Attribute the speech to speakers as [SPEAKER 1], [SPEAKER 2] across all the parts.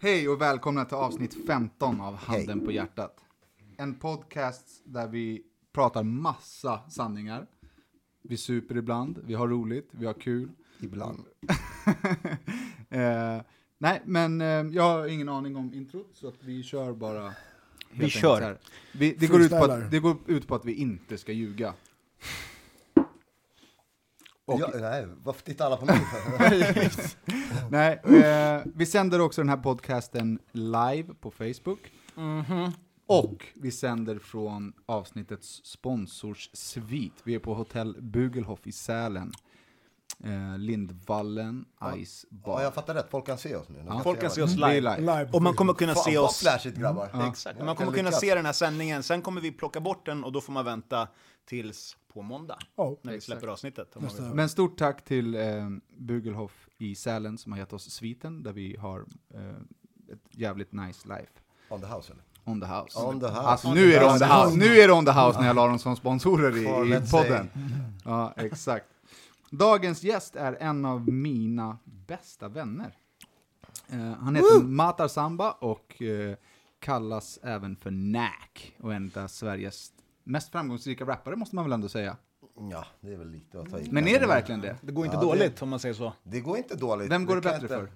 [SPEAKER 1] Hej och välkomna till avsnitt 15 av Handen på hjärtat. En podcast där vi pratar massa sanningar. Vi super ibland, vi har roligt, vi har kul.
[SPEAKER 2] Ibland.
[SPEAKER 1] Eh, nej, men eh, jag har ingen aning om introt, så att vi kör bara. helt enkelt
[SPEAKER 3] kör.
[SPEAKER 1] så här. Vi, det, går ut på
[SPEAKER 2] Freestylar.
[SPEAKER 1] att, det går ut på att vi inte ska ljuga. Och-
[SPEAKER 2] Ja, nej, varför tittar alla på mig? för?
[SPEAKER 1] Nej, eh, vi sänder också den här podcasten live på Facebook. Och vi sänder från avsnittets sponsorssvit. Vi är på hotell Bugelhof i Sälen. Eh, Lindvallen Ice
[SPEAKER 2] ja,
[SPEAKER 1] Bar.
[SPEAKER 2] jag fattar rätt, folk kan se oss nu. De
[SPEAKER 3] Folk kan se oss
[SPEAKER 1] Det är
[SPEAKER 3] live.
[SPEAKER 1] live.
[SPEAKER 3] Och man kommer kunna
[SPEAKER 2] Fan,
[SPEAKER 3] se
[SPEAKER 2] vad
[SPEAKER 3] oss...
[SPEAKER 2] flashigt grabbar.
[SPEAKER 3] Exakt. Man kommer kunna se den här sändningen, sen kommer vi plocka bort den och då får man vänta tills på måndag. när vi släpper avsnittet. Om man vill.
[SPEAKER 1] Men stort tack till eh, Bugelhof i Sälen som har gett oss sviten där vi har eh, ett jävligt nice life.
[SPEAKER 2] On the house eller?
[SPEAKER 1] On the house.
[SPEAKER 2] On the house.
[SPEAKER 1] Alltså
[SPEAKER 2] On
[SPEAKER 1] nu
[SPEAKER 2] the
[SPEAKER 1] är det on the
[SPEAKER 2] house.
[SPEAKER 1] house, nu är det on the house när jag la dem som sponsorer i,
[SPEAKER 2] For
[SPEAKER 1] i
[SPEAKER 2] let's
[SPEAKER 1] podden. Ja, exakt. Dagens gäst är en av mina bästa vänner. Eh, han heter Matar Samba och eh, kallas även för Nack och en av Sveriges mest framgångsrika rappare måste man väl ändå säga.
[SPEAKER 2] Ja, det är väl lite att ta i.
[SPEAKER 1] Men är det verkligen det?
[SPEAKER 3] Det går inte dåligt om man säger så.
[SPEAKER 2] Det går inte dåligt.
[SPEAKER 1] Vem går det
[SPEAKER 2] kan
[SPEAKER 1] bättre
[SPEAKER 2] inte-
[SPEAKER 1] för?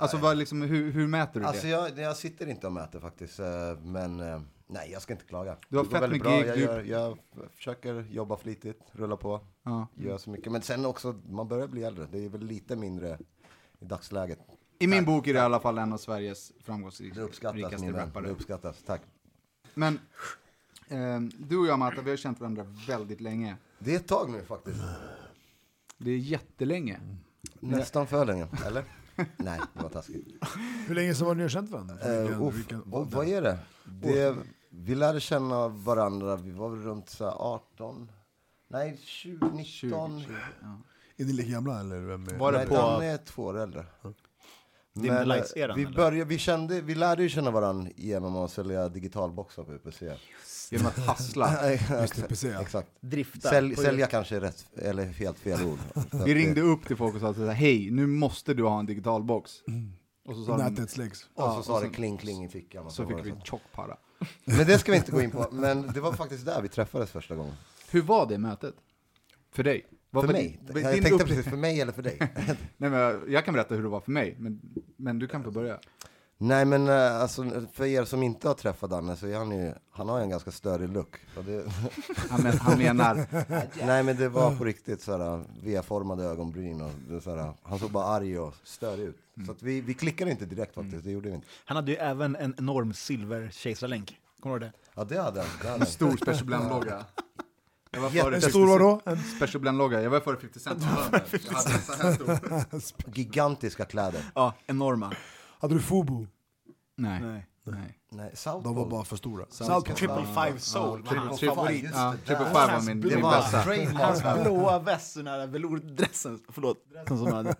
[SPEAKER 1] Alltså vad, liksom, hur, hur mäter du
[SPEAKER 2] Alltså
[SPEAKER 1] det?
[SPEAKER 2] jag, jag sitter inte och mäter faktiskt, eh, men eh, nej jag ska inte klaga.
[SPEAKER 1] Du har
[SPEAKER 2] Det går
[SPEAKER 1] fett
[SPEAKER 2] väldigt
[SPEAKER 1] med gig,
[SPEAKER 2] Jag,
[SPEAKER 1] du-
[SPEAKER 2] gör, jag försöker jobba flitigt, rulla på, gör så mycket. Men sen också, man börjar bli äldre. Det är väl lite mindre i dagsläget.
[SPEAKER 1] I min bok är det i alla fall en av Sveriges
[SPEAKER 2] Det uppskattas
[SPEAKER 1] framgångsrikaste
[SPEAKER 2] min vän, det
[SPEAKER 1] rappare.
[SPEAKER 2] uppskattas. Tack.
[SPEAKER 1] Men ehm, du och jag Matta, vi har känt varandra väldigt länge.
[SPEAKER 2] Det är ett tag nu faktiskt.
[SPEAKER 1] Det är jättelänge.
[SPEAKER 2] Nästan för länge, eller? Nej, det var taskigt.
[SPEAKER 4] Hur länge sedan var ni har känt varandra?
[SPEAKER 2] Uh,
[SPEAKER 4] Vilken-
[SPEAKER 2] uff,
[SPEAKER 4] vilken
[SPEAKER 2] vad,
[SPEAKER 4] ålder?
[SPEAKER 2] vad är det? det vi lärde känna varandra, vi var väl runt så här 18, nej 20, 19.
[SPEAKER 1] 20, ja.
[SPEAKER 4] Är ni lika gamla eller? Vem är?
[SPEAKER 3] Var det
[SPEAKER 2] nej, han
[SPEAKER 3] på...
[SPEAKER 2] är två år äldre.
[SPEAKER 3] Din
[SPEAKER 2] eh,
[SPEAKER 3] Lights-eran,
[SPEAKER 2] vi,
[SPEAKER 3] eller?
[SPEAKER 2] började, vi, kände, vi lärde ju känna varandra genom att sälja digitalboxar på UPC.
[SPEAKER 1] Genom att hassla.
[SPEAKER 4] Just det, precis. ja.
[SPEAKER 2] Exakt.
[SPEAKER 3] Drifta.
[SPEAKER 2] Sälj, sälja kanske är rätt, eller helt fel ord.
[SPEAKER 1] Vi
[SPEAKER 2] Mm.
[SPEAKER 1] ringde upp till folk och sa såhär, hej, nu måste du ha en digital box. Och så sa
[SPEAKER 2] Mm.
[SPEAKER 1] de,
[SPEAKER 4] Nätet släcks.
[SPEAKER 2] Och så sa det kling kling i fickan. och
[SPEAKER 1] så
[SPEAKER 2] var
[SPEAKER 1] fick
[SPEAKER 2] det
[SPEAKER 1] vi en tjock para.
[SPEAKER 2] Men det ska vi inte gå in på. Men det var faktiskt där vi träffades första gången.
[SPEAKER 1] Hur var det mötet? För dig? Vad
[SPEAKER 2] För
[SPEAKER 1] var
[SPEAKER 2] mig?
[SPEAKER 1] din-
[SPEAKER 2] Jag
[SPEAKER 1] din
[SPEAKER 2] tänkte
[SPEAKER 1] upple-
[SPEAKER 2] precis, för mig eller för dig?
[SPEAKER 1] Nej, men jag- jag kan berätta hur det var för mig, men, men du kan få börja.
[SPEAKER 2] Nej men eh, alltså, för er som inte har träffat Danne så är han ju, han har ju en ganska störig look. Och det,
[SPEAKER 1] Han, men, han menar,
[SPEAKER 2] nej men det var på riktigt såhär V-formade ögonbryn och det, såhär, eh, han såg bara arg och störig ut. Så att vi, vi klickade inte direkt faktiskt, det gjorde vi inte.
[SPEAKER 3] Han hade ju även en enorm silver kejsarlänk. Kommer du ihåg det?
[SPEAKER 2] Ja det hade han. Det hade han.
[SPEAKER 1] stor special blend-logga. Jag var före
[SPEAKER 4] En
[SPEAKER 2] typ
[SPEAKER 1] 50
[SPEAKER 4] stor vadå? En
[SPEAKER 1] Special blend-logga, jag var före 50 Cent. Jag hade en sån här stor.
[SPEAKER 2] Gigantiska kläder.
[SPEAKER 3] Ja, enorma.
[SPEAKER 4] Hade du Fubu?
[SPEAKER 1] Nej.
[SPEAKER 3] Nej.
[SPEAKER 5] Nej.
[SPEAKER 2] Nej, South
[SPEAKER 4] De var
[SPEAKER 2] Pole.
[SPEAKER 4] bara för stora.
[SPEAKER 6] Salt
[SPEAKER 4] South
[SPEAKER 6] Triple
[SPEAKER 4] Pole.
[SPEAKER 6] Five Soul var hans
[SPEAKER 2] Triple
[SPEAKER 6] favorit.
[SPEAKER 2] Five, just
[SPEAKER 5] Ja,
[SPEAKER 2] det.
[SPEAKER 5] Triple
[SPEAKER 2] Ja.
[SPEAKER 5] Five var min,
[SPEAKER 2] Det
[SPEAKER 5] min
[SPEAKER 2] var
[SPEAKER 5] bästa.
[SPEAKER 6] Hans
[SPEAKER 2] trademark.
[SPEAKER 6] blåa väst, den där velourdressen, förlåt, dressen som han hade.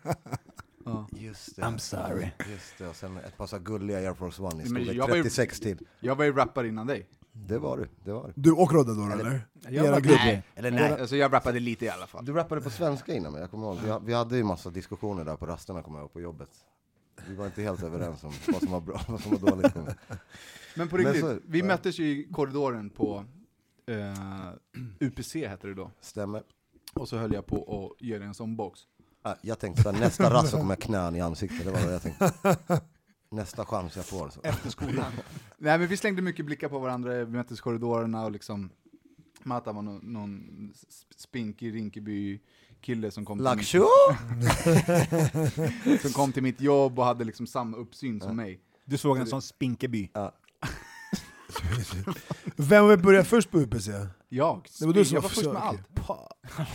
[SPEAKER 2] Just det. I'm sorry. Just det, och sen ett par så här gulliga Air Force One i
[SPEAKER 5] Men
[SPEAKER 2] storlek
[SPEAKER 5] jag var ju-
[SPEAKER 2] 36 till.
[SPEAKER 5] Jag var ju rappare innan dig.
[SPEAKER 2] Det var du, det var du.
[SPEAKER 4] Du och Rodde då eller? Era grupp?
[SPEAKER 5] nej.
[SPEAKER 2] Eller nej.
[SPEAKER 5] Alltså jag rappade lite i alla fall.
[SPEAKER 2] Du rappade på svenska innan mig, jag kommer ihåg. Vi, vi hade ju massa diskussioner där på rasterna, kommer jag ihåg, på jobbet. Vi var inte helt överens om vad som var bra och vad som var dåligt. Men
[SPEAKER 5] Men på
[SPEAKER 2] Men
[SPEAKER 5] riktigt,
[SPEAKER 2] så-
[SPEAKER 5] vi
[SPEAKER 2] ja.
[SPEAKER 5] möttes ju i korridoren på eh, UPC hette det då.
[SPEAKER 2] Stämmer.
[SPEAKER 5] Och så höll jag på att göra en sån box.
[SPEAKER 2] Ah, Jag tänkte såhär, nästa rast så kommer jag knän i ansiktet. Det var vad jag tänkte. Nästa chans jag får. Så.
[SPEAKER 6] Efter skolan.
[SPEAKER 5] Nej men vi slängde mycket blickar på varandra, vi möttes i korridorerna och liksom Mata var någon, någon sp- spinkig Rinkeby-kille som kom, till
[SPEAKER 2] Lakshu!
[SPEAKER 5] mitt, som kom till mitt jobb och hade liksom samma uppsyn som mig.
[SPEAKER 6] Du såg en sån Spinkeby.
[SPEAKER 4] Vem vill börja först på UPC?
[SPEAKER 5] Jag,
[SPEAKER 4] Det var du
[SPEAKER 5] spin-
[SPEAKER 4] som
[SPEAKER 5] jag
[SPEAKER 4] var
[SPEAKER 5] var först med
[SPEAKER 4] försök.
[SPEAKER 5] allt.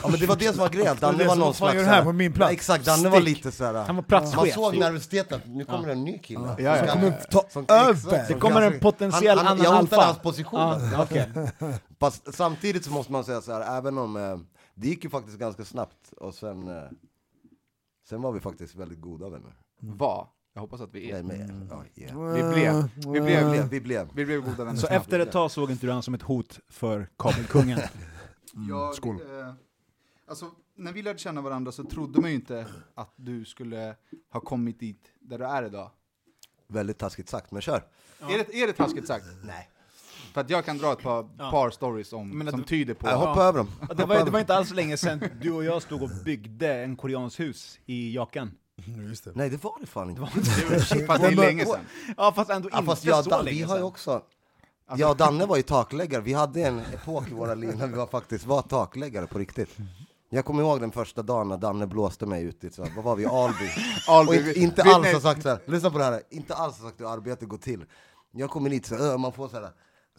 [SPEAKER 2] Ja men det var det som var grejen,
[SPEAKER 4] var
[SPEAKER 2] Danne
[SPEAKER 4] det
[SPEAKER 2] var
[SPEAKER 4] som-
[SPEAKER 2] någon
[SPEAKER 4] vad fan
[SPEAKER 2] slags...
[SPEAKER 4] gör du här
[SPEAKER 2] såhär-
[SPEAKER 4] på min plats?
[SPEAKER 2] Ja, exakt, Danne var
[SPEAKER 4] Stick.
[SPEAKER 2] lite såhär...
[SPEAKER 3] Han var platschef.
[SPEAKER 2] Man såg nervositeten, att nu kommer en ny kille.
[SPEAKER 5] Ja, ja,
[SPEAKER 2] Som
[SPEAKER 5] ja.
[SPEAKER 2] ska-
[SPEAKER 5] Kommer
[SPEAKER 4] ta
[SPEAKER 2] som-
[SPEAKER 4] över.
[SPEAKER 2] exakt, som
[SPEAKER 3] Det kommer en
[SPEAKER 2] kanske-
[SPEAKER 3] potentiell
[SPEAKER 2] han, han,
[SPEAKER 3] annan
[SPEAKER 2] Jag
[SPEAKER 3] alfa.
[SPEAKER 2] hotade hans position.
[SPEAKER 3] Ja, okej.
[SPEAKER 2] Fast samtidigt så måste man säga så här, även om... Eh, det gick ju faktiskt ganska snabbt och sen... Eh, sen var vi faktiskt väldigt goda vänner.
[SPEAKER 5] Var, jag hoppas att vi är.
[SPEAKER 2] Nej, men, ja, yeah.
[SPEAKER 5] Vi
[SPEAKER 4] Eh,
[SPEAKER 5] blev, vi
[SPEAKER 2] Vi
[SPEAKER 5] blev,
[SPEAKER 2] blev, vi blev.
[SPEAKER 5] vi blev goda vänner.
[SPEAKER 3] Så
[SPEAKER 5] snabbt.
[SPEAKER 3] efter ett tag såg inte du han som ett hot för kabelkungen?
[SPEAKER 5] Jag,
[SPEAKER 4] skål.
[SPEAKER 5] Eh, alltså, när vi lärde känna varandra så trodde man ju inte att du skulle ha kommit dit där du är idag.
[SPEAKER 2] Väldigt taskigt sagt, men kör.
[SPEAKER 5] Är, det, är det taskigt sagt?
[SPEAKER 2] Nej.
[SPEAKER 5] För att jag kan dra ett par, par stories om,
[SPEAKER 6] Men att
[SPEAKER 5] som
[SPEAKER 6] du-
[SPEAKER 5] tyder på...
[SPEAKER 2] Jag hoppar över dem.
[SPEAKER 3] Det
[SPEAKER 2] Hoppa över
[SPEAKER 3] var, det
[SPEAKER 2] dem.
[SPEAKER 3] var inte alls så länge sedan du och jag stod och byggde en koreans hus i Jakan.
[SPEAKER 4] Just det.
[SPEAKER 2] Nej, det var det fan inte.
[SPEAKER 5] Shit, fast det är länge sedan.
[SPEAKER 3] Ja fast ändå
[SPEAKER 2] Ja,
[SPEAKER 3] inte
[SPEAKER 2] fast jag, och
[SPEAKER 3] så
[SPEAKER 2] Dan-
[SPEAKER 3] länge
[SPEAKER 2] vi har ju
[SPEAKER 3] sedan.
[SPEAKER 2] också...
[SPEAKER 5] Alltså-
[SPEAKER 2] Jag och Danne var ju takläggare. Vi hade en epok i våra liv när vi var faktiskt var takläggare på riktigt. Jag kommer ihåg den första dagen när Danne blåste mig ut i, ett sånt- vad var vi, Alby?
[SPEAKER 5] Alby,
[SPEAKER 2] Och inte,
[SPEAKER 5] vi-
[SPEAKER 2] inte
[SPEAKER 5] vi-
[SPEAKER 2] alls
[SPEAKER 5] nej.
[SPEAKER 2] har sagt så här, lyssna på det här, inte alls har sagt hur arbetet går till. Jag kommer dit så här, "Ö", man får så här,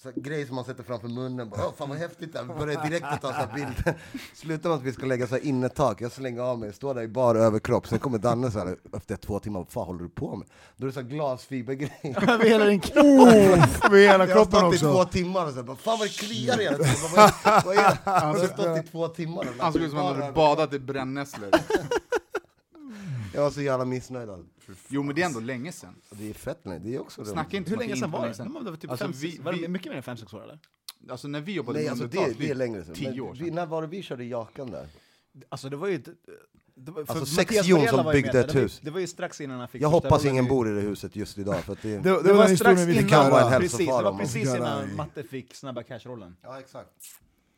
[SPEAKER 2] så här grejer som man sätter framför munnen, bara, "Ö, fan vad häftigt det här, vi börjar direkt att ta så här bilder. Slutar med att vi ska lägga så här innertak, jag slänger av mig, står där i bara överkropp, sen kommer Danne så här efter två timmar, vad fan håller du på med? Då är det så här glasfibergrejer.
[SPEAKER 3] Över hela din kropp.
[SPEAKER 4] Oh, med hela
[SPEAKER 2] Jag har
[SPEAKER 4] kroppen
[SPEAKER 2] stått i två
[SPEAKER 4] också.
[SPEAKER 2] timmar och så här, bara, fan vad det kliar hela tiden. Vad är- vad är det? Jag har stått i två timmar och
[SPEAKER 5] Han såg ut som att han hade badat i brännässlor.
[SPEAKER 2] Jag var så jävla missnöjd. alltså.
[SPEAKER 5] Jo men det är ändå länge sedan.
[SPEAKER 2] Det är fett nej, det är också rumt.
[SPEAKER 5] Snacka inte
[SPEAKER 3] Hur
[SPEAKER 5] om att
[SPEAKER 3] länge
[SPEAKER 5] är
[SPEAKER 3] sedan
[SPEAKER 5] inte
[SPEAKER 3] var det?
[SPEAKER 5] länge sedan.
[SPEAKER 3] Det var typ
[SPEAKER 5] Alltså,
[SPEAKER 3] fem,
[SPEAKER 5] vi-
[SPEAKER 3] sex, var det
[SPEAKER 5] vi-
[SPEAKER 3] mycket mer än fem, sex år eller?
[SPEAKER 5] Alltså när vi jobbade
[SPEAKER 2] Nej
[SPEAKER 5] med
[SPEAKER 2] alltså det,
[SPEAKER 5] Mölndal,
[SPEAKER 2] det är längre sedan.
[SPEAKER 5] Tio
[SPEAKER 2] Men
[SPEAKER 5] år
[SPEAKER 2] vi,
[SPEAKER 5] sedan.
[SPEAKER 2] när var det vi körde jakan där?
[SPEAKER 3] Alltså det var ju... ett- Det var, för
[SPEAKER 2] Alltså, sex
[SPEAKER 3] Mattias
[SPEAKER 2] Jonsson
[SPEAKER 3] Varela var ju med
[SPEAKER 2] byggde
[SPEAKER 3] där.
[SPEAKER 2] ett
[SPEAKER 3] det var,
[SPEAKER 2] hus.
[SPEAKER 3] ju- Det var ju strax innan han fick
[SPEAKER 2] Jag
[SPEAKER 3] första
[SPEAKER 2] hoppas
[SPEAKER 3] rollen
[SPEAKER 2] ingen
[SPEAKER 3] i-
[SPEAKER 2] bor i det huset just idag för att det
[SPEAKER 4] Det,
[SPEAKER 2] är...
[SPEAKER 4] det,
[SPEAKER 3] Det var
[SPEAKER 4] den
[SPEAKER 3] strax
[SPEAKER 4] historien vi
[SPEAKER 3] innan,
[SPEAKER 4] fick höra.
[SPEAKER 2] kan vara en
[SPEAKER 3] precis, det
[SPEAKER 2] hälsofara om
[SPEAKER 3] var
[SPEAKER 2] man
[SPEAKER 3] precis
[SPEAKER 4] fick göra
[SPEAKER 3] innan
[SPEAKER 4] i-
[SPEAKER 3] Matte fick Snabba Cash-rollen.
[SPEAKER 2] Ja exakt.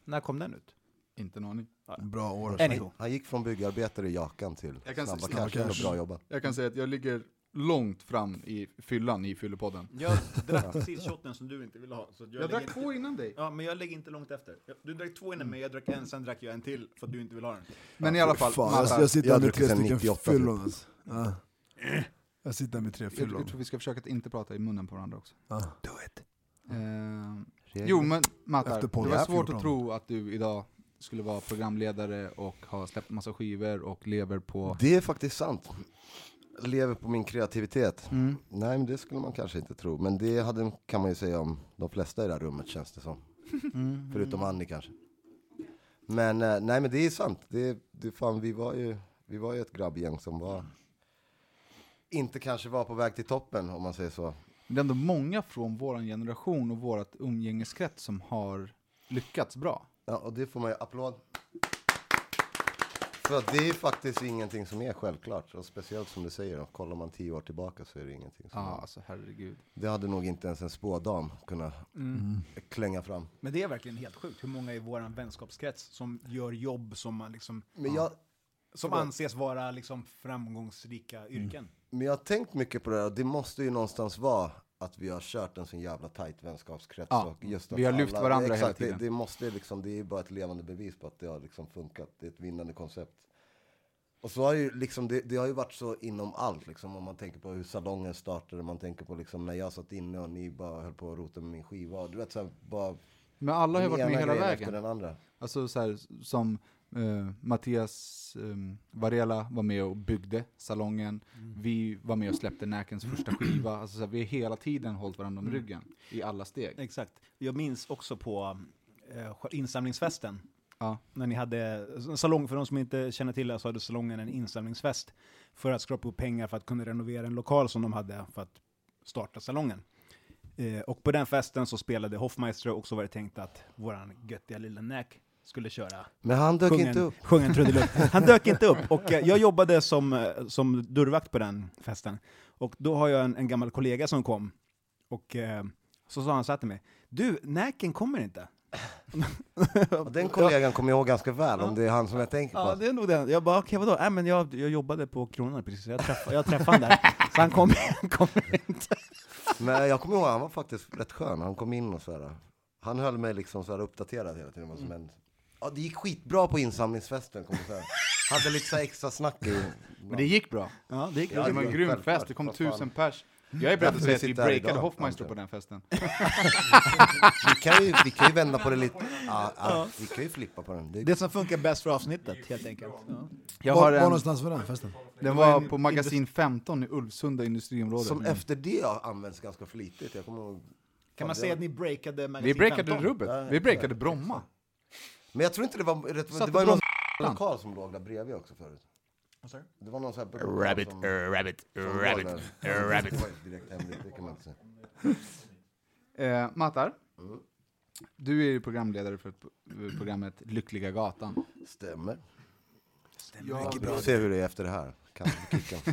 [SPEAKER 3] När kom den ut?
[SPEAKER 5] Inte en aning.
[SPEAKER 4] Bra år. alltså.
[SPEAKER 3] Anywho.
[SPEAKER 2] Han gick från byggarbetare i jakan till
[SPEAKER 5] Jag kan
[SPEAKER 2] Snabba
[SPEAKER 5] snabba
[SPEAKER 2] Cash. Ändå
[SPEAKER 4] cash.
[SPEAKER 2] Bra jobbat.
[SPEAKER 5] Jag kan säga att jag ligger långt fram i fyllan i Fyllepodden.
[SPEAKER 6] Jag drack precis shotten som du inte ville ha. Så jag,
[SPEAKER 5] Jag
[SPEAKER 6] lägger
[SPEAKER 5] drack
[SPEAKER 6] inte-
[SPEAKER 5] två innan dig.
[SPEAKER 6] Ja, men jag lägger inte långt efter. Jag- Du drack två innan mig, jag drack en, sen drack jag en till för att du inte vill ha den.
[SPEAKER 5] Men i alla fall,
[SPEAKER 4] Fan,
[SPEAKER 5] Mata,
[SPEAKER 4] jag, jag sitter
[SPEAKER 2] alltså, Jag
[SPEAKER 4] här
[SPEAKER 2] har
[SPEAKER 4] med
[SPEAKER 2] druckit
[SPEAKER 4] tre
[SPEAKER 2] sedan
[SPEAKER 4] stycken
[SPEAKER 2] 98 typ.
[SPEAKER 4] fyllon alltså. Ja. Jag sitter här med tre
[SPEAKER 5] jag,
[SPEAKER 4] fyllon.
[SPEAKER 5] jag tror vi ska försöka att inte prata i munnen på varandra också.
[SPEAKER 4] Ja.
[SPEAKER 5] Eh, jo men Matar,
[SPEAKER 4] Efter
[SPEAKER 5] det
[SPEAKER 4] podden.
[SPEAKER 5] var
[SPEAKER 4] Ja,
[SPEAKER 5] svårt
[SPEAKER 4] 14.
[SPEAKER 5] att tro att du idag skulle vara programledare och ha släppt massa skivor och lever på...
[SPEAKER 2] Det är faktiskt sant. Jag lever på min kreativitet. Nej men det skulle man kanske inte tro. Men det hade, kan man ju säga om de flesta i det här rummet känns det som. Förutom Annie kanske. Men eh, nej men det är sant. Det, det, fan, vi, var ju, vi var ju ett grabbgäng som var inte kanske var på väg till toppen om man säger så.
[SPEAKER 5] Men det är ändå många från vår generation och vårt umgängeskrets som har lyckats bra.
[SPEAKER 2] Ja, och det får man ju applåd. För att det är faktiskt ingenting som är självklart. Och speciellt som du säger, och kollar man tio år tillbaka så är det ingenting som
[SPEAKER 5] Ja,
[SPEAKER 2] är-
[SPEAKER 5] alltså herregud.
[SPEAKER 2] Det hade nog inte ens en spådam kunnat
[SPEAKER 5] Mm.
[SPEAKER 2] klänga fram.
[SPEAKER 6] Men det är verkligen helt sjukt hur många i vår vänskapskrets som gör jobb som, man liksom,
[SPEAKER 2] Men jag,
[SPEAKER 6] som anses vara liksom framgångsrika yrken.
[SPEAKER 2] men jag har tänkt mycket på det här och det måste ju någonstans vara att vi har kört en sån jävla tajt vänskapskrets.
[SPEAKER 5] Ja,
[SPEAKER 2] och just att
[SPEAKER 5] vi har lyft varandra hela
[SPEAKER 2] exakt,
[SPEAKER 5] tiden.
[SPEAKER 2] Det, det, måste liksom, det är ju bara ett levande bevis på att det har liksom funkat. Det är ett vinnande koncept. Och så har ju liksom, det, det har ju varit så inom allt. Liksom, om man tänker på hur salongen startade, man tänker på liksom när jag satt inne och ni bara höll på att rota med min skiva. Och du vet, så här, bara
[SPEAKER 5] Men alla har ju
[SPEAKER 2] den
[SPEAKER 5] varit
[SPEAKER 2] ena
[SPEAKER 5] med hela
[SPEAKER 2] grejen efter
[SPEAKER 5] vägen.
[SPEAKER 2] den andra.
[SPEAKER 5] Alltså så här, som
[SPEAKER 1] Eh, Mattias um, Varela var med och byggde salongen. Vi var med och släppte Näkens första skiva. Alltså, så här, vi har hela tiden hållit varandra om ryggen i alla steg.
[SPEAKER 3] Exakt. Jag minns också på eh, insamlingsfesten.
[SPEAKER 1] Ja.
[SPEAKER 3] När ni hade en salong, för de som inte känner till det, så hade salongen en insamlingsfest för att skrapa upp pengar för att kunna renovera en lokal som de hade för att starta salongen. Eh, och på den festen så spelade Hoffmeister och så var det tänkt att våran göttiga lilla Näk skulle köra
[SPEAKER 2] Men han dök
[SPEAKER 3] sjung
[SPEAKER 2] inte
[SPEAKER 3] en-
[SPEAKER 2] upp.
[SPEAKER 3] Sjung en trudelutt. Han dök inte upp. Och eh, jag jobbade som, eh, som dörrvakt på den festen. Och då har jag en, en gammal kollega som kom. Och eh, så sa han så här till mig. Du, Näken kommer inte.
[SPEAKER 2] Och den kollegan kommer jag ihåg ganska väl, om det är han som jag tänker
[SPEAKER 3] Ja,
[SPEAKER 2] på.
[SPEAKER 3] det är nog den. Jag bara, okej vadå? Nej, men jag, jag jobbade på Kronan precis, jag träffade, jag träffade honom där. Så han kom, han kommer inte.
[SPEAKER 2] Men jag kommer ihåg, han var faktiskt rätt skön. Han kom in och så här. Han höll mig liksom så här uppdaterad hela tiden vad som hände. Ja, det gick skitbra på insamlingsfesten, kommer jag ihåg. Hade lite så här extra snack i...
[SPEAKER 1] Men det gick bra.
[SPEAKER 3] Ja, det gick
[SPEAKER 2] Ja,
[SPEAKER 1] Det var en grym
[SPEAKER 2] självklart.
[SPEAKER 1] fest, det kom
[SPEAKER 2] Vad fan.
[SPEAKER 1] tusen pers. Jag är beredd
[SPEAKER 2] Därför
[SPEAKER 1] att
[SPEAKER 2] vi
[SPEAKER 1] säga att vi
[SPEAKER 2] sitter här idag,
[SPEAKER 1] breakade Hoffmeister
[SPEAKER 2] antar
[SPEAKER 1] på den
[SPEAKER 2] jag.
[SPEAKER 1] festen.
[SPEAKER 2] Vi kan ju, vi kan ju vända på det lite. Ja, ja, vi kan ju flippa på den. Det,
[SPEAKER 3] Det som funkar bäst för avsnittet, helt enkelt. Ja.
[SPEAKER 1] Jag
[SPEAKER 4] var,
[SPEAKER 1] har
[SPEAKER 4] var
[SPEAKER 1] en,
[SPEAKER 4] någonstans var den festen?
[SPEAKER 1] den var på magasin 15 i Ulvsunda industriområde.
[SPEAKER 2] som efter det har använts ganska flitigt. Jag kommer ihåg.
[SPEAKER 3] Kan man säga att ni breakade
[SPEAKER 1] Vi
[SPEAKER 3] Magasin
[SPEAKER 1] breakade
[SPEAKER 3] 15?
[SPEAKER 1] rubbet, vi breakade Bromma.
[SPEAKER 2] Men jag tror inte det var... rätt- Det
[SPEAKER 1] Satte
[SPEAKER 2] var ju någon
[SPEAKER 1] bra-
[SPEAKER 2] lokal som låg där bredvid också förut. Det var någon sån här...
[SPEAKER 7] Rabbit,
[SPEAKER 2] som-
[SPEAKER 7] er, rabbit, er,
[SPEAKER 2] som låg
[SPEAKER 7] rabbit,
[SPEAKER 2] där.
[SPEAKER 7] er, rabbit.
[SPEAKER 2] Det var ju direkt hemligt, det kan man inte säga.
[SPEAKER 1] Eh, Matar,
[SPEAKER 2] Mm.
[SPEAKER 1] du är ju programledare för p- programmet Lyckliga Gatan.
[SPEAKER 2] Stämmer.
[SPEAKER 1] Jag,
[SPEAKER 2] Vi får se hur det är efter det här. Kan kicka.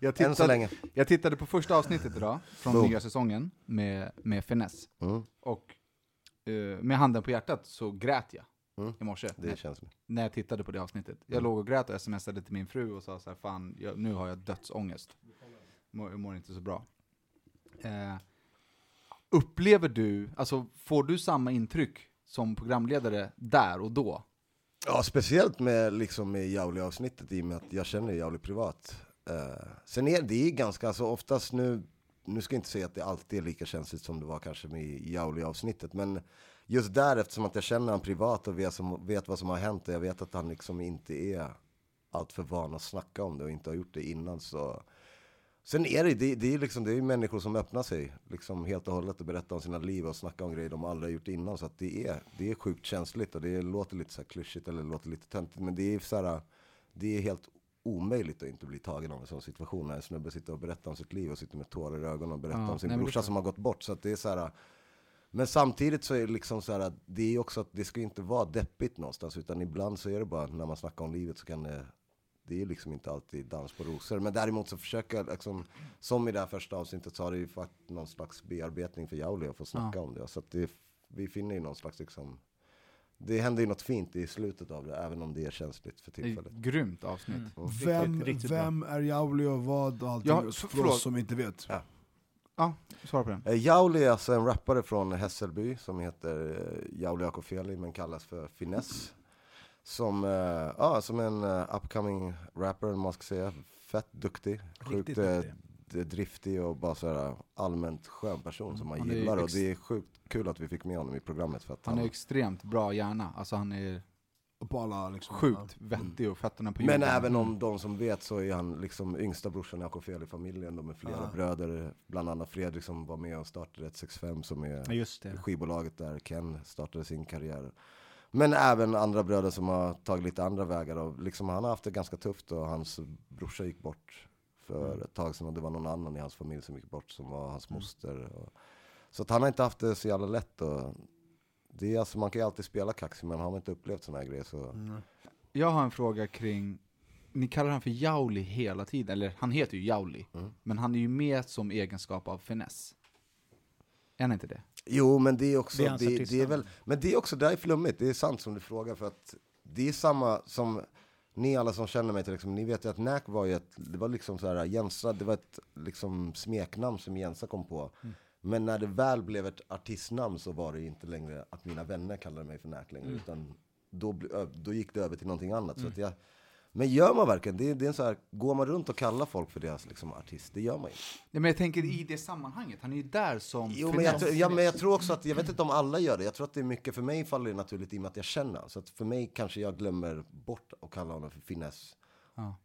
[SPEAKER 1] jag,
[SPEAKER 2] Än så
[SPEAKER 1] tittade,
[SPEAKER 2] länge.
[SPEAKER 1] jag tittade på första avsnittet idag, från
[SPEAKER 2] Boom.
[SPEAKER 1] nya säsongen, med, med finess.
[SPEAKER 2] Mm.
[SPEAKER 1] Och eh, med handen på hjärtat så grät jag
[SPEAKER 2] Mm.
[SPEAKER 1] i morse.
[SPEAKER 2] Det Mm. känns bra.
[SPEAKER 1] när jag tittade på det avsnittet. Jag låg och grät och smsade till min fru och sa så här, fan, jag, nu har jag dödsångest. Mår, jag mår inte så bra. Eh, upplever du, alltså får du samma intryck som programledare där och då?
[SPEAKER 2] Ja, speciellt med, liksom, med Jauli-avsnittet i och med att jag känner Jauli privat. Eh, sen är det är ganska, alltså oftast nu, nu ska jag inte säga att det alltid är lika känsligt som det var kanske med Jauli-avsnittet, men just där eftersom att jag känner han privat och vet, som, vet vad som har hänt och jag vet att han liksom inte är alltför van att snacka om det och inte har gjort det innan så Sen är det, det, det, är liksom, det är ju människor som öppnar sig liksom helt och hållet och berättar om sina liv och snackar om grejer de aldrig har gjort innan. Så att det, är, det är sjukt känsligt och det låter lite så här klyschigt eller låter lite töntigt. Men det är, så här, det är helt omöjligt att inte bli tagen av en sån situation. När en snubbe sitter och berättar om sitt liv och sitter med tårar i ögonen och berättar
[SPEAKER 1] Ja,
[SPEAKER 2] om sin
[SPEAKER 1] nej, men det
[SPEAKER 2] brorsa som har gått bort. Så att det är så här, men samtidigt så är det liksom så här, att det är också att det ska ju inte vara deppigt någonstans. Utan ibland så är det bara, när man snackar om livet så kan det det är liksom inte alltid dans på rosor. Men däremot så försöker jag, liksom, som i det här första avsnittet, så har det ju varit någon slags bearbetning för Jauli att få snacka om det. Så att det, vi finner ju någon slags, liksom, det händer ju något fint i slutet av det, även om det är känsligt för
[SPEAKER 1] Det är ett
[SPEAKER 2] tillfället.
[SPEAKER 1] grymt avsnitt.
[SPEAKER 2] Mm.
[SPEAKER 4] Vem,
[SPEAKER 3] riktigt bra.
[SPEAKER 4] vem är Jauli och vad och allting?
[SPEAKER 1] Ja,
[SPEAKER 4] för,
[SPEAKER 1] f-
[SPEAKER 4] oss
[SPEAKER 1] förlåt.
[SPEAKER 4] som inte vet.
[SPEAKER 1] Ja, svara på den.
[SPEAKER 2] Eh, Jauli är alltså en rappare från Hässelby som heter eh, Jauli Akofeli, men kallas för Finess. Som, eh, ja, som en eh, upcoming rapper, om man ska säga. Fett duktig, sjukt eh, d- driftig och bara så här allmänt skön person som man
[SPEAKER 1] Han är ju
[SPEAKER 2] gillar. Och
[SPEAKER 1] ex-
[SPEAKER 2] det är sjukt kul att vi fick med honom i programmet. För att han
[SPEAKER 1] Han är extremt bra hjärna, alltså han är
[SPEAKER 4] Och på alla liksom.
[SPEAKER 1] sjukt vettig och fötterna på
[SPEAKER 2] Mm. men även om de som vet så är han liksom yngsta brorsan i Akofeli-familjen. De är flera bröder, bland annat Fredrik som var med och startade 165 som är
[SPEAKER 3] Just det.
[SPEAKER 2] skivbolaget där Ken startade sin karriär. Men även andra bröder som har tagit lite andra vägar. Och liksom, han har haft det ganska tufft och hans brorsa gick bort
[SPEAKER 3] Mm.
[SPEAKER 2] för ett tag sedan. Och det var någon annan i hans familj som gick bort som var hans moster. Och, så att han har inte haft det så jävla lätt. Och det är alltså, man kan ju alltid spela kaxig men har man inte upplevt sådana här grejer så...
[SPEAKER 1] Jag har en fråga kring, ni kallar han för Jauli hela tiden, eller han heter ju Jauli,
[SPEAKER 2] Mm.
[SPEAKER 1] men han är ju med som egenskap av finess. Är han inte det?
[SPEAKER 2] Jo, men det är också,
[SPEAKER 3] Det är
[SPEAKER 2] det
[SPEAKER 3] hans
[SPEAKER 2] det, är
[SPEAKER 3] artistnamn.
[SPEAKER 2] väl, men det är också, det här är flummigt, det är sant som du frågar för att det är samma som, ni alla som känner mig till exempel, ni vet ju att Nack var ju ett, det var liksom så här, Jensa, det var ett liksom smeknamn som Jensa kom på. Men när det väl blev ett artistnamn så var det ju inte längre att mina vänner kallade mig för Nack längre, utan då, bl- ö- då gick det över till någonting annat. Så att jag, Men gör man verkligen det? Är, det är en så här, går man runt och kallar folk för deras liksom, artist? Det gör man inte.
[SPEAKER 5] Nej, men jag tänker i det sammanhanget, han är ju där som...
[SPEAKER 2] Jo, men jag,
[SPEAKER 5] finess.
[SPEAKER 2] tror- ja, men jag tror också att, jag vet inte om alla gör det, jag tror att det är mycket, för mig faller det naturligt i och med att jag känner han. Så att för mig kanske jag glömmer bort att kalla honom för finess.
[SPEAKER 5] Ja.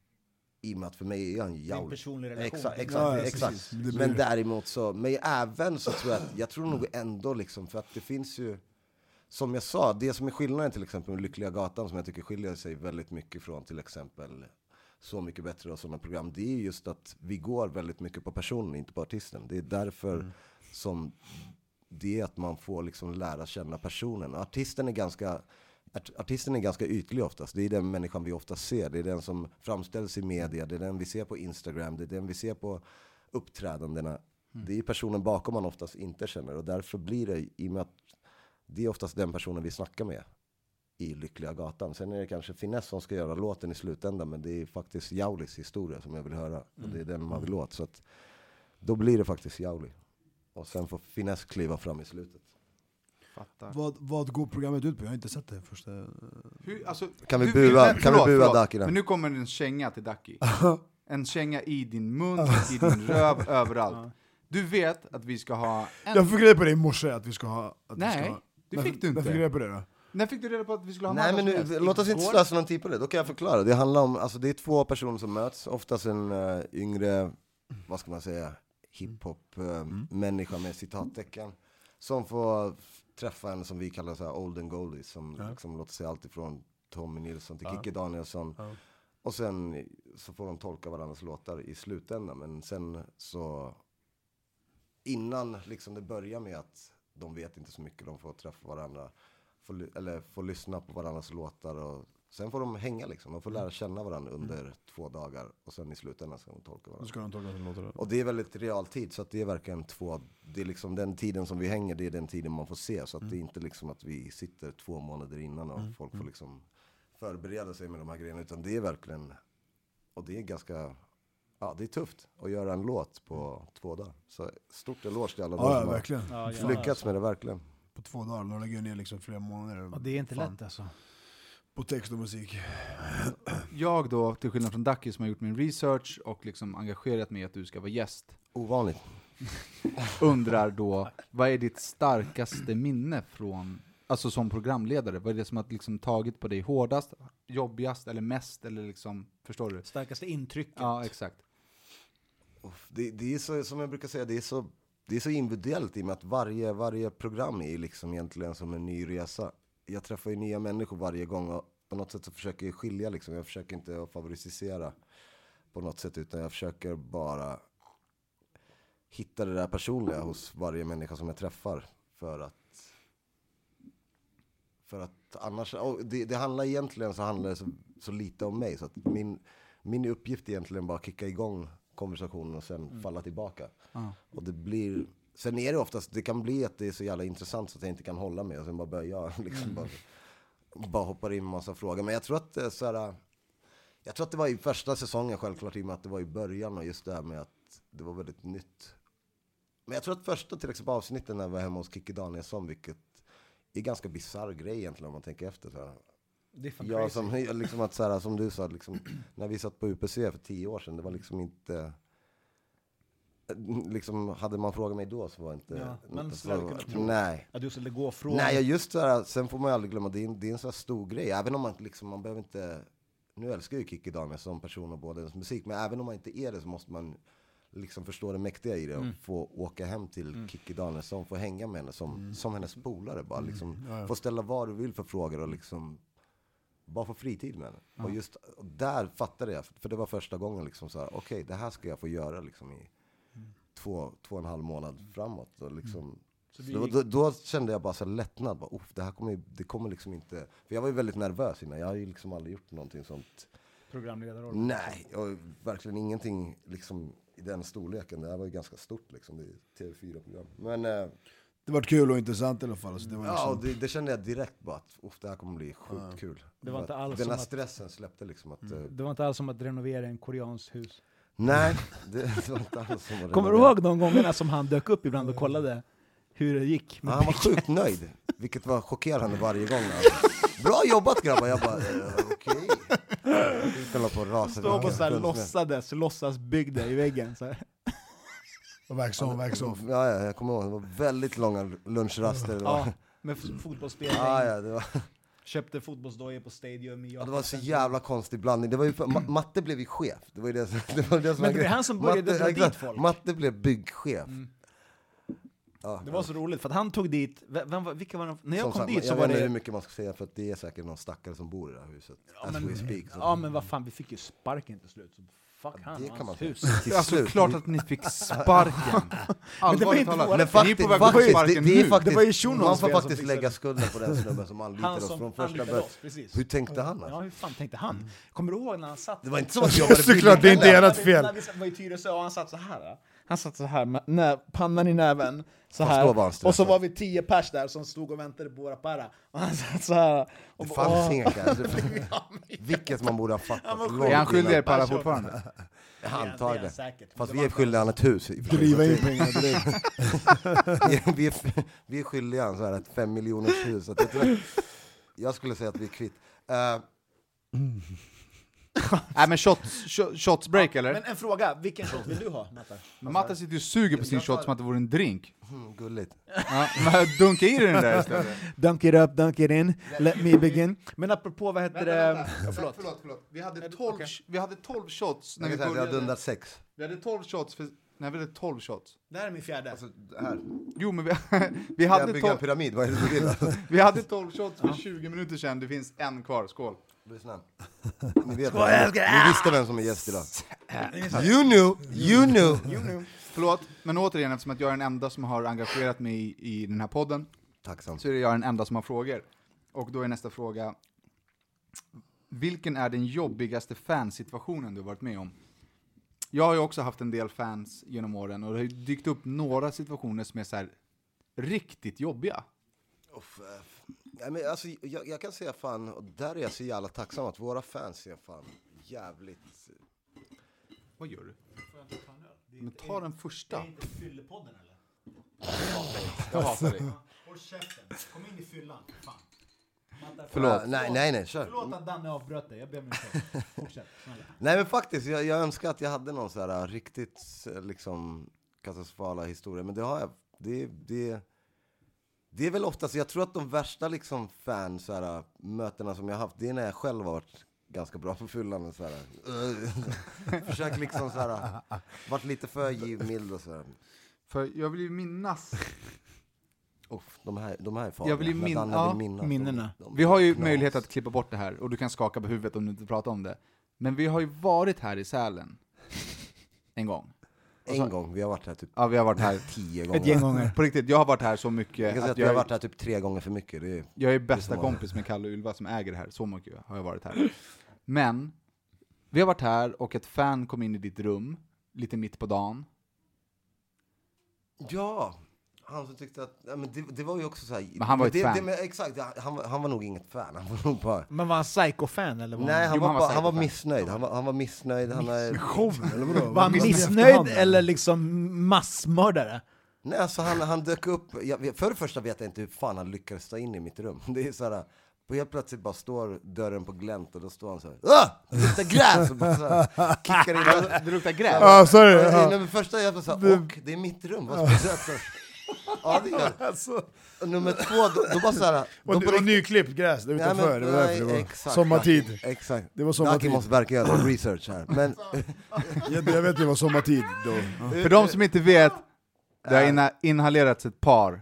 [SPEAKER 2] I och med att för mig är han ju
[SPEAKER 3] en
[SPEAKER 2] jävla-
[SPEAKER 3] personlig relation.
[SPEAKER 2] Exakt, exakt,
[SPEAKER 4] Ja, ja, precis.
[SPEAKER 2] exakt.
[SPEAKER 4] Det blir
[SPEAKER 2] Men
[SPEAKER 4] det.
[SPEAKER 2] däremot så, men även så tror jag att, jag tror nog ändå liksom, för att det finns ju, som jag sa, det som är skillnaden till exempel med Lyckliga Gatan som jag tycker skiljer sig väldigt mycket från till exempel Så mycket bättre och sådana program, det är ju just att vi går väldigt mycket på personen, inte på artisten. Det är därför som det är att man får liksom lära känna personen. Och Artisten är ganska art- Artisten är ganska ytlig oftast. Det är den människan vi ofta ser. Det är den som framställs i media. Det är den vi ser på Instagram. Det är den vi ser på uppträdandena. Det är ju personen bakom man oftast inte känner. Och därför blir det, i och med att det är oftast den personen vi snackar med i Lyckliga Gatan. Sen är det kanske Finess som ska göra låten i slutändan. Men det är faktiskt Jaulis historia som jag vill höra. Och det är den man vill åt. Så att, då blir det faktiskt Jauli. Och sen får Finess kliva fram i slutet.
[SPEAKER 5] Fattar.
[SPEAKER 4] Vad, vad går programmet ut på? Jag har inte sett det första.
[SPEAKER 5] Hur, alltså,
[SPEAKER 2] Kan vi
[SPEAKER 5] du-
[SPEAKER 2] bua-
[SPEAKER 5] men-
[SPEAKER 2] kan vi bua Daki där?
[SPEAKER 5] Men nu kommer en känga till Daki. En känga i din mun, i din röv, överallt. Du vet att vi ska ha en...
[SPEAKER 4] Jag fick reda på det i morse att vi ska ha... Att vi
[SPEAKER 5] Nej,
[SPEAKER 4] ska ha.
[SPEAKER 5] det
[SPEAKER 4] Varför-
[SPEAKER 5] fick du
[SPEAKER 4] Varför fick
[SPEAKER 5] inte.
[SPEAKER 4] jag reda på det då?
[SPEAKER 5] När fick du reda på att vi skulle ha en
[SPEAKER 2] Nej
[SPEAKER 5] annan
[SPEAKER 2] men
[SPEAKER 5] gäst?
[SPEAKER 2] nu, låt oss inte
[SPEAKER 5] Igår?
[SPEAKER 2] slösa någon tid på det, då kan jag förklara. Det handlar om, alltså det är två personer som möts, oftast en eh, yngre, vad ska man säga,
[SPEAKER 5] Mm.
[SPEAKER 2] hiphop-människa med citattecken. Som får träffa en som vi kallar så här olden goalies, som liksom låter sig allt ifrån Tommy Nilsson till Kikki Danielsson. Och sen så får de tolka varandras låtar i slutändan, men sen så innan liksom det börjar med att de vet inte så mycket, de får träffa varandra, får, ly- eller får lyssna på varandras låtar och sen får de hänga liksom. De får lära känna varandra under två dagar och sen i slutändan ska de tolka
[SPEAKER 4] Då
[SPEAKER 2] varandra.
[SPEAKER 4] ska de tolka sin låtar.
[SPEAKER 2] Och det är väldigt realtid, så att det är verkligen två, det är liksom den tiden som vi hänger, det är den tiden man får se. Så att det är
[SPEAKER 4] Mm.
[SPEAKER 2] inte liksom att vi sitter två månader innan och folk får liksom förbereda sig med de här grejerna, utan det är verkligen, och det är ganska, ja det är tufft att göra en låt på två dagar. Så stort eloge till alla de
[SPEAKER 4] Mm. Ja, ja,
[SPEAKER 2] som har
[SPEAKER 4] verkligen.
[SPEAKER 3] Ja, ja.
[SPEAKER 2] lyckats med det verkligen.
[SPEAKER 4] På två dagar, de lägger ner liksom flera månader
[SPEAKER 3] Ja, det är inte
[SPEAKER 4] Fan.
[SPEAKER 3] lätt alltså.
[SPEAKER 4] på text och musik.
[SPEAKER 5] Jag då, till skillnad från Ducky som har gjort min research och liksom engagerat mig i att du ska vara gäst,
[SPEAKER 2] Ovanligt.
[SPEAKER 5] undrar då, vad är ditt starkaste minne från, alltså som programledare? Vad är det som har liksom tagit på dig hårdast, jobbigast eller mest? Eller liksom, förstår du?
[SPEAKER 3] Starkaste intrycket.
[SPEAKER 5] Ja, exakt.
[SPEAKER 2] Uff, Det, det är så, som jag brukar säga, det är så, det är så individuellt i och med att varje, varje program är liksom egentligen som en ny resa. Jag träffar ju nya människor varje gång och på något sätt så försöker jag skilja liksom. Jag försöker inte att favoritisera på något sätt utan jag försöker bara hitta det där personliga hos varje människa som jag träffar för att för att annars, och det, det handlar egentligen så handlar det så, så lite om mig så att min, min uppgift är egentligen bara att kicka igång konversationen och sen falla tillbaka. Och det blir, sen är det oftast, det kan bli att det är så jävla intressant så att jag inte kan hålla mig och sen bara börjar jag liksom bara, bara hoppar in med massa frågor. Men jag tror att det är så här, eh, jag tror att det var i första säsongen självklart i och med att det var i början och just det här med att det var väldigt nytt. Men jag tror att första till exempel avsnitten när jag var hemma hos Kikki Danielsson, vilket är ganska bisarr grej egentligen om man tänker efter. Så här.
[SPEAKER 3] Det är fan
[SPEAKER 2] Jag
[SPEAKER 3] crazy.
[SPEAKER 2] som, jag liksom att, så här, som du sa, liksom, när vi satt på UPC för tio år sedan, det var liksom inte... Liksom, hade man frågat mig då så var inte...
[SPEAKER 3] Ja,
[SPEAKER 2] inte
[SPEAKER 3] man
[SPEAKER 2] så-
[SPEAKER 3] skulle aldrig kunna tro.
[SPEAKER 2] Nej.
[SPEAKER 3] Att du skulle gå från...
[SPEAKER 2] Nej, ja, just det här, sen får man ju aldrig glömma, det är, en- det är en sån här stor grej. Även om man liksom, man behöver inte... Nu älskar jag ju Kikki Danielsson som person och både hennes musik, men även om man inte är det så måste man liksom förstå det mäktiga i det och få åka hem till Kikki Danielsson, få hänga med henne som, som hennes polare bara. Liksom, Få ställa vad du vill för frågor och liksom bara få fritid med henne. Och just och där fattade jag, för det var första gången liksom så här, okej, det här ska jag få göra liksom i två, två och en halv månad framåt. Och liksom,
[SPEAKER 3] Så
[SPEAKER 2] så
[SPEAKER 3] du
[SPEAKER 2] då,
[SPEAKER 3] gick-
[SPEAKER 2] då, då kände jag bara så här lättnad. Bara, "Uff, det här kommer, ju- det kommer liksom inte... För jag var ju väldigt nervös innan. Jag har ju liksom aldrig gjort någonting sånt.
[SPEAKER 3] Programledarroll. liksom.
[SPEAKER 2] Nej, och verkligen ingenting liksom i den storleken. Det här var ju ganska stort liksom. Det är TV4-program. Men eh,
[SPEAKER 4] Det var kul och intressant i alla fall. Så det var
[SPEAKER 2] ja,
[SPEAKER 4] liksom,
[SPEAKER 2] och det, det kände jag direkt bara att "Uff, det här kommer bli sjukt kul.
[SPEAKER 3] Det var inte alls
[SPEAKER 2] den här
[SPEAKER 3] som att- Mm.
[SPEAKER 2] stressen släppte liksom. Att, eh,
[SPEAKER 3] Det var inte alls som att renovera en koreans hus.
[SPEAKER 2] Nej, det, det var inte alls som att
[SPEAKER 3] Kommer du
[SPEAKER 2] renovera.
[SPEAKER 3] ihåg de gångerna som han dök upp ibland och kollade hur det gick?
[SPEAKER 2] Ja, han var sjukt nöjd, vilket var chockerande varje gång. Alltså. Bra jobbat grabbar! Jag bara, eh, okej. Kolla på rasen.
[SPEAKER 3] Står på såhär låtsades, låtsasbyggda i väggen. Så här.
[SPEAKER 4] Wax on, wax off.
[SPEAKER 2] Ja, ja, jag kommer ihåg. Det var väldigt långa lunchraster. Det var,
[SPEAKER 3] Ja, med f- fotbollsspelning,
[SPEAKER 2] ja, ja, det var,
[SPEAKER 3] köpte fotbollsdojor på Stadium
[SPEAKER 2] ja, det
[SPEAKER 3] i Japan.
[SPEAKER 2] var så jävla konstig blandning. Det var ju, ma- Matte blev ju chef. Det var ju det, som- det, var det som var
[SPEAKER 3] Men det är
[SPEAKER 2] grejen.
[SPEAKER 3] han som började dra
[SPEAKER 2] ja, exakt.
[SPEAKER 3] dit folk. Mm.
[SPEAKER 2] Matte blev byggchef. Ja,
[SPEAKER 3] Det var så roligt, för att han tog dit, v- vem, var- vilka var de, när jag
[SPEAKER 2] som
[SPEAKER 3] kom
[SPEAKER 2] sagt,
[SPEAKER 3] dit så
[SPEAKER 2] jag
[SPEAKER 3] var
[SPEAKER 2] vet inte hur
[SPEAKER 3] det...
[SPEAKER 2] mycket man ska säga för att det är säkert någon stackare som bor i det här huset.
[SPEAKER 3] Ja
[SPEAKER 2] as we
[SPEAKER 3] men,
[SPEAKER 2] speak. Så.
[SPEAKER 3] ja men vad fan, vi fick ju sparken till slut. Så fuck han
[SPEAKER 2] det
[SPEAKER 3] och
[SPEAKER 2] kan man
[SPEAKER 3] hans
[SPEAKER 2] säga.
[SPEAKER 3] hus.
[SPEAKER 2] Till
[SPEAKER 5] Alltså
[SPEAKER 2] slut.
[SPEAKER 5] klart att ni fick sparken. Allvarligt
[SPEAKER 3] inte
[SPEAKER 5] talat,
[SPEAKER 3] våra-
[SPEAKER 5] ni
[SPEAKER 2] Men
[SPEAKER 5] är
[SPEAKER 2] faktiskt,
[SPEAKER 5] på väg att få
[SPEAKER 2] faktiskt, det,
[SPEAKER 5] sparken
[SPEAKER 2] det är
[SPEAKER 5] nu.
[SPEAKER 2] faktiskt,
[SPEAKER 3] var ju Shunon
[SPEAKER 2] man
[SPEAKER 3] som
[SPEAKER 2] får
[SPEAKER 3] fixade
[SPEAKER 2] faktiskt
[SPEAKER 3] det.
[SPEAKER 2] lägga skulden på den snubben som anlitade
[SPEAKER 3] Han
[SPEAKER 2] oss
[SPEAKER 3] som
[SPEAKER 2] från första
[SPEAKER 3] anlitade
[SPEAKER 2] början.
[SPEAKER 3] oss, precis.
[SPEAKER 2] Hur tänkte han?
[SPEAKER 3] Ja
[SPEAKER 2] Alltså?
[SPEAKER 3] hur fan tänkte han? Kommer du ihåg när han satt?
[SPEAKER 2] Det var inte som att vi jobbade
[SPEAKER 4] Såklart, det är inte
[SPEAKER 2] heller.
[SPEAKER 4] ert fel.
[SPEAKER 3] När vi var i Tyresö och han satt så här. ja. Han satt så här med nä- pannan i näven, så
[SPEAKER 2] Fast då var han
[SPEAKER 3] här.
[SPEAKER 2] stressad.
[SPEAKER 3] och så var vi tio pers där som stod och väntade på våra para. Och han satt så här. Och
[SPEAKER 2] Det
[SPEAKER 3] bara,
[SPEAKER 2] fanns
[SPEAKER 3] "Åh."
[SPEAKER 2] inga kanske. Vilket man borde ha fattat. långt
[SPEAKER 5] Är han skyldig er
[SPEAKER 2] innan.
[SPEAKER 5] para fortfarande?
[SPEAKER 3] Det är
[SPEAKER 2] Antagligen.
[SPEAKER 3] han säkert.
[SPEAKER 2] Fast
[SPEAKER 3] Det
[SPEAKER 2] vi är
[SPEAKER 3] var-
[SPEAKER 2] skyldiga han ett hus. i och för sig.
[SPEAKER 4] Driva
[SPEAKER 2] Så
[SPEAKER 4] in
[SPEAKER 2] att
[SPEAKER 4] pengar direkt.
[SPEAKER 2] det- vi, är, vi är skyldiga han så här ett fem miljoners hus. Så att jag, tror, jag skulle säga att vi är kvitt. Eh,
[SPEAKER 5] Nej men shots, shot- shots break eller?
[SPEAKER 3] Men en fråga, vilken shot vill du ha? Matta?
[SPEAKER 5] Men Matte sitter ju och suger på sin shot som att det vore en drink.
[SPEAKER 2] mm, gulligt.
[SPEAKER 5] Ja, men dunka i dig den där istället.
[SPEAKER 3] Dunk it up, dunk it in, let me begin. Men apropå vad heter det?
[SPEAKER 5] Förlåt. förlåt, förlåt. Vi hade 12, vi hade 12 shots när
[SPEAKER 2] Jag
[SPEAKER 5] vi
[SPEAKER 2] kan säga att vi har
[SPEAKER 5] började.
[SPEAKER 2] dundat sex.
[SPEAKER 5] Vi hade 12 shots, för, nej vi hade 12 shots.
[SPEAKER 3] Det här är min fjärde.
[SPEAKER 2] Så här.
[SPEAKER 5] Jo men vi, vi,
[SPEAKER 2] Ska jag
[SPEAKER 5] hade,
[SPEAKER 2] bygga en
[SPEAKER 5] 12,
[SPEAKER 2] pyramid? Vad är det du vill?
[SPEAKER 5] vi hade 12 shots för 20 minuter sedan, det finns en kvar, skål.
[SPEAKER 2] Lyssna. Ni vet vem, ni visste vem som är gäst idag.
[SPEAKER 5] You knew, you knew. you knew. Förlåt, men återigen eftersom att jag är den enda som har engagerat mig i, i den här podden
[SPEAKER 2] Tacksam.
[SPEAKER 5] så är det jag den enda som har frågor. Och då är nästa fråga, vilken är den jobbigaste fansituationen du har varit med om? Jag har ju också haft en del fans genom åren och det har ju dykt upp några situationer som är så här riktigt jobbiga.
[SPEAKER 2] Uff, eh, Nej, men alltså, jag, jag kan säga fan, och där är jag så jävla tacksam att våra fans är fan jävligt...
[SPEAKER 5] Vad gör du? Men ta den första.
[SPEAKER 3] Fyllepodden eller? Alltså.
[SPEAKER 5] Jag hatar dig.
[SPEAKER 3] Håll käften, kom in i fyllan. Fan. Matta,
[SPEAKER 5] Förlåt.
[SPEAKER 2] Ah, nej, nej, nej, kör.
[SPEAKER 3] Förlåt att Danne avbröt dig, jag ber om ursäkt. Fortsätt, snälla.
[SPEAKER 2] Nej men faktiskt, jag, jag önskar att jag hade någon så här äh, riktigt eh, liksom katastrofala historia, men det har jag. Det, det, det är väl oftast, jag tror att de värsta liksom fan så här, mötena som jag haft, det är när jag själv har varit ganska bra på fyllan och så här. eh, Försökt liksom så här, varit lite för givmild och så här.
[SPEAKER 5] För jag vill ju minnas.
[SPEAKER 2] Uff, de här, de här är farliga.
[SPEAKER 5] Jag vill ju
[SPEAKER 2] När
[SPEAKER 5] min-
[SPEAKER 2] Danne
[SPEAKER 5] ja,
[SPEAKER 2] minnas,
[SPEAKER 3] minnena.
[SPEAKER 2] de- de-
[SPEAKER 5] Vi har ju
[SPEAKER 2] knas.
[SPEAKER 5] möjlighet att klippa bort det här och du kan skaka på huvudet om du inte pratar om det. Men vi har ju varit här i Sälen. En gång.
[SPEAKER 2] En gång, vi har varit här typ
[SPEAKER 5] Ja, vi har varit här.
[SPEAKER 2] tio gånger.
[SPEAKER 5] gånger. På riktigt, jag har varit här så
[SPEAKER 2] Jag kan
[SPEAKER 5] mycket
[SPEAKER 2] säga
[SPEAKER 5] att
[SPEAKER 2] att jag har
[SPEAKER 5] jag,
[SPEAKER 2] varit här typ tre gånger för mycket. Det är,
[SPEAKER 5] jag är bästa
[SPEAKER 2] som vanligt.
[SPEAKER 5] kompis med Kalle och Ylva som äger det här. Så mycket har jag varit här. Men, vi har varit här och ett fan kom in i ditt rum, lite mitt på dagen.
[SPEAKER 2] Ja, han som tyckte att, ja, men det, det var ju också så här,
[SPEAKER 5] Men han var ju ett
[SPEAKER 2] det,
[SPEAKER 5] fan. Mm.
[SPEAKER 2] Det, men, exakt, det- han, var- han var nog inget fan, han var nog bara...
[SPEAKER 3] Men var han psycho-fan eller? Var
[SPEAKER 2] Nej, han,
[SPEAKER 5] Jo,
[SPEAKER 2] var,
[SPEAKER 5] han var
[SPEAKER 2] bara, han var
[SPEAKER 5] psycho-fan.
[SPEAKER 2] missnöjd, han var, han var missnöjd, han är...
[SPEAKER 4] Eller vadå?
[SPEAKER 3] Var han
[SPEAKER 4] Vad-
[SPEAKER 3] missnöjd eller liksom massmördare?
[SPEAKER 2] Nej, alltså han, han dök upp, jag, vet- för det första vet jag inte hur fan han lyckades ta in i mitt rum. Det är så här, och helt plötsligt bara står dörren på glänt och då står han så här, ah! Det luktar gräs! Och bara så här, kickar in.
[SPEAKER 5] Det luktar gräs.
[SPEAKER 4] Ja, sorry.
[SPEAKER 2] Ja.
[SPEAKER 4] Ja.
[SPEAKER 2] Nej, men första jag sa, och det är mitt rum, vad speciellt. Så här, Ja, det gör det. Och Nummer två, då, då bara så här, då
[SPEAKER 4] Och,
[SPEAKER 2] på
[SPEAKER 4] och nyklippt gräs där
[SPEAKER 2] Nej,
[SPEAKER 4] utanför,
[SPEAKER 2] men-
[SPEAKER 4] det var därför
[SPEAKER 2] nej,
[SPEAKER 4] det var
[SPEAKER 2] exakt.
[SPEAKER 4] sommartid.
[SPEAKER 2] Exakt.
[SPEAKER 4] Det var
[SPEAKER 2] Naki
[SPEAKER 4] sommartid.
[SPEAKER 2] måste verkligen göra research här. Men
[SPEAKER 4] Jag, jag vet det var sommartid då.
[SPEAKER 5] För de som inte vet, det har inha- inhalerats ett par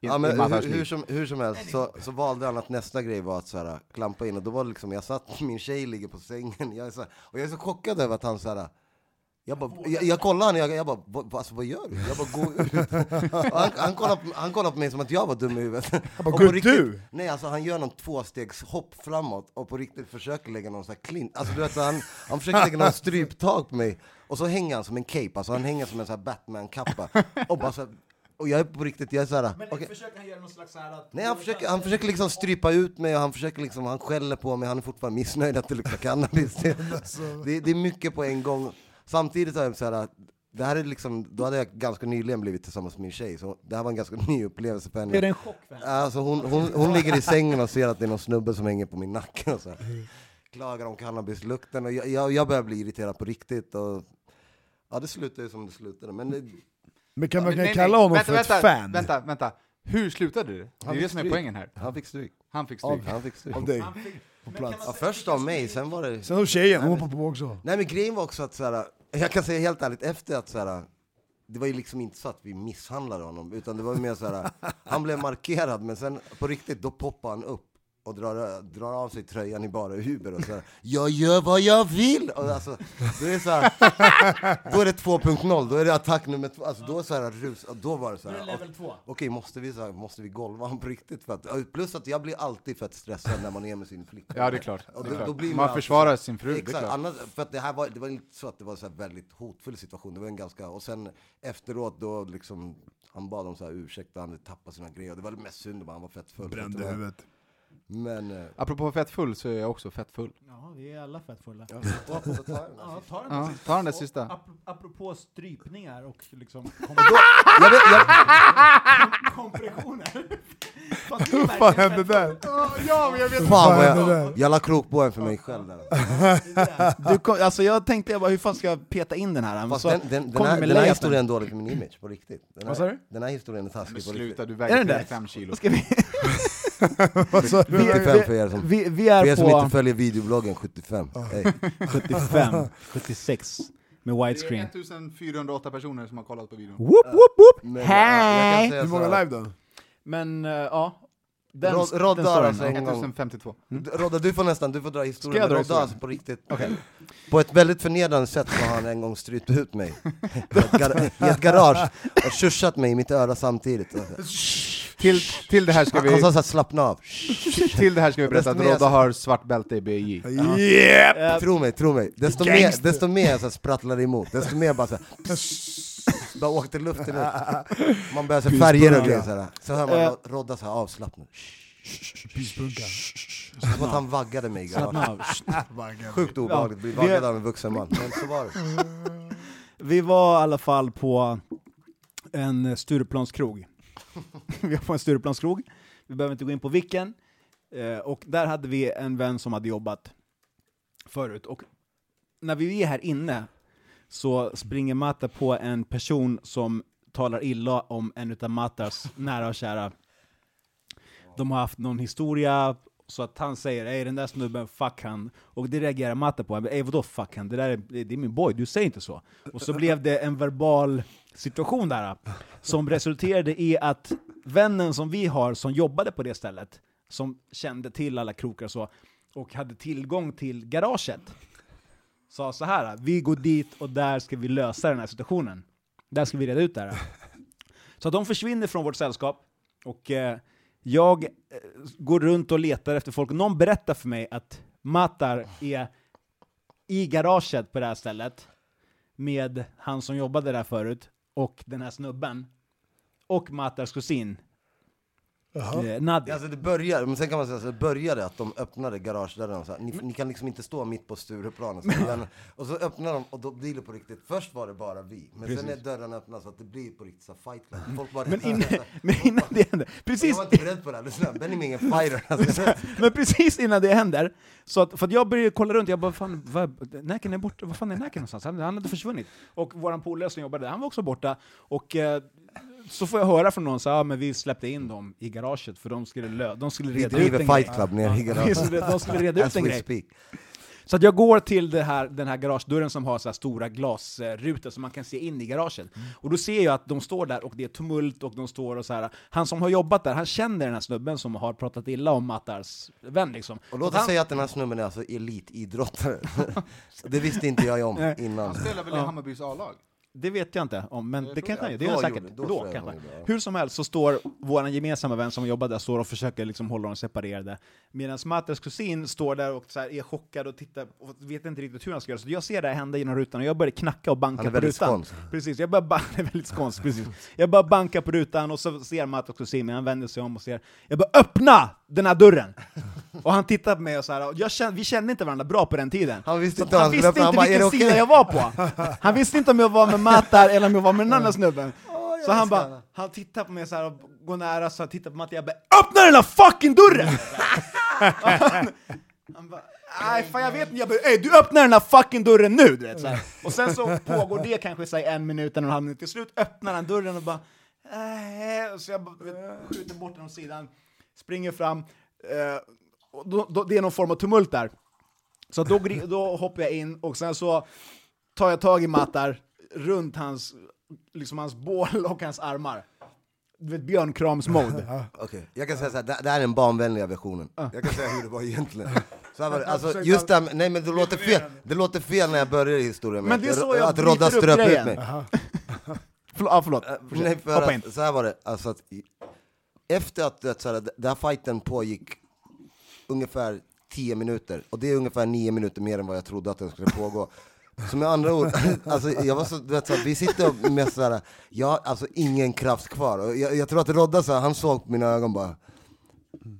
[SPEAKER 5] i,
[SPEAKER 2] Ja, men
[SPEAKER 5] i Mattas
[SPEAKER 2] hur, hur,
[SPEAKER 5] liv.
[SPEAKER 2] som, hur som helst så, så valde han att nästa grej var att så här, klampa in och då var det liksom, jag satt, min tjej ligger på sängen, jag är så här, och jag är så chockad över att han så här, jag, bara, jag, jag kollar honom, jag, jag bara, vad, alltså, vad gör du? Jag bara, gå ut. Och Han, han, kollar, på- han kollar på mig som att jag var dum i huvudet. Han
[SPEAKER 4] bara, "Gud, du!"
[SPEAKER 2] Nej, alltså han gör någon tvåstegshopp framåt och på riktigt försöker lägga någon så här klint, alltså du vet, så han, han försöker lägga någon stryptag på mig och så hänger han som en cape, alltså han hänger som en så här Batman-kappa. Och, bara så här, och jag är på riktigt, jag är så här, okej.
[SPEAKER 3] försöker han göra någon slags såhär...
[SPEAKER 2] Nej, han försöker, han försöker liksom strypa ut mig och han försöker liksom, han skäller på mig, han är fortfarande missnöjd att det luktar cannabis. Det,
[SPEAKER 3] Alltså.
[SPEAKER 2] det, det är mycket på en gång. Samtidigt har jag så här, det här är liksom, då hade jag ganska nyligen blivit tillsammans med min tjej, så det här var en ganska ny upplevelse för henne.
[SPEAKER 3] Är det en chock för henne?
[SPEAKER 2] Alltså hon, hon, hon ligger i sängen och ser att det är någon snubbe som hänger på min nacke och så här. klagar om cannabislukten och jag, jag, jag börjar bli irriterad på riktigt. Och, ja, det slutar ju som det slutade. Men det,
[SPEAKER 4] Men kan man
[SPEAKER 5] Nej, nej,
[SPEAKER 4] kalla honom
[SPEAKER 5] vänta,
[SPEAKER 4] för
[SPEAKER 5] vänta,
[SPEAKER 4] ett fan?
[SPEAKER 5] Vänta, vänta. Hur slutade det? Det är
[SPEAKER 2] Han
[SPEAKER 5] det
[SPEAKER 2] fick
[SPEAKER 5] som är
[SPEAKER 2] stryk.
[SPEAKER 5] poängen här.
[SPEAKER 2] han fick stryk.
[SPEAKER 5] Han fick
[SPEAKER 2] Av,
[SPEAKER 5] stryk.
[SPEAKER 2] han fick stryk.
[SPEAKER 4] Av dig. På plats.
[SPEAKER 2] Ja, först av mig, sen var det...
[SPEAKER 4] Sen har tjejen, hon hoppar på också.
[SPEAKER 2] Nej men grejen var också att så här, jag kan säga helt ärligt efter att så här, det var ju liksom inte så att vi misshandlade honom, utan det var ju mer så här, han blev markerad, men sen på riktigt, då poppar han upp och drar, drar av sig tröjan i bara huber och så här, jag gör vad jag vill! Och alltså, då är det så här, då är det 2.0, då är det attack nummer två, alltså då så här rus, och då var det så här, och- okej måste vi så här, måste vi golva honom på riktigt? För att, plus att jag blir alltid fett stressad när man är med sin flickvän.
[SPEAKER 5] Ja, det är klart.
[SPEAKER 2] Och
[SPEAKER 5] Det
[SPEAKER 2] då-
[SPEAKER 5] är klart.
[SPEAKER 2] då blir man
[SPEAKER 5] man
[SPEAKER 2] alltid
[SPEAKER 5] försvarar sin fru, det är
[SPEAKER 2] Exakt,
[SPEAKER 5] klart.
[SPEAKER 2] annars, för att det här var, det var inte så att det var en så här väldigt hotfull situation, det var en ganska, och sen efteråt då liksom, han bad om så här ursäkt, han hade tappat sina grejer, det var det mest synd om han var fett full.
[SPEAKER 4] Brände huvudet.
[SPEAKER 2] Men, eh,
[SPEAKER 5] Apropå fett full så är jag också fett full.
[SPEAKER 3] Ja, vi är alla fett fulla.
[SPEAKER 2] ja, så tar jag den här.
[SPEAKER 3] Ja, ta den
[SPEAKER 5] Ja,
[SPEAKER 3] där.
[SPEAKER 5] ta den där sista.
[SPEAKER 3] Ap- Apropå strypningar och liksom
[SPEAKER 2] jag, vet, jag,
[SPEAKER 3] kompressioner.
[SPEAKER 4] Vad fan hände där?
[SPEAKER 2] fan vad
[SPEAKER 4] Vad hände
[SPEAKER 2] jag,
[SPEAKER 4] där?
[SPEAKER 2] jag la krokbågen för mig själv där. alltså.
[SPEAKER 3] Du kom, alltså jag tänkte, jag bara, hur fan ska jag peta in den här? Men
[SPEAKER 2] Fast
[SPEAKER 3] så
[SPEAKER 2] den, den, den,
[SPEAKER 3] kom
[SPEAKER 2] här, den
[SPEAKER 3] med
[SPEAKER 2] här
[SPEAKER 3] layouten.
[SPEAKER 2] historien är dålig för min image, på riktigt. Den
[SPEAKER 4] Vad sa du?
[SPEAKER 2] här, den här historien är
[SPEAKER 5] Men
[SPEAKER 2] taskig på riktigt.
[SPEAKER 5] sluta, du
[SPEAKER 3] Är
[SPEAKER 5] väger
[SPEAKER 3] den där?
[SPEAKER 5] 35 kilo.
[SPEAKER 3] Ska vi, Alltså,
[SPEAKER 4] Vad sa du?
[SPEAKER 2] 75 för er som,
[SPEAKER 3] vi, vi
[SPEAKER 2] för
[SPEAKER 3] är
[SPEAKER 2] er som inte
[SPEAKER 3] på
[SPEAKER 2] följer videobloggen, 75. Hej.
[SPEAKER 3] 75, 76 med widescreen.
[SPEAKER 5] 1408 personer som har kollat på videon.
[SPEAKER 3] Whoop, whoop, whoop.
[SPEAKER 2] Men, ja, jag kan
[SPEAKER 3] Hej!
[SPEAKER 2] säga
[SPEAKER 4] Hur
[SPEAKER 2] så
[SPEAKER 4] många
[SPEAKER 2] här.
[SPEAKER 4] live då?
[SPEAKER 3] Men eh, ja, den,
[SPEAKER 2] Rod-
[SPEAKER 3] den
[SPEAKER 2] roddar
[SPEAKER 3] storyn.
[SPEAKER 2] alltså. En gång.
[SPEAKER 5] 1052.
[SPEAKER 2] Du- Rodda, du får nästan, du får dra
[SPEAKER 5] Ska jag
[SPEAKER 2] historien
[SPEAKER 5] dra
[SPEAKER 2] med Rodda
[SPEAKER 5] historien?
[SPEAKER 2] alltså på riktigt. På ett väldigt förnedrande sätt så har han en gång strypt ut mig i ett, gar- i ett garage och tjusat mig i mitt öra samtidigt.
[SPEAKER 5] Till, till, det här ska
[SPEAKER 2] Han sa
[SPEAKER 5] vi,
[SPEAKER 2] såhär slappna av,
[SPEAKER 5] till det här ska vi berätta att
[SPEAKER 2] Desto mer-
[SPEAKER 5] Rodda har svart bälte i BJ.
[SPEAKER 4] Yep!
[SPEAKER 2] tro mig, tro mig. Desto mer, desto mer jag så här sprattlade emot, desto mer bara såhär bara åkte luften ut. Man börjar se färger och grejer såhär. Så hör man Rod- Rodda såhär avslappnad. Som att han vaggade mig i garaget. Sjukt obehagligt, bli vaggad av en vuxen man. Men så var det.
[SPEAKER 3] Vi var i alla fall på en Stureplanskrog. vi var på en Stureplanskrog, vi behöver inte gå in på vilken. Eh, och där hade vi en vän som hade jobbat förut. Och när vi är här inne så springer Mata på en person som talar illa om en utav Matas nära och kära. De har haft någon historia, så att han säger ej den där snubben, fuck han. Och det reagerar Matta på, ej vadå fuck han, det där är, det är min boy, du säger inte så. Och så blev det en verbal situation där, som resulterade i att vännen som vi har, som jobbade på det stället, som kände till alla krokar och så, och hade tillgång till garaget, sa så här, vi går dit och där ska vi lösa den här situationen. Där ska vi reda ut det här. Så att de försvinner från vårt sällskap och eh, jag eh, går runt och letar efter folk. Någon berättar för mig att Matar är i garaget på det här stället med han som jobbade där förut och den här snubben och Matars kusin. Eh, Nadia.
[SPEAKER 2] Alltså det började, men sen kan man säga så här, det började att de öppnade garagedörren och så här, ni, ni kan liksom inte stå mitt på Stureplan och så, här, men, och så öppnar de och då blir det på riktigt, först var det bara vi, men sen är dörren öppna så att det blir på riktigt så här fight club. Folk bara
[SPEAKER 3] Men,
[SPEAKER 2] så här,
[SPEAKER 3] innan,
[SPEAKER 2] så här,
[SPEAKER 3] men innan det hände,
[SPEAKER 2] jag
[SPEAKER 3] precis,
[SPEAKER 2] var inte beredd på det här, det är så här, Benjamin är fighter. Alltså,
[SPEAKER 3] men precis innan det händer, så att, för att jag började kolla runt, jag bara fan, vad, Näken är borta, vad fan är Näken någonstans? Han, han hade försvunnit. Och våran polare som jobbade där, han var också borta. Och eh, så får jag höra från någon så här, ah, men vi släppte in dem i garaget för de skulle, lö- de skulle
[SPEAKER 2] vi
[SPEAKER 3] reda ut
[SPEAKER 2] driver
[SPEAKER 3] en
[SPEAKER 2] fight
[SPEAKER 3] grej.
[SPEAKER 2] club nere i
[SPEAKER 3] De
[SPEAKER 2] garaget.
[SPEAKER 3] skulle- de skulle reda ut
[SPEAKER 2] As
[SPEAKER 3] en
[SPEAKER 2] we
[SPEAKER 3] grej.
[SPEAKER 2] speak.
[SPEAKER 3] Så att jag går till det här, den här garagedörren som har så här stora glasrutor som man kan se in i garaget.
[SPEAKER 2] Mm.
[SPEAKER 3] Och då ser jag att de står där och det är tumult och de står och så här. Han som har jobbat där, han känner den här snubben som har pratat illa om Mattars vän liksom.
[SPEAKER 2] Och låt
[SPEAKER 3] Så att
[SPEAKER 2] oss
[SPEAKER 3] han,
[SPEAKER 2] säga att den här snubben är alltså elitidrottare. det visste inte jag ju om innan.
[SPEAKER 5] Spelar väl i Hammarbys A-lag?
[SPEAKER 3] det vet jag inte om, men det kanske han gör. Det
[SPEAKER 2] då
[SPEAKER 3] gör han
[SPEAKER 2] gjorde-
[SPEAKER 3] säkert.
[SPEAKER 2] då
[SPEAKER 3] Då,
[SPEAKER 2] tror jag
[SPEAKER 3] kanske.
[SPEAKER 2] han gjorde, ja.
[SPEAKER 3] Hur som helst så står vår gemensamma vän som jobbar där står och försöker liksom hålla dem separerade. Medan Mattars kusin står där och så här är chockad och tittar och vet inte riktigt hur han ska göra. Så jag ser det här hända genom rutan och jag börjar knacka och banka
[SPEAKER 2] Han är
[SPEAKER 3] på
[SPEAKER 2] väldigt
[SPEAKER 3] rutan.
[SPEAKER 2] skånsk.
[SPEAKER 3] Precis, jag bara, ba- det är väldigt skånsk, precis. Jag bara bankar på rutan och så ser Matt och Simon, han vänder sig om och ser, jag bara öppna den här dörren! Och han tittar på mig och så här, och jag kände, vi kände inte varandra bra på den tiden.
[SPEAKER 2] Han visste
[SPEAKER 3] Så
[SPEAKER 2] inte
[SPEAKER 3] att han
[SPEAKER 2] vad han
[SPEAKER 3] visste
[SPEAKER 2] skulle öppna, han
[SPEAKER 3] inte
[SPEAKER 2] bara,
[SPEAKER 3] vilken
[SPEAKER 2] "Är det
[SPEAKER 3] sida
[SPEAKER 2] okej?"
[SPEAKER 3] jag var på. Han visste inte om jag var med Matt där eller om jag var med den andra snubben. Så han bara, han tittar på mig så här och går nära, så jag tittar på Matt och jag bara, öppna den här fucking dörren! han bara, Nej, fan jag vet inte, jag bara, "Ey, du öppnar den här fucking dörren nu! Du vet, så här. Och sen så pågår det kanske så här, en minut, en och en halv minut, till slut öppnar han dörren och bara... "Eh", och så jag bara, du vet, skjuter bort den åt sidan, springer fram, eh, och då, då, det är någon form av tumult där. Så då, gri- då hoppar jag in och sen så tar jag tag i Mattar runt hans, liksom hans bål och hans armar. Du vet, björnkrams-mode.
[SPEAKER 2] Okej, jag kan säga så här, det, det här är den barnvänliga versionen. Jag kan säga hur det var egentligen. Så här var det, alltså, just det, här- nej men det låter fel, det låter fel när jag började historien med
[SPEAKER 3] Men det är
[SPEAKER 2] att-
[SPEAKER 3] så jag
[SPEAKER 2] att Rodda
[SPEAKER 3] bryter upp
[SPEAKER 2] ströp ut
[SPEAKER 3] grejen.
[SPEAKER 2] mig.
[SPEAKER 3] Förlåt, ah, förlåt.
[SPEAKER 2] Äh, Nej, för
[SPEAKER 3] Hoppa in.
[SPEAKER 2] att, så här var det, alltså att, i- efter att det, så här, det- den här fighten pågick ungefär 10 minuter, och det är ungefär 9 minuter mer än vad jag trodde att den skulle pågå. Så med andra ord, alltså jag var så, du vet, så här, vi sitter och med så här, jag har alltså ingen kraft kvar. Och jag, jag tror att Rodda så här, han såg på mina ögon bara,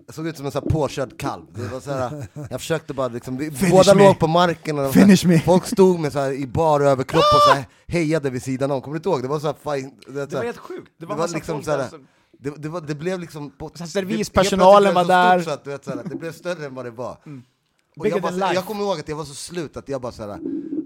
[SPEAKER 2] jag såg ut som en så här påkörd kalv. Det var så här, jag försökte bara liksom, vi, båda
[SPEAKER 3] me.
[SPEAKER 2] låg på marken och de-
[SPEAKER 3] Finish me. Ah!
[SPEAKER 2] folk stod med så här, i bar överkropp och så här, hejade vid sidan om. Kommer du inte ihåg? Det var så här, fight, det,
[SPEAKER 3] Det var helt sjukt.
[SPEAKER 2] det var, liksom så här, det, det, var, det blev liksom... På,
[SPEAKER 3] Så här,
[SPEAKER 2] det-
[SPEAKER 3] servispersonalen
[SPEAKER 2] helt plötsligt blev
[SPEAKER 3] var
[SPEAKER 2] det så
[SPEAKER 3] där. Mm.
[SPEAKER 2] stort Så att, du vet, så här, det blev större än vad det var. Och
[SPEAKER 3] Bigger
[SPEAKER 2] jag, bara,
[SPEAKER 3] than
[SPEAKER 2] så här-
[SPEAKER 3] life.
[SPEAKER 2] jag kommer ihåg att jag var så slut att jag bara så här.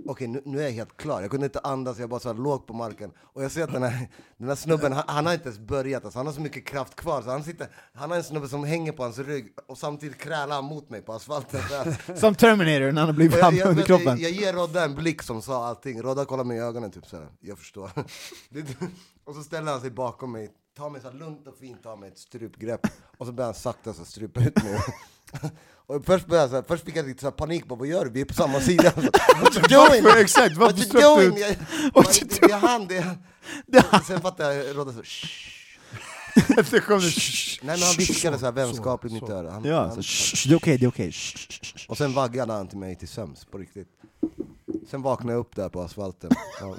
[SPEAKER 2] Okej, nu, nu är jag helt klar. Jag kunde inte andas, jag bara så här, låg på marken. Och jag ser att den här, den här snubben, han, han har inte ens börjat. Alltså, han har så mycket kraft kvar. Så han, sitter, han har en snubbe som hänger på hans rygg och samtidigt krälar han mot mig på asfalten. Så här.
[SPEAKER 3] Som Terminator när han har
[SPEAKER 2] Och
[SPEAKER 3] blivit
[SPEAKER 2] Jag,
[SPEAKER 3] hamnad
[SPEAKER 2] jag,
[SPEAKER 3] under
[SPEAKER 2] vet, jag,
[SPEAKER 3] kroppen.
[SPEAKER 2] jag ger Rodda en blick som sa allting. Rodda kollar mig i ögonen typ såhär, jag förstår. Det- och så ställer han sig bakom mig, tar mig så här lugnt och fint, tar mig ett strupgrepp. Och så börjar han sakta så här strypa ut mig. Och först, började jag så här, först fick jag lite så här panik, bara, vad gör du? Vi är på samma sida. What you doing?
[SPEAKER 4] Varför? Exakt, varför
[SPEAKER 2] What
[SPEAKER 4] ströp
[SPEAKER 2] you
[SPEAKER 4] du
[SPEAKER 2] doing?
[SPEAKER 4] ut?
[SPEAKER 2] Jag,
[SPEAKER 3] What you
[SPEAKER 2] det, det är han, det är han. Och Sen fattade jag, Rodda så, "Shh."
[SPEAKER 4] Det kom det... Shh.
[SPEAKER 2] Nej men han viskade så här vänskapligt i mitt öra. Han,
[SPEAKER 3] Ja,
[SPEAKER 2] han,
[SPEAKER 3] så, "Shh, shh, det är okej, det är okej. shh, shh, shh."
[SPEAKER 2] och sen vaggade han till mig till sömns, på riktigt. Sen vaknade jag upp där på asfalten av,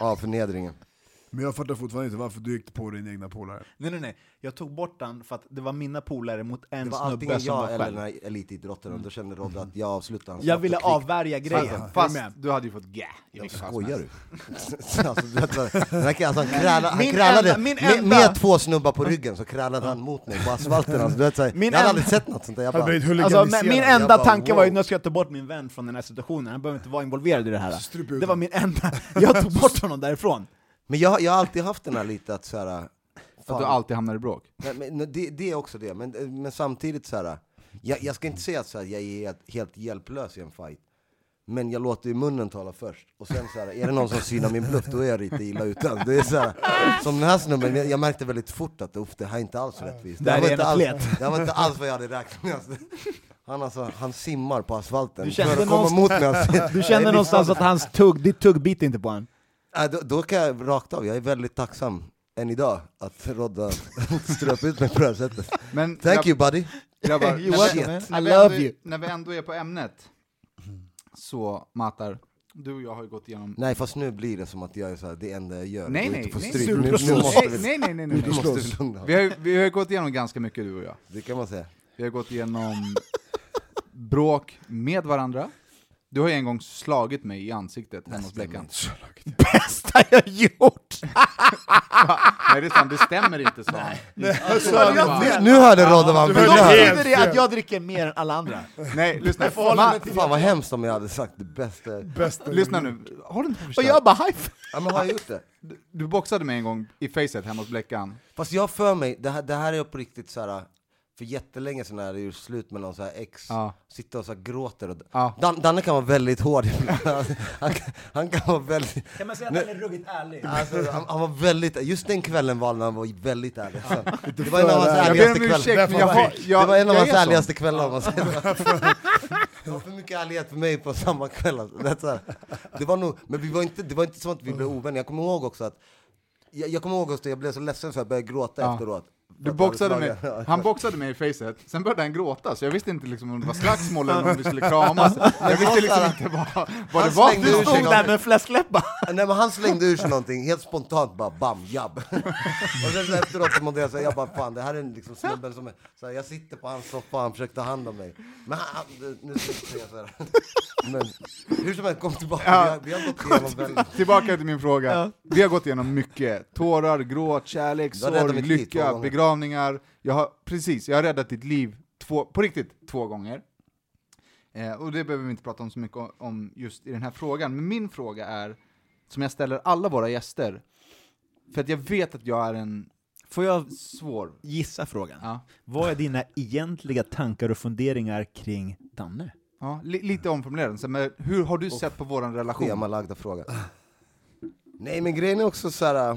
[SPEAKER 2] av förnedringen.
[SPEAKER 4] Men jag fattar fortfarande inte varför du gick på din egna polare.
[SPEAKER 3] Nej, nej, nej. Jag tog bort den för att det var mina polare mot en
[SPEAKER 2] Det var antingen
[SPEAKER 3] snubbe som
[SPEAKER 2] jag
[SPEAKER 3] var
[SPEAKER 2] eller den
[SPEAKER 3] själv.
[SPEAKER 2] här elitidrottaren, och då kände Rodde att jag avslutar hans
[SPEAKER 3] Jag ville
[SPEAKER 2] straff och klick. Alltså,
[SPEAKER 3] avvärja grejen.
[SPEAKER 5] Fast
[SPEAKER 3] Är du med?
[SPEAKER 5] du hade ju fått gä. i vilket fall som
[SPEAKER 2] Skojar
[SPEAKER 5] helst.
[SPEAKER 2] du? alltså, du vet, den här killen, alltså, han krälade, han
[SPEAKER 3] Min
[SPEAKER 2] krälade
[SPEAKER 3] enda- min
[SPEAKER 2] med,
[SPEAKER 3] enda-
[SPEAKER 2] med två snubbar på ryggen så krälade han mot mig på asfalten. Alltså, du vet, så här,
[SPEAKER 3] Min
[SPEAKER 2] jag hade
[SPEAKER 3] enda-
[SPEAKER 2] aldrig sett något sånt där. Jag
[SPEAKER 4] Hade
[SPEAKER 2] bara,
[SPEAKER 4] blivit
[SPEAKER 3] Alltså,
[SPEAKER 4] huliganiserad.
[SPEAKER 3] men min
[SPEAKER 2] jag
[SPEAKER 3] enda
[SPEAKER 2] bara,
[SPEAKER 3] tanke var ju
[SPEAKER 2] wow.
[SPEAKER 3] nu ska jag ta bort min vän från den här situationen, han behöver inte vara involverad i det här.
[SPEAKER 4] Stryp ut
[SPEAKER 3] Det var min enda, jag tog bort honom därifrån.
[SPEAKER 2] men jag, jag har alltid haft den här lite att så här,
[SPEAKER 5] Att du
[SPEAKER 2] fan,
[SPEAKER 5] alltid hamnar i bråk.
[SPEAKER 2] Nej, men, nej, det, det är också det, men, men samtidigt så här. Jag, jag ska inte säga att så här, jag är helt, helt hjälplös i en fight. Men jag låter ju munnen tala först. Och sen så här, är det någon som synar min bluff, då är jag lite illa ute. Alltså, Det är så här, som den här snubben, jag, jag märkte väldigt fort att "Uff, det här är inte alls rättvist.
[SPEAKER 3] Det här
[SPEAKER 2] var
[SPEAKER 3] är
[SPEAKER 2] inte
[SPEAKER 3] en
[SPEAKER 2] alls,
[SPEAKER 3] atlet.
[SPEAKER 2] det här var inte alls vad jag hade räknat med. Alltså. Han, alltså, han simmar på asfalten
[SPEAKER 3] Du kände
[SPEAKER 2] för att komma
[SPEAKER 3] någonstans-
[SPEAKER 2] mot mig. Alltså.
[SPEAKER 3] Du känner någonstans att hans tugg, ditt tugg biter inte på honom.
[SPEAKER 2] Nej, då, då kan jag rakt av, jag är väldigt tacksam än idag att Rodda ströp ut mig på det här sättet.
[SPEAKER 5] Men
[SPEAKER 2] Thank you buddy!
[SPEAKER 5] Grabbar,
[SPEAKER 3] You
[SPEAKER 5] när,
[SPEAKER 2] welcome,
[SPEAKER 5] vi, när,
[SPEAKER 3] man. I
[SPEAKER 5] vi
[SPEAKER 3] love
[SPEAKER 5] ändå,
[SPEAKER 3] you.
[SPEAKER 5] när vi ändå är på ämnet, så Matar, du och jag har ju gått igenom...
[SPEAKER 2] Nej fast nu blir det som att jag är såhär, det enda jag gör
[SPEAKER 5] Nej,
[SPEAKER 2] är att gå
[SPEAKER 5] nej,
[SPEAKER 2] ut och få
[SPEAKER 5] nej.
[SPEAKER 2] stryk. Nu, nu
[SPEAKER 4] Superslåss.
[SPEAKER 2] måste vi,
[SPEAKER 5] Nej, nej, nej, nej,
[SPEAKER 2] nu
[SPEAKER 5] nej.
[SPEAKER 2] måste vi lugna oss.
[SPEAKER 5] Vi har, ju- vi har ju gått igenom ganska mycket du och jag.
[SPEAKER 2] Det kan man säga.
[SPEAKER 5] Vi har gått igenom bråk med varandra. Du har ju en gång slagit mig i ansiktet hemma hos Bleckan.
[SPEAKER 3] Bästa jag gjort!
[SPEAKER 5] Nej, det är sant, det stämmer inte sa han.
[SPEAKER 2] Nu, nu hörde Rodda vad han
[SPEAKER 4] Det var
[SPEAKER 2] ville
[SPEAKER 3] De
[SPEAKER 4] helt-
[SPEAKER 2] höra.
[SPEAKER 3] trodde det att jag dricker mer än alla andra.
[SPEAKER 5] Nej, lyssna. Ma-
[SPEAKER 2] Fan vad hemskt om jag hade sagt det bästa.
[SPEAKER 4] Bästa
[SPEAKER 5] lyssna nu. Har du inte
[SPEAKER 3] Och
[SPEAKER 5] förstått?
[SPEAKER 3] jag bara high
[SPEAKER 2] Ja men har jag gjort det?
[SPEAKER 5] Du- Du boxade mig en gång i facet hemma hos Bleckan.
[SPEAKER 2] Fast jag har för mig, det här, det här är på riktigt såhär, för jättelänge sedan är det ju slut med någon såhär ex,
[SPEAKER 5] Ja.
[SPEAKER 2] sitter och så här gråter och...
[SPEAKER 5] Ja.
[SPEAKER 2] Dan, Danne kan vara väldigt hård ibland. han, kan- han kan vara väldigt...
[SPEAKER 3] Kan man säga att han är ruggigt ärlig?
[SPEAKER 2] Alltså, han, han var väldigt, just den kvällen valde han var väldigt ärlig. Alltså, det var en av hans
[SPEAKER 4] för
[SPEAKER 5] Jag ber
[SPEAKER 2] ärligaste
[SPEAKER 5] om
[SPEAKER 2] kvällar.
[SPEAKER 5] ursäkt, men jag har... Jag,
[SPEAKER 2] det var en av
[SPEAKER 5] jag
[SPEAKER 2] hans
[SPEAKER 5] är sån.
[SPEAKER 2] ärligaste kvällar om man säger så. Det var för mycket ärlighet för mig på samma kväll. Alltså. Det, är så här. det var nog, men vi var inte, det var inte som att vi blev ovänner. Jag kommer ihåg också att jag, jag kommer ihåg också att jag blev så ledsen så jag började gråta
[SPEAKER 5] Ja.
[SPEAKER 2] efteråt.
[SPEAKER 5] Du boxade mig,
[SPEAKER 2] Ja.
[SPEAKER 5] han boxade mig i facet, sen började han gråta, så jag visste inte liksom om det var slagsmål eller om vi skulle kramas. Jag visste liksom inte vad, vad det var
[SPEAKER 2] slängde ur sig
[SPEAKER 5] för någonting.
[SPEAKER 3] Stod där med fläskläppar!
[SPEAKER 2] Nej, men han slängde ur sig någonting helt spontant, bara bam, jabb. och sen så efteråt så mådde jag så här, jag bara fan det här är en liksom snubben som är, så här, jag sitter på hans soffa, han försöker ta hand om mig. Men han, han- nu ska jag inte säga så här. Men hur som helst, kom tillbaka, vi, har, vi har gått igenom väldigt...
[SPEAKER 5] Tillbaka till min fråga. Vi har gått igenom mycket. Tårar, gråt, kärlek,
[SPEAKER 2] Du har räddat
[SPEAKER 5] sorg,
[SPEAKER 2] mitt liv två
[SPEAKER 5] lycka,
[SPEAKER 2] gånger.
[SPEAKER 5] begravningar. Jag har, precis, jag har räddat ditt liv två, på riktigt två gånger. Eh, och det behöver vi inte prata om så mycket o- om just i den här frågan. Men min fråga är, som jag ställer alla våra gäster, för att jag vet att jag är en
[SPEAKER 3] Får jag
[SPEAKER 5] svår...
[SPEAKER 3] gissa frågan?
[SPEAKER 5] Ja,
[SPEAKER 3] Vad är dina egentliga tankar och funderingar kring Danne?
[SPEAKER 5] ja, li, lite omformulerad. Så, Men hur har du sett på vår relation?
[SPEAKER 2] Schemalagda frågan. Nej men grejen är också så här. äh,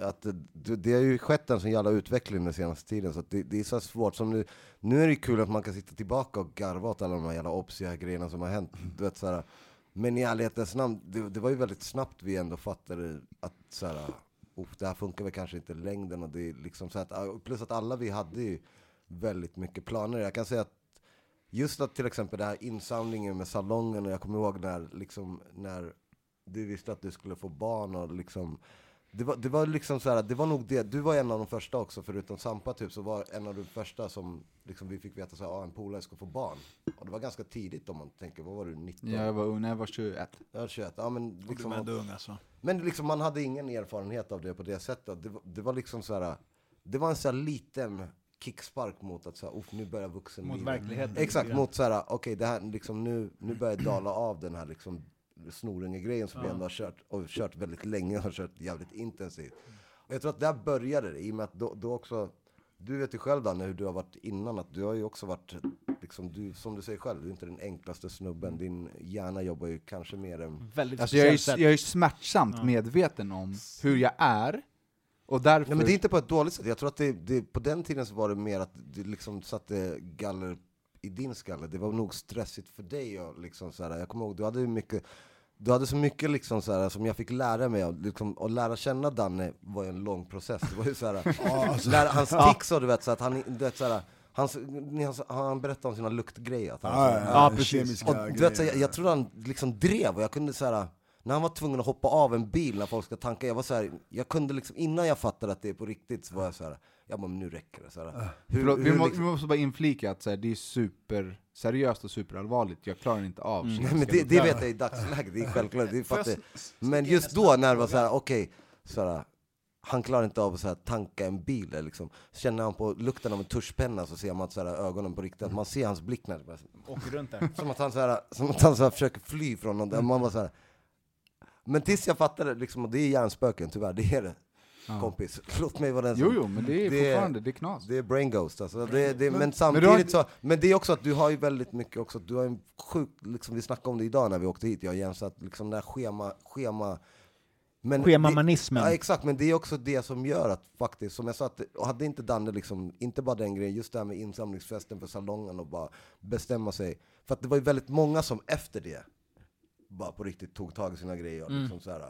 [SPEAKER 2] Att eh, det, det har ju skett en sån jävla utveckling den senaste tiden så att det, det är så svårt. Som nu, nu är det kul att man kan sitta tillbaka och garva åt alla de här jävla obsiga grejerna som har hänt. Du vet, så här, men i ärlighetens namn, det, det var ju väldigt snabbt vi ändå fattade att så här, oh, det här funkar väl kanske inte i längden. Och det är liksom så här att, plus att alla vi hade ju väldigt mycket planer. Jag kan säga att Just att till exempel det här insamlingen med salongen och jag kommer ihåg när, liksom, när du visste att du skulle få barn och liksom det var, det var liksom så här, det var nog det, du var en av de första också förutom Sampa typ så var en av de första som liksom vi fick veta så här, ah, en polare ska få barn. Och det var ganska tidigt om man tänker, vad var du, 19?
[SPEAKER 5] Ja, jag var ung när jag var 21.
[SPEAKER 2] Jag var 21. Ja, men liksom,
[SPEAKER 6] Du är ändå ung alltså.
[SPEAKER 2] men liksom man hade ingen erfarenhet av det på det sättet. Det, var- det var liksom så här, det var en så här liten kickspark mot att så här, "Uff, nu börjar vuxenlivet.
[SPEAKER 6] Mot verkligheten.
[SPEAKER 2] Exakt, mot såhär, okej det här liksom nu, nu börjar jag dala av den här liksom snorunge-grejen som vi ändå har kört, och kört väldigt länge, och kört jävligt intensivt. Och jag tror att där började det, i och med att då, då också, du vet ju själv Danne hur du har varit innan, att du har ju också varit, liksom, du, som du säger själv, du är inte den enklaste snubben, din hjärna jobbar ju kanske mer än...
[SPEAKER 6] Väldigt
[SPEAKER 5] Alltså jag är,
[SPEAKER 6] speciellt
[SPEAKER 5] ju- jag är ju smärtsamt medveten om hur jag är, och därför...
[SPEAKER 2] Nej men det är inte på ett dåligt sätt, jag tror att det, det, på den tiden så var det mer att du liksom satte galler i din skalle, det var nog stressigt för dig och liksom så här. jag kommer ihåg, du hade ju mycket du hade så mycket liksom så här, som jag fick lära mig, av, liksom, att lära känna Danne var ju en lång process. Det var ju så här, lära, hans tics och du vet, så att han, du vet, så här, hans, ni- hans, han berättade om sina luktgrejer. Att han,
[SPEAKER 4] Ja, precis.
[SPEAKER 2] och du vet, så här, jag, jag trodde han liksom drev och jag kunde så här. När han var tvungen att hoppa av en bil när folk ska tanka, jag var så här, jag kunde liksom, innan jag fattade att det är på riktigt så var jag så här, ja men nu räcker det. Så här. Hur,
[SPEAKER 5] Äh, Förlåt, vi,
[SPEAKER 2] hur
[SPEAKER 5] må,
[SPEAKER 2] liksom-
[SPEAKER 5] vi måste bara inflika att så här, det är superseriöst och superallvarligt, jag klarar inte av
[SPEAKER 2] Mm. Nej, men det, det vet jag i dagsläget, det är självklart. Det är för att det, men just då när det var såhär, okej, såhär, han klarar inte av att såhär, tanka en bil. där, Liksom. Så känner han på lukten av en tuschpenna så ser man såhär, ögonen på riktigt, att man ser hans blick när det bara,
[SPEAKER 6] Åker runt där.
[SPEAKER 2] som att han, såhär, som att han såhär, försöker fly från någon. Man bara såhär, men tills jag fattade, liksom, och det är hjärnspöken tyvärr, det är det. Kompis, låt mig vara den som...
[SPEAKER 5] Jo, jo, men det är fortfarande, det är knas.
[SPEAKER 2] Det är brain ghost alltså. Det, det, men,
[SPEAKER 5] du har
[SPEAKER 2] samtidigt
[SPEAKER 5] inte-
[SPEAKER 2] så, men det är också att du har ju väldigt mycket också, du har en sjuk, liksom, vi snackade om det idag när vi åkte hit, jag och Jens, att liksom det här schema, schema men
[SPEAKER 3] Schemamanismen.
[SPEAKER 2] Det, ja, exakt, men det är också det som gör att faktiskt, som jag sa, att, och hade inte Danne liksom, inte bara den grejen, just det här med insamlingsfesten för salongen och bara bestämma sig. För att det var ju väldigt många som efter det bara på riktigt tog tag i sina grejer. och Liksom så här,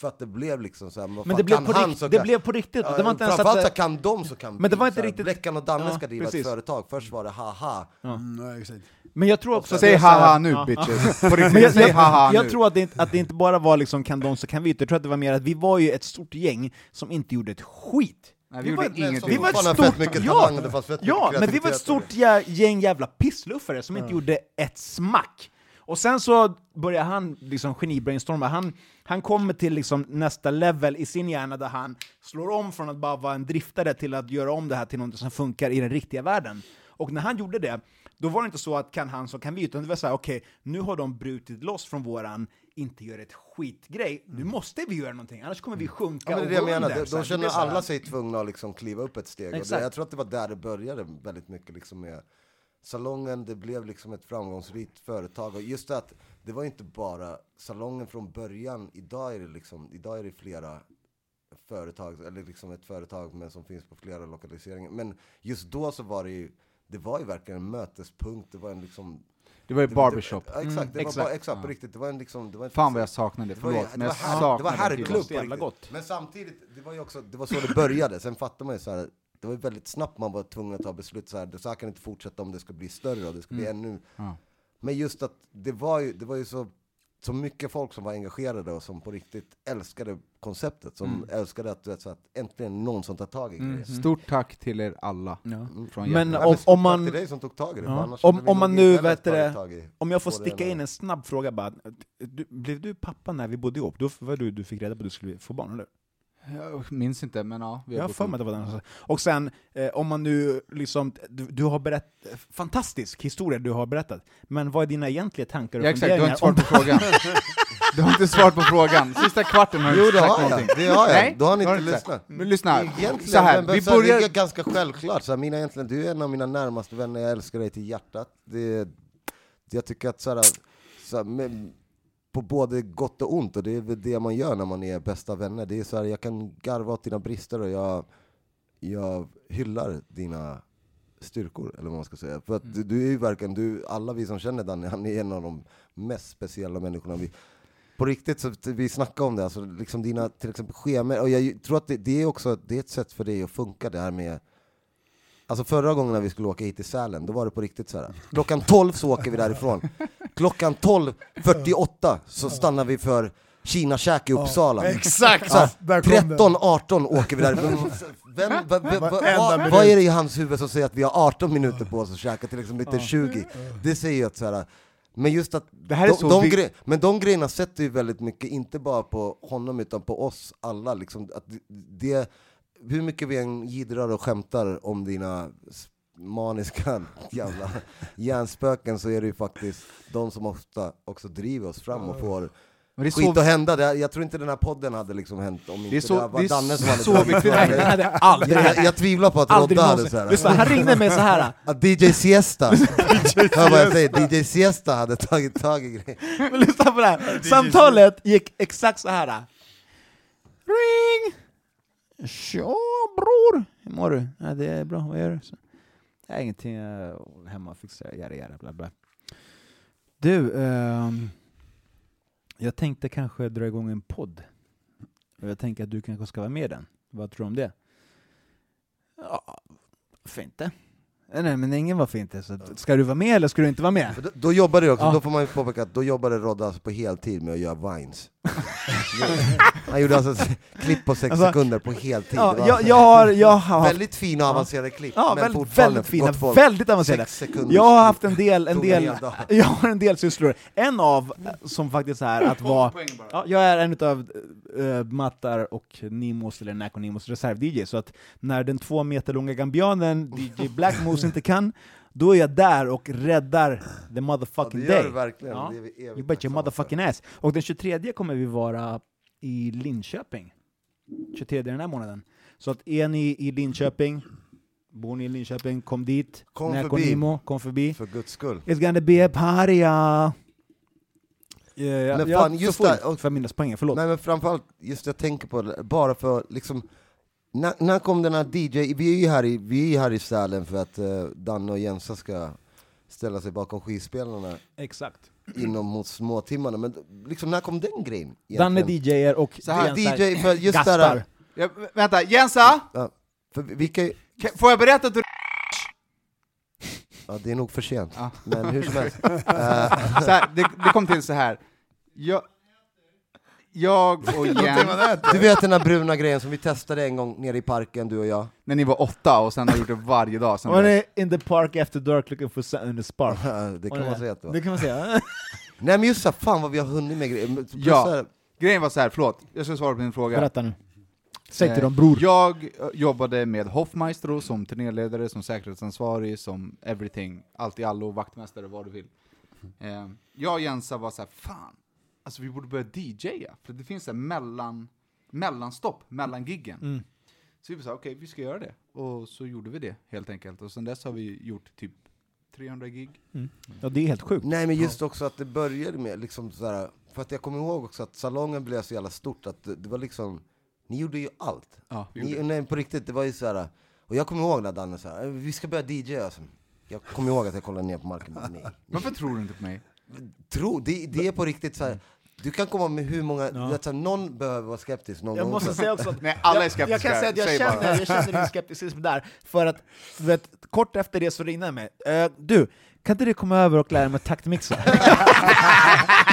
[SPEAKER 2] för att det blev liksom så här, vad
[SPEAKER 3] Mm.
[SPEAKER 2] fan,
[SPEAKER 3] Men det blev
[SPEAKER 2] kan
[SPEAKER 3] på
[SPEAKER 2] han
[SPEAKER 3] rikt-
[SPEAKER 2] så
[SPEAKER 3] det
[SPEAKER 2] kan-
[SPEAKER 3] blev på riktigt, och det var inte ens att
[SPEAKER 2] framförallt
[SPEAKER 3] det-
[SPEAKER 2] så kan de så kan
[SPEAKER 3] Men det var
[SPEAKER 2] vi,
[SPEAKER 3] inte
[SPEAKER 2] så här,
[SPEAKER 3] riktigt-
[SPEAKER 2] Bleckan och Danne
[SPEAKER 3] Ja,
[SPEAKER 2] ska driva
[SPEAKER 3] precis.
[SPEAKER 2] ett företag, först var det haha.
[SPEAKER 4] Mm, Nej, exakt.
[SPEAKER 3] Men jag tror också att det
[SPEAKER 5] Säg
[SPEAKER 3] är så här-
[SPEAKER 5] haha nu
[SPEAKER 3] Ja.
[SPEAKER 5] bitches, på
[SPEAKER 3] Men
[SPEAKER 5] riktigt,
[SPEAKER 3] jag,
[SPEAKER 5] säg
[SPEAKER 3] jag,
[SPEAKER 5] haha
[SPEAKER 3] jag
[SPEAKER 5] nu!
[SPEAKER 3] tror att det, inte, att det inte bara var liksom kan de så kan vi inte, jag tror att det var mer att vi var ju ett stort gäng som inte gjorde ett skit.
[SPEAKER 5] Nej, vi gjorde
[SPEAKER 3] var,
[SPEAKER 5] ingenting.
[SPEAKER 3] Vi var
[SPEAKER 2] Fan,
[SPEAKER 3] ett
[SPEAKER 2] det fanns
[SPEAKER 3] stort,
[SPEAKER 2] mycket
[SPEAKER 3] ja,
[SPEAKER 2] talang och det fanns fett mycket
[SPEAKER 3] ja men vi var ett
[SPEAKER 2] kreativitet i
[SPEAKER 3] stort jä- gäng jävla pissluffare som inte gjorde ett smack. Och sen så börjar han liksom genibrainstorma. Han, han kommer till liksom nästa level i sin hjärna där han slår om från att bara vara en driftare till att göra om det här till något som funkar i den riktiga världen. Och när han gjorde det, då var det inte så att kan han så kan vi, utan det var så här, okej, nu har de brutit loss från våran inte gör ett skitgrej, nu måste vi göra någonting, annars kommer vi sjunka
[SPEAKER 2] Mm. Ja, men det är det
[SPEAKER 3] och
[SPEAKER 2] jag
[SPEAKER 3] gå
[SPEAKER 2] menar,
[SPEAKER 3] under.
[SPEAKER 2] de,
[SPEAKER 3] Så här,
[SPEAKER 2] de
[SPEAKER 3] det blir
[SPEAKER 2] känner
[SPEAKER 3] så här-
[SPEAKER 2] alla sig tvungna att liksom kliva upp ett steg. Och det,
[SPEAKER 3] Exakt.
[SPEAKER 2] jag tror att det var där det började väldigt mycket liksom med salongen, det blev liksom ett framgångsrikt företag. Och just det att det var inte bara salongen från början, idag är det liksom, idag är det flera företag, eller liksom ett företag men som finns på flera lokaliseringar. Men just då så var det ju, det var ju verkligen en mötespunkt, det var en liksom
[SPEAKER 5] Det var ju
[SPEAKER 2] det-
[SPEAKER 5] barbershop. Mm,
[SPEAKER 2] Det, ja, exakt, det var
[SPEAKER 3] exakt.
[SPEAKER 2] bara, exakt på riktigt. Det var en liksom... Det var en
[SPEAKER 5] Fan vad jag saknade det,
[SPEAKER 2] det var, ju-
[SPEAKER 5] förlåt.
[SPEAKER 2] det
[SPEAKER 5] Men
[SPEAKER 2] var,
[SPEAKER 5] jag
[SPEAKER 2] här, det var
[SPEAKER 5] saknade det.
[SPEAKER 2] herrklubb
[SPEAKER 5] Gott.
[SPEAKER 2] på riktigt. Men samtidigt, det var ju också, det var så det började. Sen fattar man ju så här, det var ju väldigt snabbt man var tvungen att ta beslut så här, det- så här kan det inte fortsätta om det ska bli större och det ska bli
[SPEAKER 3] Mm.
[SPEAKER 2] ännu... Men just att det var ju, det var ju så, så mycket folk som var engagerade och som på riktigt älskade konceptet, som
[SPEAKER 3] Mm.
[SPEAKER 2] älskade att, du vet, så att äntligen någon som tar tag i grejer.
[SPEAKER 5] Stort tack till er alla. Från
[SPEAKER 3] Men
[SPEAKER 5] hjärtat.
[SPEAKER 2] Nej,
[SPEAKER 3] Mm. om-
[SPEAKER 2] men stort
[SPEAKER 3] om man-
[SPEAKER 2] tack till dig som tog tag i det, för annars hade
[SPEAKER 3] Om,
[SPEAKER 2] vi nog
[SPEAKER 3] om man
[SPEAKER 2] inte
[SPEAKER 3] nu,
[SPEAKER 2] heller
[SPEAKER 3] vet
[SPEAKER 2] tagit
[SPEAKER 3] det,
[SPEAKER 2] tag i
[SPEAKER 3] om jag får
[SPEAKER 2] både det ena
[SPEAKER 3] sticka
[SPEAKER 2] och
[SPEAKER 3] in en snabb fråga bara. Du, blev du pappa när vi bodde ihop? Då var du, du fick reda på att du skulle få barn, eller
[SPEAKER 5] Jag minns inte, men ja. Vi
[SPEAKER 3] Jag har
[SPEAKER 5] bott
[SPEAKER 3] för
[SPEAKER 5] ihop.
[SPEAKER 3] mig att det var den. Och sen, eh, om man nu liksom, du, du har berättat, fantastisk historia du har berättat, men vad är dina egentliga tankar och
[SPEAKER 5] Ja, exakt, du har
[SPEAKER 3] funderingar?
[SPEAKER 5] inte svarat på frågan. Du har inte svarat på frågan. Sista kvarten har du
[SPEAKER 2] Jo, det
[SPEAKER 5] inte sagt
[SPEAKER 2] har jag.
[SPEAKER 5] någonting.
[SPEAKER 2] Det har
[SPEAKER 5] Nej,
[SPEAKER 2] jag. Då har ni
[SPEAKER 5] det
[SPEAKER 2] inte
[SPEAKER 5] sagt.
[SPEAKER 2] lyssnat.
[SPEAKER 5] Men lyssna,
[SPEAKER 2] Egentligen,
[SPEAKER 5] så här, vi
[SPEAKER 2] det är
[SPEAKER 5] börjar...
[SPEAKER 2] ganska självklart. Så här, mina egentligen, du är en av mina närmaste vänner, jag älskar dig till hjärtat. Det, jag tycker att så här, så här, men, på både gott och ont, och det är väl det man gör när man är bästa vänner. Det är så här, jag kan garva åt dina brister och jag, jag hyllar dina styrkor, eller vad man ska säga. För att
[SPEAKER 4] Mm.
[SPEAKER 2] du, du är ju verkligen, du, alla vi som känner Danny, han är en av de mest speciella människorna vi, på riktigt, så t- vi snackade om det, alltså liksom dina till exempel schemer, och jag ju- tror att det, det är också det är ett sätt för dig att funka det här med Alltså förra gången när vi skulle åka hit till Sälen, då var det på riktigt så här. klockan 12 så åker vi därifrån, klockan 12.48 så stannar vi för Kina-käk i Uppsala.
[SPEAKER 4] Exakt!
[SPEAKER 2] Så här,
[SPEAKER 4] Där kom den.
[SPEAKER 2] 13-18 åker vi därifrån. Vem, va, va, va,
[SPEAKER 4] Varenda
[SPEAKER 2] va,
[SPEAKER 4] minut.
[SPEAKER 2] vad är det i hans huvud som säger att vi har 18 minuter på oss att käka till exempel, inte 20? Det säger ju att så här, men just att
[SPEAKER 5] Det här är
[SPEAKER 2] de,
[SPEAKER 5] så
[SPEAKER 2] de
[SPEAKER 5] vi-
[SPEAKER 2] gre- men de grejerna sätter ju väldigt mycket, inte bara på honom utan på oss alla. Liksom, att det- det, hur mycket vi än jiddrar och skämtar om dina s- maniska jävla hjärnspöken så är det ju faktiskt de som ofta också driver oss fram och får
[SPEAKER 5] Men det är
[SPEAKER 2] skit
[SPEAKER 5] så
[SPEAKER 2] att hända. Det, jag tror inte den här podden hade liksom hänt om
[SPEAKER 5] Det
[SPEAKER 2] inte
[SPEAKER 5] är
[SPEAKER 2] det,
[SPEAKER 5] så,
[SPEAKER 2] var
[SPEAKER 5] det
[SPEAKER 2] Danne som
[SPEAKER 5] är
[SPEAKER 2] hade
[SPEAKER 5] så
[SPEAKER 2] dragit
[SPEAKER 5] viktigt.
[SPEAKER 2] för
[SPEAKER 5] Nej,
[SPEAKER 2] det.
[SPEAKER 5] det hade aldrig
[SPEAKER 2] jag,
[SPEAKER 5] hänt.
[SPEAKER 2] jag, jag tvlyflar på att
[SPEAKER 3] Aldrig
[SPEAKER 2] Rodda hade
[SPEAKER 3] någonsin. Lyssna, han ringde mig så här.
[SPEAKER 2] Att DJ Siesta, hör vad jag säger, DJ Siesta hade tagit tag i grejen.
[SPEAKER 3] Men lyssna på det här. Samtalet gick exakt så här. Ring! Tja bror! Hur mår du? Ja, det är bra, vad gör du? Så, "Nej, ingenting, jag är hemma och fixar, jada jada bla bla. Du, ehm, jag tänkte kanske dra igång en podd. Och jag tänker att du kanske ska vara med i den. Vad tror du om det? Ja, varför inte? Nej men ingen varför inte. Så, ska du vara med eller ska du inte vara med?
[SPEAKER 2] Då, då jobbade jag också,
[SPEAKER 3] Ja.
[SPEAKER 2] då får man ju påpeka att då jobbade Rodda alltså på heltid med att göra vines. Han gjorde alltså s- klipp på sex
[SPEAKER 3] Alltså,
[SPEAKER 2] sekunder på heltid.
[SPEAKER 3] Ja,
[SPEAKER 2] Det var
[SPEAKER 3] jag, jag har, jag har haft
[SPEAKER 2] väldigt fina och avancerade klipp,
[SPEAKER 3] Ja,
[SPEAKER 2] men
[SPEAKER 3] väldigt,
[SPEAKER 2] fortfarande
[SPEAKER 3] väldigt
[SPEAKER 2] för
[SPEAKER 3] fina,
[SPEAKER 2] gott folk.
[SPEAKER 3] väldigt avancerade.
[SPEAKER 2] Sex sekunder.
[SPEAKER 3] Jag har haft en del, en del,
[SPEAKER 2] Tunga dagar.
[SPEAKER 3] jag har en del sysslor. En av, eh, som faktiskt är att vara, ja, jag är en av Mattar och Nimos, eller Nack och Nimos reserv-DJ, så att när den två meter långa gambianen, DJ Black Moose, inte kan, då är jag där och räddar the
[SPEAKER 2] Ja,
[SPEAKER 3] motherfucking
[SPEAKER 2] det
[SPEAKER 3] day.
[SPEAKER 2] gör du verkligen.
[SPEAKER 3] Ja.
[SPEAKER 2] Det är vi evigt
[SPEAKER 3] You bet your
[SPEAKER 2] tacksamma för.
[SPEAKER 3] motherfucking ass. Och den 23 kommer vi vara i Linköping. 23 den här månaden. Så att är ni i Linköping, bor ni i Linköping, kom dit.
[SPEAKER 2] Kom
[SPEAKER 3] Näko
[SPEAKER 2] förbi.
[SPEAKER 3] Nimo, kom förbi.
[SPEAKER 2] För guds skull.
[SPEAKER 3] It's gonna be a party! ja. Ja, ja,
[SPEAKER 2] Men
[SPEAKER 3] jag
[SPEAKER 2] fan,
[SPEAKER 3] är
[SPEAKER 2] just
[SPEAKER 3] för full
[SPEAKER 2] där, och-
[SPEAKER 3] för mina poäng, förlåt.
[SPEAKER 2] Nej men framförallt, just jag tänker på det, bara för liksom när, när kom den här DJ, vi är ju här i, vi är ju här i Sälen för att eh, Danne och Jensa ska ställa sig bakom skispelarna
[SPEAKER 3] Exakt.
[SPEAKER 2] inom mot småtimmarna, men liksom när kom den grejen?
[SPEAKER 3] Danne
[SPEAKER 2] egentligen?
[SPEAKER 3] DJar och
[SPEAKER 2] Så här,
[SPEAKER 3] Jens
[SPEAKER 2] DJ, för just
[SPEAKER 3] gaspar.
[SPEAKER 2] där,
[SPEAKER 5] Ja, vänta, Jensa!
[SPEAKER 2] ja, för vi vi kan ju,
[SPEAKER 5] Kan- Får jag berätta att du...
[SPEAKER 2] ja, det är nog för sent,
[SPEAKER 5] Ja.
[SPEAKER 2] men hur som helst.
[SPEAKER 5] Så här, det, det kom till så här. Jag, jag och Jens,
[SPEAKER 2] Du vet den här bruna grejen som vi testade en gång nere i parken, du och jag?
[SPEAKER 5] när ni var åtta och sen har gjort det varje dag sen
[SPEAKER 3] When
[SPEAKER 5] dess.
[SPEAKER 3] in the park after dark looking for sun in the spark.
[SPEAKER 2] Det kan man säga att det var.
[SPEAKER 3] Det kan man säga.
[SPEAKER 2] Nej men just det, fan vad vi har hunnit med grejer. Men-
[SPEAKER 5] Ja.
[SPEAKER 2] så här-
[SPEAKER 5] Grejen var så här, förlåt, jag ska svara på din fråga.
[SPEAKER 1] Berätta nu. Säg till
[SPEAKER 5] Eh,
[SPEAKER 1] dem bror.
[SPEAKER 5] Jag eh, jobbade med Hoffmaestro som turnéledare, som säkerhetsansvarig, som everything, allt i allo, vaktmästare, vad du vill. Eh, jag och Jensa var så här, fan, alltså vi borde börja DJa, för det finns en mellan, mellanstopp mellan giggen. Så vi sa, okej, vi ska göra det. Och så gjorde vi det, helt enkelt. Och sen dess har vi gjort typ 300 gig.
[SPEAKER 3] Ja, det är helt sjukt.
[SPEAKER 2] Nej men just också att det började med liksom så här, för att jag kommer ihåg också att salongen blev så jävla stort att det, det var liksom, ni gjorde ju allt.
[SPEAKER 5] Ja, vi
[SPEAKER 2] ni,
[SPEAKER 5] gjorde.
[SPEAKER 2] nej på riktigt, det var ju så här. och jag kommer ihåg när Danne sa "Eh, vi ska börja DJa. Alltså. Jag kommer ihåg att jag kollade ner på marken, bara, nej.
[SPEAKER 5] Varför tror du inte på mig?
[SPEAKER 2] Tro, det, det är på riktigt så här. du kan komma med hur många, vet, så här, någon behöver vara skeptisk någon
[SPEAKER 1] Jag
[SPEAKER 2] gång.
[SPEAKER 1] måste säga också att
[SPEAKER 5] Nej,
[SPEAKER 1] jag,
[SPEAKER 5] alla är
[SPEAKER 1] jag
[SPEAKER 5] skeptiska.
[SPEAKER 1] kan säga att jag
[SPEAKER 5] Säg bara.
[SPEAKER 1] känner, jag känner min skepticism där, för att du vet, kort efter det så ringde han mig. Eh, du, kan inte du komma över och lära mig att taktmixa?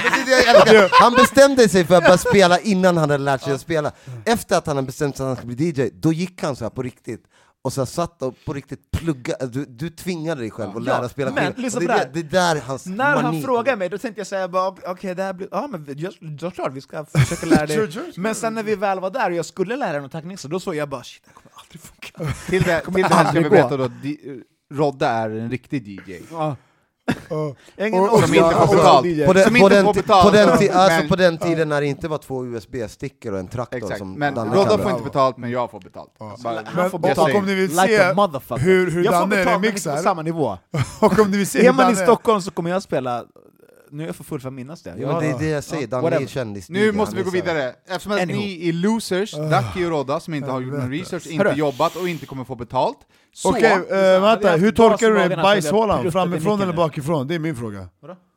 [SPEAKER 2] Precis, jag älskar. Han bestämde sig för att börja spela innan han hade lärt sig att spela. Efter att han hade bestämt sig att han skulle bli DJ, då gick han så här på riktigt. Och så här satt och på riktigt plugga. Du, du tvingade dig själv att
[SPEAKER 1] Ja,
[SPEAKER 2] lära dig spela
[SPEAKER 1] men
[SPEAKER 2] till.
[SPEAKER 1] lyssna
[SPEAKER 2] Och det,
[SPEAKER 1] på
[SPEAKER 2] är
[SPEAKER 1] det
[SPEAKER 2] det, det är där hans
[SPEAKER 1] När
[SPEAKER 2] mani
[SPEAKER 1] han frågade mig, då tänkte jag säga bara, ok- okej, det här blir, ja men jag, då klart vi ska försöka lära dig. Men sen när vi väl var där och jag skulle lära honom taktmixa, då såg jag bara shit, det här kommer aldrig funka.
[SPEAKER 5] Till det, till det här ska
[SPEAKER 1] aldrig
[SPEAKER 5] vi
[SPEAKER 1] gå.
[SPEAKER 5] veta då, di- Rodda är en riktig DJ.
[SPEAKER 1] Jag har ingen
[SPEAKER 4] Och- och-
[SPEAKER 1] aning.
[SPEAKER 5] Som inte får
[SPEAKER 4] och-
[SPEAKER 5] betalt.
[SPEAKER 2] På den,
[SPEAKER 5] Som
[SPEAKER 2] på,
[SPEAKER 5] inte
[SPEAKER 2] den,
[SPEAKER 5] får
[SPEAKER 2] ti-
[SPEAKER 5] betalt.
[SPEAKER 2] på, den ti- alltså
[SPEAKER 5] Men-
[SPEAKER 2] på den tiden när det inte var två USB-stickor och en traktor
[SPEAKER 5] Exakt,
[SPEAKER 2] som
[SPEAKER 5] men
[SPEAKER 2] Danne
[SPEAKER 5] Rodda
[SPEAKER 2] kan.
[SPEAKER 5] får inte betalt, men jag får betalt. Bara-
[SPEAKER 1] Han får
[SPEAKER 5] Jag
[SPEAKER 1] betalt.
[SPEAKER 4] Och
[SPEAKER 5] säger-
[SPEAKER 4] om ni vill
[SPEAKER 1] Like
[SPEAKER 4] se
[SPEAKER 1] a motherfucker.
[SPEAKER 4] hur, hur
[SPEAKER 1] jag får
[SPEAKER 4] Danne
[SPEAKER 1] betalt men inte på
[SPEAKER 4] remixar,
[SPEAKER 1] samma nivå.
[SPEAKER 4] och om ni vill se
[SPEAKER 3] Är
[SPEAKER 4] hur
[SPEAKER 3] man i
[SPEAKER 4] Danne...
[SPEAKER 3] Stockholm så kommer jag spela... Nu är jag för full för att minnas det.
[SPEAKER 2] Jo, men det är det jag säger, Danne är
[SPEAKER 3] whatever.
[SPEAKER 2] ju kändis.
[SPEAKER 5] Nu måste vi gå vidare, eftersom att
[SPEAKER 3] Anyhow.
[SPEAKER 5] ni är losers, Ducky och Rodda, som inte har gjort någon research, inte
[SPEAKER 3] Hörru.
[SPEAKER 5] jobbat och inte kommer få betalt. Så,
[SPEAKER 4] Okej, eh, vänta, hur torkar du
[SPEAKER 3] Magen
[SPEAKER 4] det?
[SPEAKER 3] att jag
[SPEAKER 4] Bajshålan?
[SPEAKER 3] pruttat i
[SPEAKER 4] Framifrån
[SPEAKER 3] micken
[SPEAKER 4] eller
[SPEAKER 3] nu.
[SPEAKER 4] bakifrån? Det är min fråga.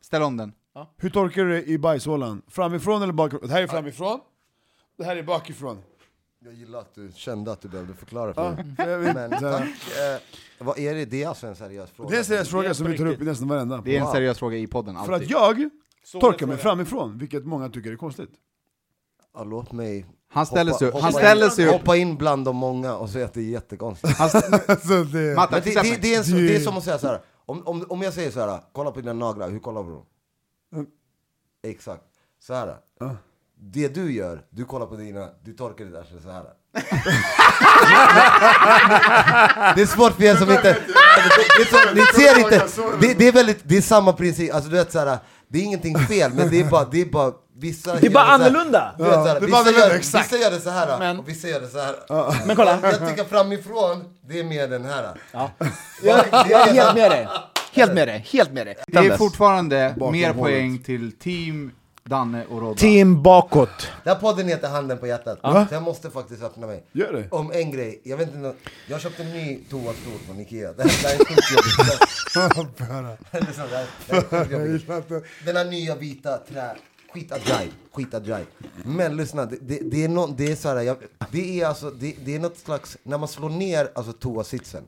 [SPEAKER 5] ställ om den.
[SPEAKER 4] Hur torkar du det i bajshålan? Framifrån eller bakifrån? Det här är framifrån, det här är bakifrån.
[SPEAKER 2] Jag gillar att du kände att du behövde förklara för mig.
[SPEAKER 4] Jag vet
[SPEAKER 2] Men
[SPEAKER 4] inte.
[SPEAKER 2] tack. Eh, vad är det? Det är alltså en seriös fråga.
[SPEAKER 4] Det är en seriös fråga som vi tar upp i nästan varenda.
[SPEAKER 5] Det är en
[SPEAKER 2] Wow.
[SPEAKER 5] seriös fråga i podden,
[SPEAKER 4] För att
[SPEAKER 5] alltid.
[SPEAKER 4] jag torkar mig framifrån, vilket många tycker är konstigt.
[SPEAKER 2] Ja, låt mig
[SPEAKER 5] Han ställer
[SPEAKER 2] hoppa-
[SPEAKER 5] sig upp,
[SPEAKER 2] hoppa
[SPEAKER 5] han ställer
[SPEAKER 2] in,
[SPEAKER 5] sig upp.
[SPEAKER 2] Hoppa in bland de många och säga att det är jättekonstigt.
[SPEAKER 5] Han st-
[SPEAKER 4] Alltså det...
[SPEAKER 5] Matta,
[SPEAKER 2] Eh, Men det, det, det, är en, så- det är
[SPEAKER 4] Det-
[SPEAKER 2] som att säga så här. Om, om, om jag säger så här, kolla på dina naglar, hur kollar du?
[SPEAKER 4] Mm.
[SPEAKER 2] Exakt, så här.
[SPEAKER 4] Ah.
[SPEAKER 2] Det du gör, du kollar på dina, du torkar ditt arsle så här. det är svårt för er som inte... Det är så, ni ser inte, det, det, är väldigt, det är samma princip, alltså du vet så här. Det är ingenting fel, men det är bara, det är bara vissa...
[SPEAKER 1] Det är bara
[SPEAKER 2] gör så här-
[SPEAKER 1] annorlunda.
[SPEAKER 2] Du vet, så
[SPEAKER 4] Ja,
[SPEAKER 2] här,
[SPEAKER 4] det är bara
[SPEAKER 2] vissa,
[SPEAKER 4] annorlunda,
[SPEAKER 2] gör,
[SPEAKER 4] exakt.
[SPEAKER 2] vissa gör det så här
[SPEAKER 1] Men-
[SPEAKER 2] och vissa gör det så här.
[SPEAKER 1] Men kolla.
[SPEAKER 2] Jag tycker framifrån, det är mer den här.
[SPEAKER 1] Jag, jag är helt med dig. Helt med dig, helt med dig.
[SPEAKER 5] det är fortfarande mer poäng till team Danne och Rodda.
[SPEAKER 1] Team bakåt.
[SPEAKER 2] Den här podden heter Handen på hjärtat, så jag måste faktiskt öppna mig.
[SPEAKER 4] Gör det.
[SPEAKER 2] Om en grej, jag vet inte, jag köpte en ny toastol från Ikea. Det här det här är sjukt jobbigt. Det här är så- det här- det här är sjukt jobbigt. Den här nya vita trä... Skita drive, skita drive. Men lyssna, det, det, det är någon, det är så här, jag, det är alltså, det, det är något slags, när man slår ner alltså toasitsen,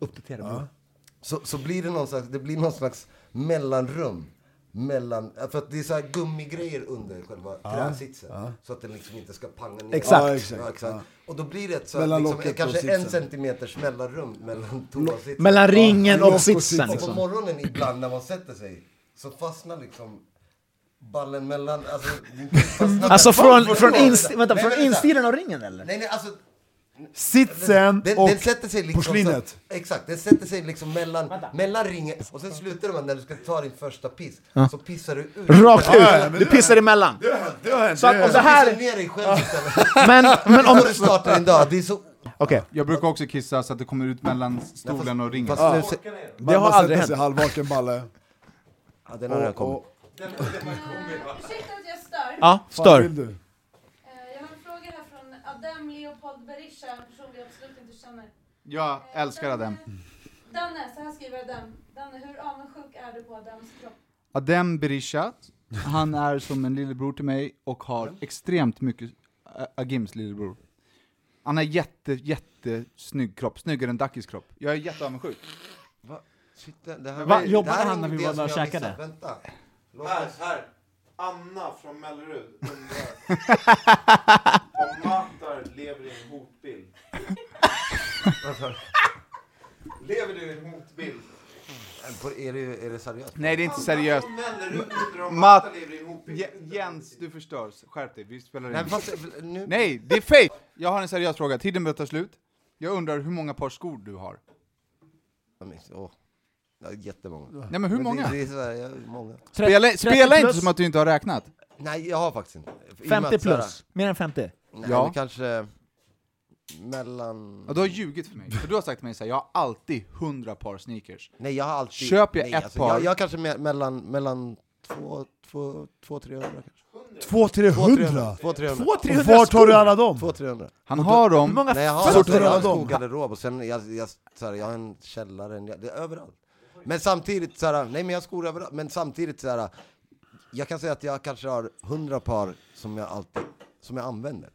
[SPEAKER 2] så, så blir det någon slags, det blir någon slags mellanrum. Mellan, för att det är så här gummigrejer under själva träsitsen. Så att den liksom inte ska panga ner.
[SPEAKER 1] Exakt.
[SPEAKER 4] Ja, exakt.
[SPEAKER 2] Ja, exakt. Och då blir det ett så här,
[SPEAKER 4] Mellan
[SPEAKER 2] liksom,
[SPEAKER 4] locket och
[SPEAKER 2] kanske
[SPEAKER 4] sitsen.
[SPEAKER 2] en centimeters mellanrum mellan toasitsen.
[SPEAKER 1] Mellan ringen
[SPEAKER 4] lock
[SPEAKER 1] och
[SPEAKER 4] och
[SPEAKER 1] sitsen
[SPEAKER 4] sits.
[SPEAKER 2] Och på
[SPEAKER 1] liksom.
[SPEAKER 2] morgonen ibland när man sätter sig så fastnar liksom ballen mellan... Alltså, det fastnar-
[SPEAKER 1] Alltså från,
[SPEAKER 2] Förlåt.
[SPEAKER 1] från, ins, vänta,
[SPEAKER 2] Nej,
[SPEAKER 1] från
[SPEAKER 2] men vänta.
[SPEAKER 1] insidan av ringen eller?
[SPEAKER 2] Nej, nej, alltså
[SPEAKER 4] Sitsen
[SPEAKER 2] Den,
[SPEAKER 4] och
[SPEAKER 2] den sätter sig liksom
[SPEAKER 4] porslinet.
[SPEAKER 2] Så, exakt, den sätter sig liksom mellan, mellan ringen och sen slutar man när du ska ta din första piss. Så pissar du ut.
[SPEAKER 1] Rakt
[SPEAKER 2] Så
[SPEAKER 4] ja, men
[SPEAKER 1] ut,
[SPEAKER 4] det
[SPEAKER 1] du
[SPEAKER 4] är-
[SPEAKER 1] pissar emellan.
[SPEAKER 4] Det har hänt.
[SPEAKER 1] Så att om det
[SPEAKER 2] pissar
[SPEAKER 1] här...
[SPEAKER 2] du ner dig själv istället.
[SPEAKER 1] Men, men om...
[SPEAKER 2] När du startar din dag. Det är så...
[SPEAKER 1] Okej,
[SPEAKER 5] Jag brukar också kissa så att det kommer ut mellan stolen och ringen.
[SPEAKER 2] Fast nu se-
[SPEAKER 4] det
[SPEAKER 1] har aldrig
[SPEAKER 4] hänt. halvvaken balle.
[SPEAKER 2] ja, den har redan kommit.
[SPEAKER 8] Ursäkta att jag stör.
[SPEAKER 1] ja,
[SPEAKER 4] Vad
[SPEAKER 1] stör.
[SPEAKER 4] vill du?
[SPEAKER 8] Eh, Jag har en fråga här från Adam Leopold Berisha, en person vi absolut inte känner.
[SPEAKER 5] Jag älskar Adem.
[SPEAKER 8] Danne, så här skriver Adam. Danne, hur avundsjuk är du på Adams kropp?
[SPEAKER 5] Adem Berisha, han är som en lillebror till mig och har extremt mycket Ä- Agims lillebror. Han har jätte, jättesnygg kropp, snyggare än Dakis kropp. Jag är jätteavundsjuk.
[SPEAKER 2] Va? Shit, det- det här
[SPEAKER 1] Va?
[SPEAKER 2] var ju-
[SPEAKER 1] Jobbade
[SPEAKER 2] det här är
[SPEAKER 1] han när vi
[SPEAKER 2] ingen
[SPEAKER 1] var
[SPEAKER 2] idé
[SPEAKER 1] där och
[SPEAKER 2] som jag
[SPEAKER 1] käkade?
[SPEAKER 2] missat. Vänta. Låt
[SPEAKER 9] Här,
[SPEAKER 2] oss-
[SPEAKER 9] Alltså, här. Anna från Mellerud undrar om Matar lever i en hotbild.
[SPEAKER 5] Alltså.
[SPEAKER 9] lever du i en hotbild?
[SPEAKER 2] Är det, är det seriöst?
[SPEAKER 5] Nej, det är inte seriöst.
[SPEAKER 9] Mellerud undrar om
[SPEAKER 5] Matt-
[SPEAKER 9] Matar lever i en hotbild.
[SPEAKER 5] Je- Jens, du förstörs. Skärp dig, vi spelar in.
[SPEAKER 2] Nej, fast- nu-
[SPEAKER 5] Nej, det är fake! Jag har en seriös fråga, tiden börjar ta slut. Jag undrar hur många par skor du har?
[SPEAKER 2] Jag minns- Åh. Ja, jättemånga.
[SPEAKER 5] men hur många?
[SPEAKER 2] Det, det är så här, jag, många.
[SPEAKER 5] Spela,
[SPEAKER 2] 30
[SPEAKER 5] spela inte
[SPEAKER 2] plus.
[SPEAKER 5] som att du inte har räknat.
[SPEAKER 2] Nej, jag har faktiskt inte. I och med
[SPEAKER 1] 50
[SPEAKER 2] att så här-
[SPEAKER 1] plus. Mer än 50.
[SPEAKER 2] Nej,
[SPEAKER 5] Ja.
[SPEAKER 2] men kanske mellan...
[SPEAKER 5] Ja, du har ljugit för mig, för du har sagt till mig så här, jag har alltid 100 par sneakers.
[SPEAKER 2] Nej, jag har alltid...
[SPEAKER 5] Köper jag
[SPEAKER 2] nej,
[SPEAKER 5] ett
[SPEAKER 2] alltså,
[SPEAKER 5] par...
[SPEAKER 2] Jag, jag kanske me- mellan, mellan två, två, två, 300 kanske.
[SPEAKER 4] Två, 300?
[SPEAKER 2] Två, 300.
[SPEAKER 4] Två, 300 Och vart har du skor? alla dem?
[SPEAKER 2] Två, 300.
[SPEAKER 5] Han har dem. Hur många
[SPEAKER 2] Nej, jag har,
[SPEAKER 5] fötter
[SPEAKER 2] alltså, jag
[SPEAKER 5] har
[SPEAKER 2] har en
[SPEAKER 5] de?
[SPEAKER 2] stor garderob och sen jag, jag, så här, jag har en källare, en, det är överallt. Men samtidigt så här, nej men jag har skor överallt, men samtidigt så här, jag kan säga att jag kanske har 100 par som jag alltid, som jag använder.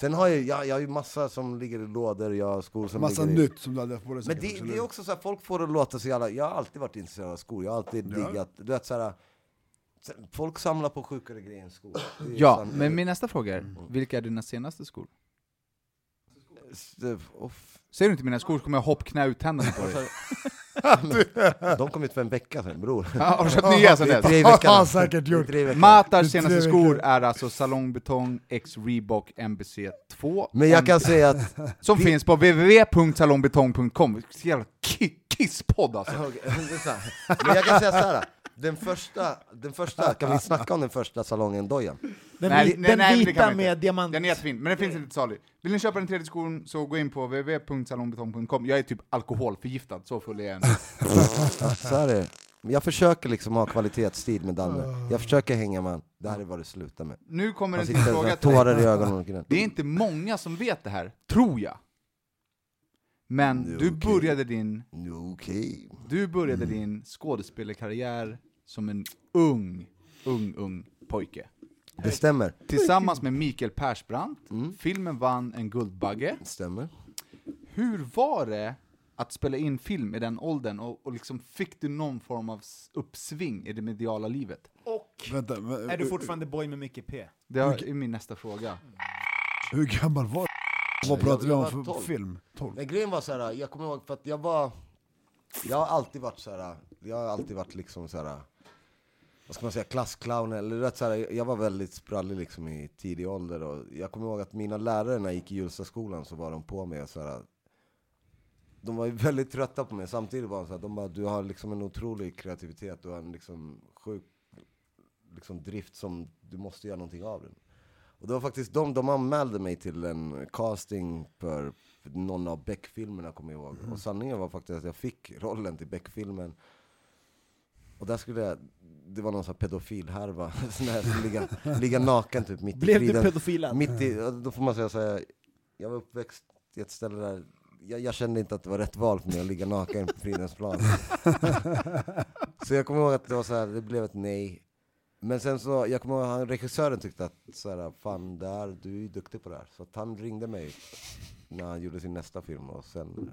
[SPEAKER 2] Sen har jag, jag, jag har ju massa som ligger i lådor, jag har skor som
[SPEAKER 4] Massa
[SPEAKER 2] ligger i...
[SPEAKER 4] nytt som du hade haft på dig
[SPEAKER 2] Men
[SPEAKER 4] säkert,
[SPEAKER 2] det,
[SPEAKER 4] absolut.
[SPEAKER 2] det är också så här, folk får det att låta så jävla... Jag har alltid varit intresserad av skor, jag har alltid
[SPEAKER 4] Ja.
[SPEAKER 2] diggat... Du vet så här, så- folk samlar på sjukare grejer än skor. Det är
[SPEAKER 5] Ja,
[SPEAKER 2] sant.
[SPEAKER 5] men min nästa fråga är, vilka är dina senaste skor? Ser du inte mina skor så kommer jag hoppknä ut tänderna på dig.
[SPEAKER 2] De kom ut för en vecka sedan, bror.
[SPEAKER 5] Ja, har du köpt nya sedan
[SPEAKER 2] Det är
[SPEAKER 5] dess?
[SPEAKER 2] tre i veckan. Det är tre i veckan.
[SPEAKER 5] Matars
[SPEAKER 2] Det är
[SPEAKER 5] senaste
[SPEAKER 2] tre i veckan.
[SPEAKER 5] skor är alltså salongbetong X Reebok MBC 2.
[SPEAKER 2] Men jag kan säga att-
[SPEAKER 5] Som
[SPEAKER 2] vi-
[SPEAKER 5] finns på www.salongbetong.com. Så Jävla ki- kisspodd alltså.
[SPEAKER 2] Okej, det är så här. Men jag kan säga så här. Den första, den första, kan vi snacka om den första salongen Dojan?
[SPEAKER 5] Nej, nej, nej, men det kan vi inte.
[SPEAKER 1] diamant.
[SPEAKER 5] Den är jättefin, men den finns inte till salu. Vill ni köpa den tredje skon så gå in på www.salongbetong.com. Jag är typ alkoholförgiftad, så full är jag
[SPEAKER 2] Ja, så här är det. Men Jag försöker liksom ha kvalitetstid med Danne. Jag försöker hänga med han. Det här är vad det slutar med.
[SPEAKER 5] Nu kommer
[SPEAKER 2] Han
[SPEAKER 5] en till
[SPEAKER 2] sitter
[SPEAKER 5] fråga
[SPEAKER 2] med
[SPEAKER 5] till dig.
[SPEAKER 2] Tårar i ögonen och gnäller.
[SPEAKER 5] Det är inte många som vet det här, tror jag. Men
[SPEAKER 2] Mm,
[SPEAKER 5] du
[SPEAKER 2] okej. Mm.
[SPEAKER 5] började din...
[SPEAKER 2] Okej.
[SPEAKER 5] Du började din skådespelarkarriär som en ung, ung, ung pojke.
[SPEAKER 2] Det stämmer.
[SPEAKER 5] Tillsammans med Mikael Persbrandt. Filmen vann en Guldbagge.
[SPEAKER 2] Stämmer.
[SPEAKER 5] Hur var det att spela in film i den åldern och, och liksom fick du någon form av s- uppsving i det mediala livet?
[SPEAKER 1] Och
[SPEAKER 4] Vänta, men,
[SPEAKER 1] är du fortfarande boy med mycket P?
[SPEAKER 5] Det har- är min nästa fråga.
[SPEAKER 4] Hur gammal var du? Vad pratar vi
[SPEAKER 2] Jag
[SPEAKER 4] om
[SPEAKER 2] var
[SPEAKER 4] för
[SPEAKER 2] 12.
[SPEAKER 4] film? 12?
[SPEAKER 2] Men grejen var så här, jag kommer ihåg för att jag var... Jag har alltid varit så här, jag har alltid varit liksom så här. Vad ska man säga, klassclown eller rätt så här, jag var väldigt sprallig liksom i tidig ålder och jag kommer ihåg att mina lärare när jag gick i Hjulstaskolan så var de på mig och så här. De var ju väldigt trötta på mig, samtidigt var de så här, de bara, du har liksom en otrolig kreativitet, du har en liksom sjuk liksom drift som du måste göra någonting av den. Och det var faktiskt de, de anmälde mig till en casting för för någon av Beck-filmerna kommer jag ihåg.
[SPEAKER 1] Mm.
[SPEAKER 2] Och sanningen var faktiskt att jag fick rollen till Beck-filmen. Och där skulle jag, det var någon sån här pedofilhärva, sån här som ligga, ligga naken typ mitt i
[SPEAKER 1] Blev du alltså?
[SPEAKER 2] friden.
[SPEAKER 1] pedofilad?
[SPEAKER 2] Mitt i, och då får man säga så här, jag var uppväxt i ett ställe där jag, jag kände inte att det var rätt val för mig att ligga naken på Fridens plan. så jag kommer ihåg att det var så här, det blev ett nej. Men sen så, jag kommer ihåg att han, regissören tyckte att så här, fan där, du är ju duktig på det här. Så att han ringde mig när han gjorde sin nästa film och sen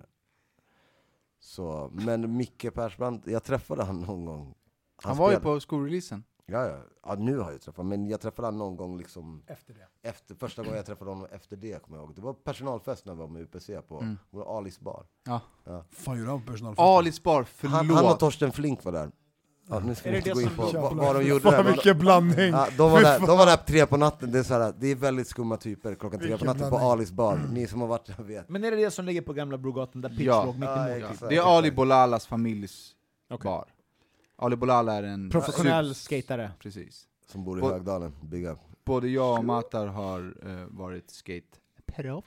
[SPEAKER 2] så, men Micke Persbrandt, jag träffade han någon gång.
[SPEAKER 5] Han var ju
[SPEAKER 2] spelade-
[SPEAKER 5] på skoreleasen.
[SPEAKER 2] Ja, ja. ja, nu har jag träffat men jag träffade han någon gång liksom
[SPEAKER 5] Efter det.
[SPEAKER 2] Efter, första gången jag träffade honom efter det kommer jag ihåg. Det var personalfest när jag var med UPC på
[SPEAKER 5] Mm.
[SPEAKER 2] vår Alis bar.
[SPEAKER 5] Ja.
[SPEAKER 4] Fan gjorde han på personalfesten?
[SPEAKER 5] Alis bar, förlåt.
[SPEAKER 2] Han, han och Torsten Flink var där. Ja, nu ska
[SPEAKER 4] Är
[SPEAKER 2] vi
[SPEAKER 4] det
[SPEAKER 2] inte
[SPEAKER 4] det
[SPEAKER 2] gå in
[SPEAKER 4] som-
[SPEAKER 2] på vad,
[SPEAKER 4] Jävlar.
[SPEAKER 2] vad de gjorde
[SPEAKER 4] Fan,
[SPEAKER 2] där. men-
[SPEAKER 4] vilken blandning.
[SPEAKER 2] Ja, de, var
[SPEAKER 4] Fy
[SPEAKER 2] där,
[SPEAKER 4] fan.
[SPEAKER 2] de var där tre på natten, det är, så här, det är väldigt skumma typer klockan tre på
[SPEAKER 1] Vilken
[SPEAKER 2] natten på
[SPEAKER 1] blandning.
[SPEAKER 2] Alis bar. Ni som har varit där vet.
[SPEAKER 1] Men är det det som ligger på Gamla Brogatan där Pitch
[SPEAKER 5] Ja.
[SPEAKER 1] låg mitt
[SPEAKER 5] Ja,
[SPEAKER 1] emot?
[SPEAKER 5] Ja,
[SPEAKER 1] typ?
[SPEAKER 5] Det är Ali Bolalas familjs bar. Ali Bolala är en...
[SPEAKER 1] Professionell
[SPEAKER 5] super-
[SPEAKER 1] skatare.
[SPEAKER 5] Precis.
[SPEAKER 2] Som bor i
[SPEAKER 5] Bo-
[SPEAKER 2] Högdalen, big up.
[SPEAKER 5] Både jag och Matar har eh, varit skate...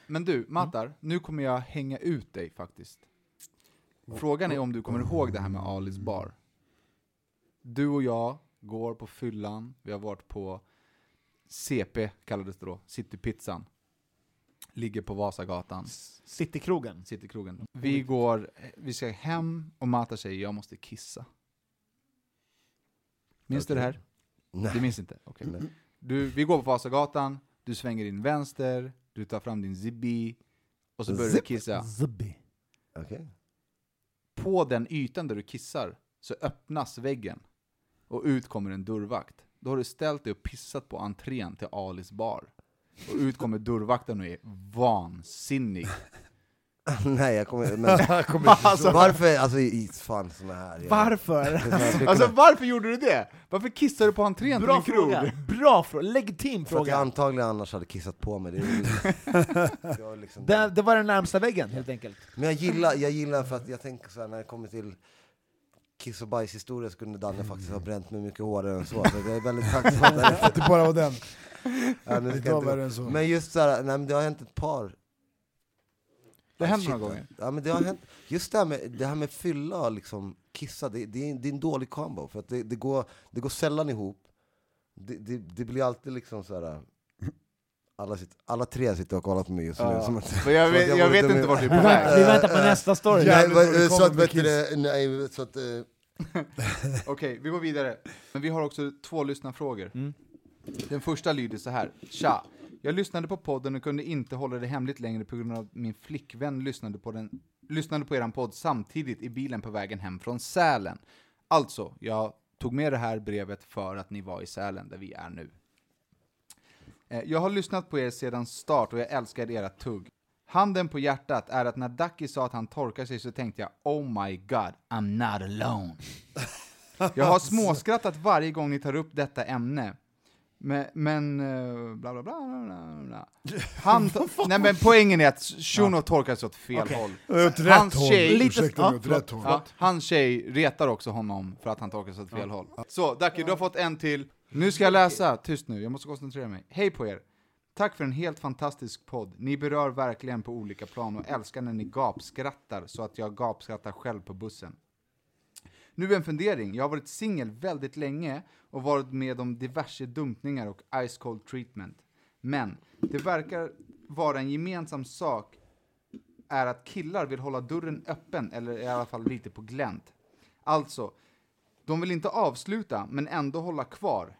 [SPEAKER 5] Men du, Matar, nu kommer jag hänga ut dig faktiskt. Frågan är om du kommer ihåg det här med Alis bar. Du och jag går på fyllan, vi har varit på CP, kallades det då, Citypizzan. Ligger på Vasagatan.
[SPEAKER 1] Citykrogen. Mm.
[SPEAKER 5] Citykrogen. Vi går, vi ska hem och Mata säger jag måste kissa. Minns du det här?
[SPEAKER 2] Nej.
[SPEAKER 5] Du minns inte? Okej.
[SPEAKER 1] Mm.
[SPEAKER 2] Nej.
[SPEAKER 5] Du, vi går på Vasagatan, du svänger in vänster, du tar fram din zibbi, och så börjar du
[SPEAKER 1] Zip.
[SPEAKER 5] kissa.
[SPEAKER 1] Zubby.
[SPEAKER 2] Okej.
[SPEAKER 5] På den ytan där du kissar så öppnas väggen, och ut kommer en dörrvakt. Då har du ställt dig och pissat på entrén
[SPEAKER 1] Alltså,
[SPEAKER 5] till Alis bar. Och ut kommer dörrvakten och är vansinnig.
[SPEAKER 2] Nej, jag kommer, men,
[SPEAKER 1] Jag kommer inte
[SPEAKER 2] alltså,
[SPEAKER 1] förstå.
[SPEAKER 2] Varför, alltså i- fan såna här jävla-
[SPEAKER 1] Varför?
[SPEAKER 2] Alltså,
[SPEAKER 5] Alltså varför gjorde du det? Varför kissade du på entrén
[SPEAKER 1] Bra
[SPEAKER 5] till din krog?
[SPEAKER 1] fråga! Bra fråga! Legitim
[SPEAKER 2] För att jag
[SPEAKER 1] fråga!
[SPEAKER 2] antagligen annars hade kissat på mig. Det, det var liksom
[SPEAKER 1] Det, det var den närmsta väggen helt enkelt.
[SPEAKER 2] Men jag gillar, jag gillar för att jag tänker så här när det kommer till kiss och bajshistoria så kunde Danne faktiskt ha bränt mig mycket hårdare än så. så jag är väldigt tacksam där.
[SPEAKER 4] Att det bara var den.
[SPEAKER 2] Ja, nu
[SPEAKER 4] Det var
[SPEAKER 2] ska jag inte-
[SPEAKER 4] värre än så.
[SPEAKER 2] Men just så här, nej, men det har hänt ett par.
[SPEAKER 5] Det
[SPEAKER 2] Ah,
[SPEAKER 5] händer
[SPEAKER 2] shit,
[SPEAKER 5] några gånger.
[SPEAKER 2] Ja, men det har hänt. Just det här med, det här med fylla och liksom kissa, det, det, är, det är en dålig combo. För att det, det, går, det går sällan ihop. Det, det, det blir alltid liksom så här... Alla, sitter, alla tre sitter och kollar på mig just nu.
[SPEAKER 5] Ja.
[SPEAKER 2] Som att,
[SPEAKER 5] Men jag
[SPEAKER 2] som
[SPEAKER 5] vet-
[SPEAKER 2] att
[SPEAKER 5] jag
[SPEAKER 2] vore
[SPEAKER 5] vet
[SPEAKER 2] dum i-
[SPEAKER 5] inte vart du är på Vi väg. väntar- vi väntar på nästa story.
[SPEAKER 2] Nej, eh,
[SPEAKER 5] Jävligt
[SPEAKER 2] vad-
[SPEAKER 5] vad det
[SPEAKER 2] så
[SPEAKER 5] kommer
[SPEAKER 2] att,
[SPEAKER 5] med
[SPEAKER 2] vet du,
[SPEAKER 5] kiss.
[SPEAKER 2] det- nej, så att... eh,
[SPEAKER 5] Okej, vi går vidare. Men vi har också två lyssnarfrågor. Den första lyder så här. Tja! Jag lyssnade på podden och kunde inte hålla det hemligt längre på grund av att min flickvän lyssnade på, den, lyssnade på eran podd samtidigt i bilen på vägen hem från Sälen. Alltså, jag tog med det här brevet för att ni var i Sälen där vi är nu. Eh, Jag har lyssnat på er sedan start och jag älskar era tugg. Handen på hjärtat är att när Ducky sa att han torkar sig så tänkte jag Oh my god, I'm not alone. Jag har småskrattat varje gång ni tar upp detta ämne. Men, men eh, bla bla bla bla bla. Han, nej men poängen är att Shuno torkar sig åt fel
[SPEAKER 4] Okej.
[SPEAKER 5] håll.
[SPEAKER 4] Åt rätt håll. Ursäkta,
[SPEAKER 5] Lite-
[SPEAKER 4] men åt
[SPEAKER 5] förlåt,
[SPEAKER 4] rätt håll.
[SPEAKER 5] ja, hans tjej retar också honom för att han torkar sig åt fel håll. Så Ducky, du har fått en till. Nu ska jag läsa, tyst nu, jag måste koncentrera mig. Hej på er! Tack för en helt fantastisk podd. Ni berör verkligen på olika plan och älskar när ni gapskrattar så att jag gapskrattar själv på bussen. Nu en fundering. Jag har varit singel väldigt länge och varit med om diverse dumpningar och ice cold treatment. Men det verkar vara en gemensam sak är att killar vill hålla dörren öppen eller i alla fall lite på glänt. Alltså, de vill inte avsluta men ändå hålla kvar.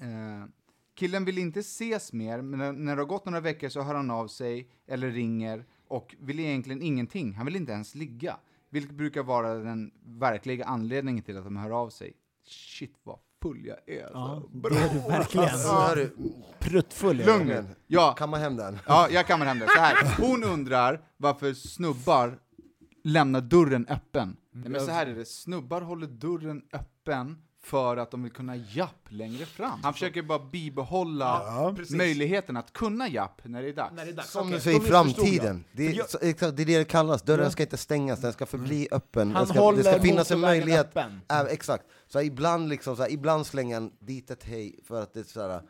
[SPEAKER 5] Eh, killen vill inte ses mer men när, när det har gått några veckor så hör han av sig eller ringer och vill egentligen ingenting. Han vill inte ens ligga. Vilket brukar vara den verkliga anledningen till att de hör av sig. Shit vad full jag är. alltså.
[SPEAKER 1] det är du verkligen.
[SPEAKER 2] Alltså, hörru.
[SPEAKER 1] Pruttfull är du.
[SPEAKER 5] Lugn nu. Ja.
[SPEAKER 2] Kamma hem den.
[SPEAKER 5] Ja, jag kammar hem det. Så här. Hon undrar varför snubbar lämnar dörren öppen. Nej, men så här är det, snubbar håller dörren öppen för att de vill kunna japp längre fram. Han försöker bara bibehålla möjligheten att kunna japp när det är dags.
[SPEAKER 2] Som
[SPEAKER 1] Okej,
[SPEAKER 2] du säger, i
[SPEAKER 1] då missförstod
[SPEAKER 2] framtiden. Det är, så, exakt, det är det det kallas. Dörren ska inte stängas, den ska förbli öppen.
[SPEAKER 1] Mm. Han
[SPEAKER 2] Den ska, det ska
[SPEAKER 1] håller
[SPEAKER 2] finnas en
[SPEAKER 1] motorvägen
[SPEAKER 2] möjlighet.
[SPEAKER 1] öppen.
[SPEAKER 2] Ja, exakt. Så här, ibland, liksom, så här, ibland slänger han dit ett hej för att det är så här,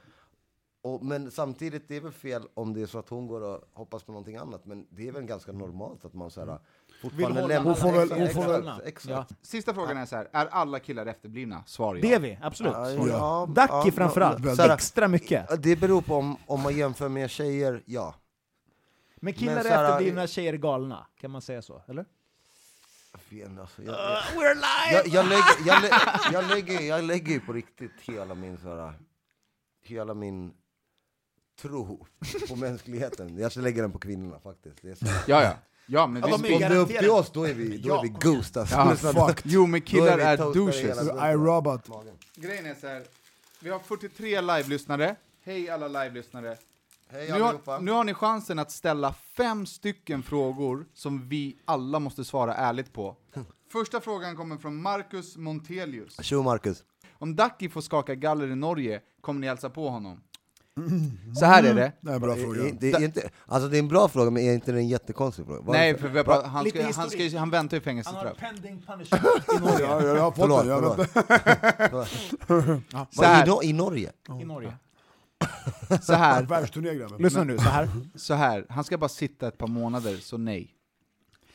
[SPEAKER 2] och, men samtidigt, det är väl fel om det är så att hon går och hoppas på någonting annat. Men det är väl ganska normalt att man så här, fortfarande
[SPEAKER 1] Mm. hålla
[SPEAKER 2] lämnar.
[SPEAKER 1] alla- Hon får väl-
[SPEAKER 2] Exakt,
[SPEAKER 1] hon får väl-
[SPEAKER 2] exakt,
[SPEAKER 1] Ja.
[SPEAKER 2] Exakt.
[SPEAKER 5] Sista frågan är så här, är alla killar efterblivna? Svar ja.
[SPEAKER 1] Det är vi, absolut.
[SPEAKER 2] Ja, ja,
[SPEAKER 1] Ducky
[SPEAKER 2] ja,
[SPEAKER 1] framförallt,
[SPEAKER 2] så här,
[SPEAKER 1] extra mycket.
[SPEAKER 2] Det beror på om, om man jämför med tjejer, ja.
[SPEAKER 1] Men killar
[SPEAKER 2] Men så
[SPEAKER 1] är
[SPEAKER 2] här-
[SPEAKER 1] efterblivna, tjejer är galna. Kan man säga så? Eller?
[SPEAKER 2] Fan, alltså, jag, jag, jag, lägger, jag, lä, jag, lägger, jag lägger ju på riktigt hela min, så här, hela min tro på mänskligheten. Jag lägger den på kvinnorna faktiskt. Det är så här.
[SPEAKER 5] Ja, ja. Ja, men
[SPEAKER 1] Ja,
[SPEAKER 5] visst.
[SPEAKER 1] de
[SPEAKER 2] Om det är upp till
[SPEAKER 1] garanterat.
[SPEAKER 2] oss, då är vi, då är vi ghost alltså.
[SPEAKER 5] Ja,
[SPEAKER 2] Så att-
[SPEAKER 5] fuck. Jo, men killar
[SPEAKER 2] vi
[SPEAKER 5] är
[SPEAKER 2] toastade
[SPEAKER 5] douches.
[SPEAKER 2] hela tiden.
[SPEAKER 4] I Robot.
[SPEAKER 5] Grejen är så här, vi har 43 live-lyssnare. Hej alla live-lyssnare.
[SPEAKER 2] Hej
[SPEAKER 5] Nu
[SPEAKER 2] allihopa.
[SPEAKER 5] har, nu har ni chansen att ställa fem stycken frågor som vi alla måste svara ärligt på. Första frågan kommer från Marcus Montelius.
[SPEAKER 2] Tjo Marcus.
[SPEAKER 5] Om Ducky får skaka galler i Norge, kommer ni hälsa på honom? Så här är det.
[SPEAKER 4] Det är en bra fråga.
[SPEAKER 2] Det, det, är inte, alltså det är en bra fråga, men är inte det en jättekonstig fråga? Varför?
[SPEAKER 5] Nej, för vi har pratat- han,
[SPEAKER 1] Lite
[SPEAKER 5] ska, han,
[SPEAKER 1] historik.
[SPEAKER 5] ska, han väntar ju
[SPEAKER 1] Han har
[SPEAKER 5] fängelsestraff.
[SPEAKER 1] pending punishment i Norge.
[SPEAKER 4] Ja, jag har fått
[SPEAKER 2] Förlåt,
[SPEAKER 4] det. Jag
[SPEAKER 2] förlåt.
[SPEAKER 4] vet.
[SPEAKER 5] Så
[SPEAKER 2] Vad, i,
[SPEAKER 5] här,
[SPEAKER 2] Nor- I Norge?
[SPEAKER 1] I Norge.
[SPEAKER 5] så här,
[SPEAKER 4] Världsturné grabben.
[SPEAKER 1] Lyssna nu, så här.
[SPEAKER 5] så här. Han ska bara sitta ett par månader, så nej.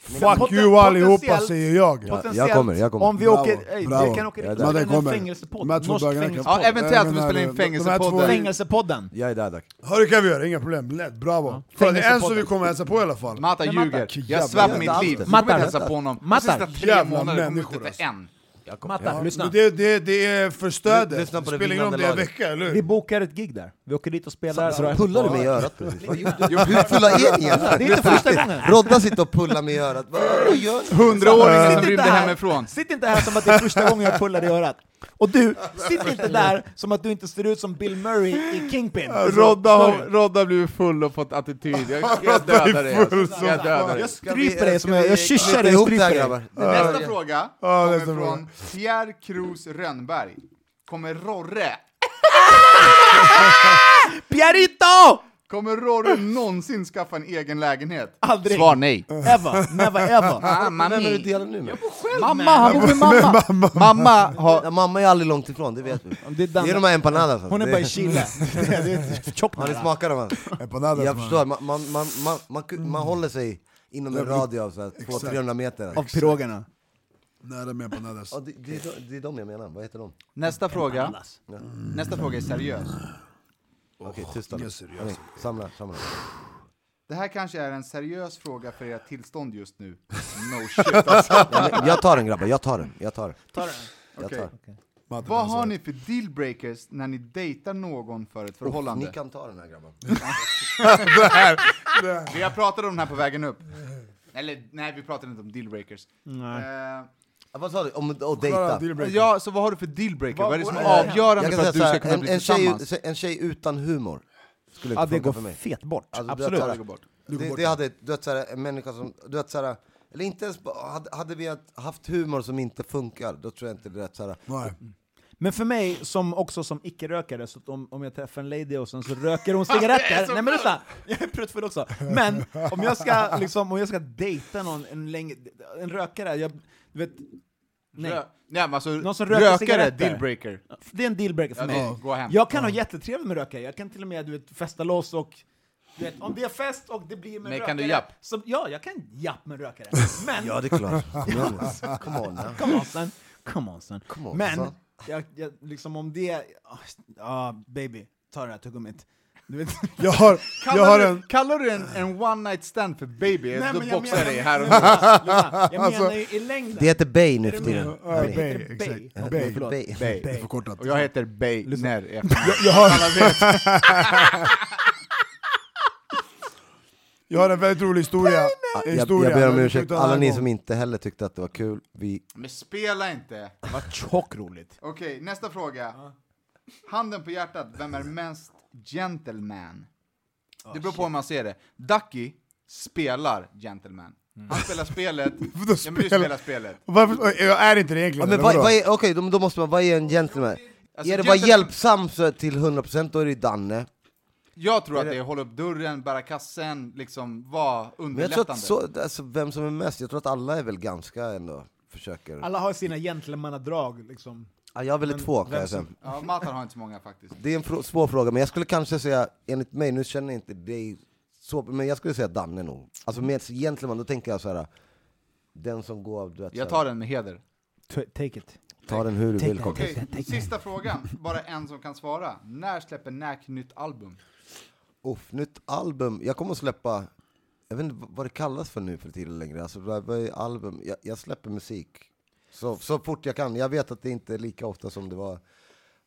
[SPEAKER 4] Fuck
[SPEAKER 1] Poten-
[SPEAKER 4] you allihopa
[SPEAKER 1] potentiellt-
[SPEAKER 4] säger jag!
[SPEAKER 1] potentiellt,
[SPEAKER 2] jag kommer, jag kommer.
[SPEAKER 1] Om vi
[SPEAKER 4] Bravo,
[SPEAKER 1] åker, ey,
[SPEAKER 4] bravo.
[SPEAKER 1] vi kan åka
[SPEAKER 2] Jag
[SPEAKER 1] dit
[SPEAKER 2] är där.
[SPEAKER 1] och spela
[SPEAKER 4] Ja,
[SPEAKER 1] in en
[SPEAKER 4] den kommer.
[SPEAKER 1] fängelsepodd.
[SPEAKER 4] De här två
[SPEAKER 1] Norsk
[SPEAKER 4] bögarna kan-
[SPEAKER 1] fängelsepodd.
[SPEAKER 5] Ja, eventuellt om vi
[SPEAKER 4] menar,
[SPEAKER 5] spelar
[SPEAKER 4] de-
[SPEAKER 5] in
[SPEAKER 4] de här
[SPEAKER 5] fängelsepodden.
[SPEAKER 4] två-
[SPEAKER 1] Fängelsepodden.
[SPEAKER 2] Jag är där tack.
[SPEAKER 4] Hörru kan vi göra, inga problem. Lätt, bravo. Fan, det är en som vi kommer hälsa på i alla fall.
[SPEAKER 5] Matta
[SPEAKER 1] Men Matta,
[SPEAKER 5] ljuger.
[SPEAKER 4] jävla
[SPEAKER 5] Jag svär
[SPEAKER 2] jävla
[SPEAKER 5] på mitt
[SPEAKER 2] allt.
[SPEAKER 5] liv. Jag kommer
[SPEAKER 1] Matta,
[SPEAKER 5] inte hälsa på honom. De
[SPEAKER 1] Matta,
[SPEAKER 5] sista tre
[SPEAKER 4] jävla
[SPEAKER 5] månaderna kommer
[SPEAKER 4] människor,
[SPEAKER 5] inte
[SPEAKER 4] alltså.
[SPEAKER 5] till en.
[SPEAKER 1] Matta, lyssna.
[SPEAKER 4] Men det, det, det är för
[SPEAKER 2] Lyssna
[SPEAKER 4] stödet.
[SPEAKER 2] på det
[SPEAKER 4] Spelar ingen roll om det är en
[SPEAKER 2] vinnande
[SPEAKER 4] vecka, eller
[SPEAKER 1] Vi
[SPEAKER 4] hur?
[SPEAKER 1] bokar ett gig där.
[SPEAKER 3] Vi åker dit och spelar.
[SPEAKER 2] Så- så pullar Alltså, du mig i örat precis?
[SPEAKER 3] Jo, jo,
[SPEAKER 2] Jo, hur pullar er i örat?
[SPEAKER 3] Det är inte första gången.
[SPEAKER 2] Rodda sitter och pullar mig i örat. Vad vad gör ni?
[SPEAKER 3] Sitt
[SPEAKER 2] Hundraåringen
[SPEAKER 3] inte här- Sitt inte här som att det är första gången jag pullar i örat. Och du, sitt inte där som att du inte ser ut som Bill Murray i Kingpin.
[SPEAKER 5] Rodda, har,
[SPEAKER 3] Sorry.
[SPEAKER 5] Rodda har blivit full och fått attityd. Jag, jag
[SPEAKER 3] Rodda är
[SPEAKER 5] dödar dig. alltså.
[SPEAKER 3] full som
[SPEAKER 5] Jag dödar dig.
[SPEAKER 3] Jag stryper dig som jag, jag kyssar dig och stryper dig.
[SPEAKER 5] Nästa fråga
[SPEAKER 4] Ja,
[SPEAKER 5] kommer
[SPEAKER 4] nästa fråga.
[SPEAKER 5] från Pierre Cruz Rönnberg. Kommer Rorre...
[SPEAKER 3] Pierrito!
[SPEAKER 5] Kommer Rorre någonsin skaffa en egen lägenhet?
[SPEAKER 3] Aldrig.
[SPEAKER 5] Svar nej.
[SPEAKER 3] Ever, never ever.
[SPEAKER 5] Mamma
[SPEAKER 2] Vem är du
[SPEAKER 5] mia.
[SPEAKER 2] delar nu med?
[SPEAKER 3] Mamma, han bor med mamma.
[SPEAKER 5] Mamma har...
[SPEAKER 2] Ja, mamma är aldrig långt ifrån, det vet vi.
[SPEAKER 3] Det är
[SPEAKER 2] Det är de här empanadas.
[SPEAKER 3] Hon är
[SPEAKER 2] Det-
[SPEAKER 3] bara i Chile. Det är tjockt
[SPEAKER 2] Har ni
[SPEAKER 3] nära.
[SPEAKER 2] smakat dem? alltså?
[SPEAKER 4] Empanadas,
[SPEAKER 2] Jag
[SPEAKER 4] man.
[SPEAKER 2] förstår, man, man, man, man, man, ku- man håller sig inom en radie av så här 200-300 meter.
[SPEAKER 3] Mm. Av pirogerna.
[SPEAKER 4] Nära med empanadas.
[SPEAKER 2] Ja, det, det, är de- det är de jag menar, vad heter de?
[SPEAKER 5] Nästa fråga. Nästa fråga är seriös.
[SPEAKER 2] Okej, tyst då.
[SPEAKER 4] jag är seriös.
[SPEAKER 2] Nej, Samla, samla.
[SPEAKER 5] Det här kanske är en seriös fråga för ert tillstånd just nu. No shit alltså.
[SPEAKER 2] Ja, men Jag tar den grabbar, jag tar den. Jag tar den. Jag
[SPEAKER 5] Okej.
[SPEAKER 2] tar den.
[SPEAKER 4] Maten
[SPEAKER 5] Vad
[SPEAKER 4] är
[SPEAKER 5] har
[SPEAKER 4] så-
[SPEAKER 5] ni för dealbreakers när ni dejtar någon för ett förhållande?
[SPEAKER 2] Ni kan ta den här grabbar.
[SPEAKER 5] Vi har pratat om den här på vägen upp. Eller nej, vi pratade inte om dealbreakers. Nej.
[SPEAKER 2] Ja, Vad sa du? Om att
[SPEAKER 4] Kolla,
[SPEAKER 2] dejta?
[SPEAKER 4] dealbreaker.
[SPEAKER 5] ja, så alltså, vad har du för dealbreaker? Vad är det som
[SPEAKER 2] Jag
[SPEAKER 5] är
[SPEAKER 2] kan
[SPEAKER 5] avgörande
[SPEAKER 2] säga
[SPEAKER 5] för att du
[SPEAKER 2] så här,
[SPEAKER 5] ska kunna
[SPEAKER 2] en,
[SPEAKER 5] bli
[SPEAKER 2] en, tjej,
[SPEAKER 5] tillsammans?
[SPEAKER 2] en tjej utan humor skulle
[SPEAKER 3] Ja,
[SPEAKER 2] inte
[SPEAKER 3] det
[SPEAKER 2] funka
[SPEAKER 3] går
[SPEAKER 2] för mig.
[SPEAKER 3] fet bort.
[SPEAKER 2] Alltså, du vet,
[SPEAKER 3] Absolut.
[SPEAKER 2] så här,
[SPEAKER 4] går
[SPEAKER 2] det,
[SPEAKER 4] bort.
[SPEAKER 2] det hade, du vet såhär, en människa som, du vet såhär, eller inte ens, bara- hade, hade vi haft- haft humor som inte funkar, då tror jag inte det är rätt såhär,
[SPEAKER 4] Nej.
[SPEAKER 3] Men för mig, som också som icke-rökare, så att om, om jag träffar en lady och sen så röker hon cigaretter... Nej men lyssna! Jag är pruttfull också. Men om jag ska, liksom, om jag ska dejta någon, en, länge, en rökare, jag, du vet... Nej.
[SPEAKER 5] Rö- Nej, men alltså,
[SPEAKER 3] Någon som röker
[SPEAKER 5] rökare,
[SPEAKER 3] cigaretter.
[SPEAKER 5] dealbreaker.
[SPEAKER 3] Det är en dealbreaker för
[SPEAKER 5] Ja,
[SPEAKER 3] mig.
[SPEAKER 5] det- gå hem.
[SPEAKER 3] Jag kan ha jättetrevligt med rökare, jag kan till och med du vet, festa loss och... Du vet, om det är fest och det blir med
[SPEAKER 5] Men
[SPEAKER 3] rökare...
[SPEAKER 5] kan du japp?
[SPEAKER 3] Så, ja, jag kan japp med rökare. Men...
[SPEAKER 2] ja det är klart. Kom igen nu. Come on now.
[SPEAKER 3] Come on son. Come on son.
[SPEAKER 2] Come on,
[SPEAKER 3] Men,
[SPEAKER 2] son.
[SPEAKER 3] jag, jag, liksom om det... ah, ah, baby, ta det här tuggummit. Du vet,
[SPEAKER 4] Jag har, jag har
[SPEAKER 5] Kallar,
[SPEAKER 4] en...
[SPEAKER 5] du, kallar du en, en one night stand för baby,
[SPEAKER 3] Nej,
[SPEAKER 5] då
[SPEAKER 3] men jag
[SPEAKER 5] boxar jag
[SPEAKER 3] menar-
[SPEAKER 5] dig här och
[SPEAKER 3] jag
[SPEAKER 5] nu.
[SPEAKER 3] menar, jag menar ju i längden.
[SPEAKER 2] Det heter Bay nu
[SPEAKER 3] Är
[SPEAKER 2] för
[SPEAKER 3] du
[SPEAKER 2] tiden.
[SPEAKER 3] med?
[SPEAKER 4] Ja,
[SPEAKER 2] hörni.
[SPEAKER 4] Bay,
[SPEAKER 3] Bay.
[SPEAKER 4] exakt.
[SPEAKER 2] Ja,
[SPEAKER 4] Bay.
[SPEAKER 2] det heter Bay.
[SPEAKER 4] Det är
[SPEAKER 5] Bay.
[SPEAKER 4] förkortat.
[SPEAKER 5] Och jag heter Beijner i efternamn.
[SPEAKER 4] Jag, jag, har, jag har en väldigt rolig historia.
[SPEAKER 2] Jag, jag
[SPEAKER 4] historia
[SPEAKER 2] ber om
[SPEAKER 4] men
[SPEAKER 2] ursäkt,
[SPEAKER 4] utan
[SPEAKER 2] alla ni
[SPEAKER 4] allvar.
[SPEAKER 2] som inte heller tyckte att det var kul, vi...
[SPEAKER 5] Men spela inte!
[SPEAKER 3] Det var tjockt roligt.
[SPEAKER 5] Okej, nästa fråga. Handen på hjärtat, vem är mest gentleman? Det beror på hur man ser det. Ducky spelar gentleman. Han spelar spelet, ja, men du
[SPEAKER 4] spelar-
[SPEAKER 5] spelar spelet.
[SPEAKER 4] Varför, jag är inte det
[SPEAKER 2] Ja,
[SPEAKER 4] egentligen?
[SPEAKER 2] men
[SPEAKER 4] eller
[SPEAKER 2] vad,
[SPEAKER 4] vadå?
[SPEAKER 2] vad är, okej, då, då måste man, vad är en gentleman?
[SPEAKER 5] Alltså,
[SPEAKER 2] är det bara
[SPEAKER 5] gentleman-
[SPEAKER 2] hjälpsam så till 100% då är det ju Danne.
[SPEAKER 5] Jag tror att
[SPEAKER 2] det-
[SPEAKER 5] det är hålla upp dörren, bära kassen, liksom vara
[SPEAKER 2] Men jag tror
[SPEAKER 5] underlättande.
[SPEAKER 2] att så, alltså, vem som är mest, jag tror att alla är väl ganska ändå försöker.
[SPEAKER 3] Alla har sina gentlemannadrag liksom.
[SPEAKER 2] Ja, jag ville två kan
[SPEAKER 3] vem
[SPEAKER 2] jag säga.
[SPEAKER 3] som-
[SPEAKER 5] Ja, Matan har inte så många faktiskt.
[SPEAKER 2] Det är en frå- svår fråga, men jag skulle kanske säga, enligt mig, nu känner jag inte dig så, men jag skulle säga Danne nog. Alltså med gentleman, då tänker jag så här. den som går, du vet,
[SPEAKER 5] Jag
[SPEAKER 2] så här,
[SPEAKER 5] tar den med heder.
[SPEAKER 3] T- Take it.
[SPEAKER 2] ta den hur du vill. kompis.
[SPEAKER 5] Okej, sista frågan. Bara en som kan svara. När släpper Nack nytt album?
[SPEAKER 2] Uff, nytt album. Jag kommer att släppa, jag vet inte v- vad det kallas för nu för tiden längre. Alltså, vad vad är album? Jag, jag släpper musik så, så fort jag kan. Jag vet att det inte är lika ofta som det var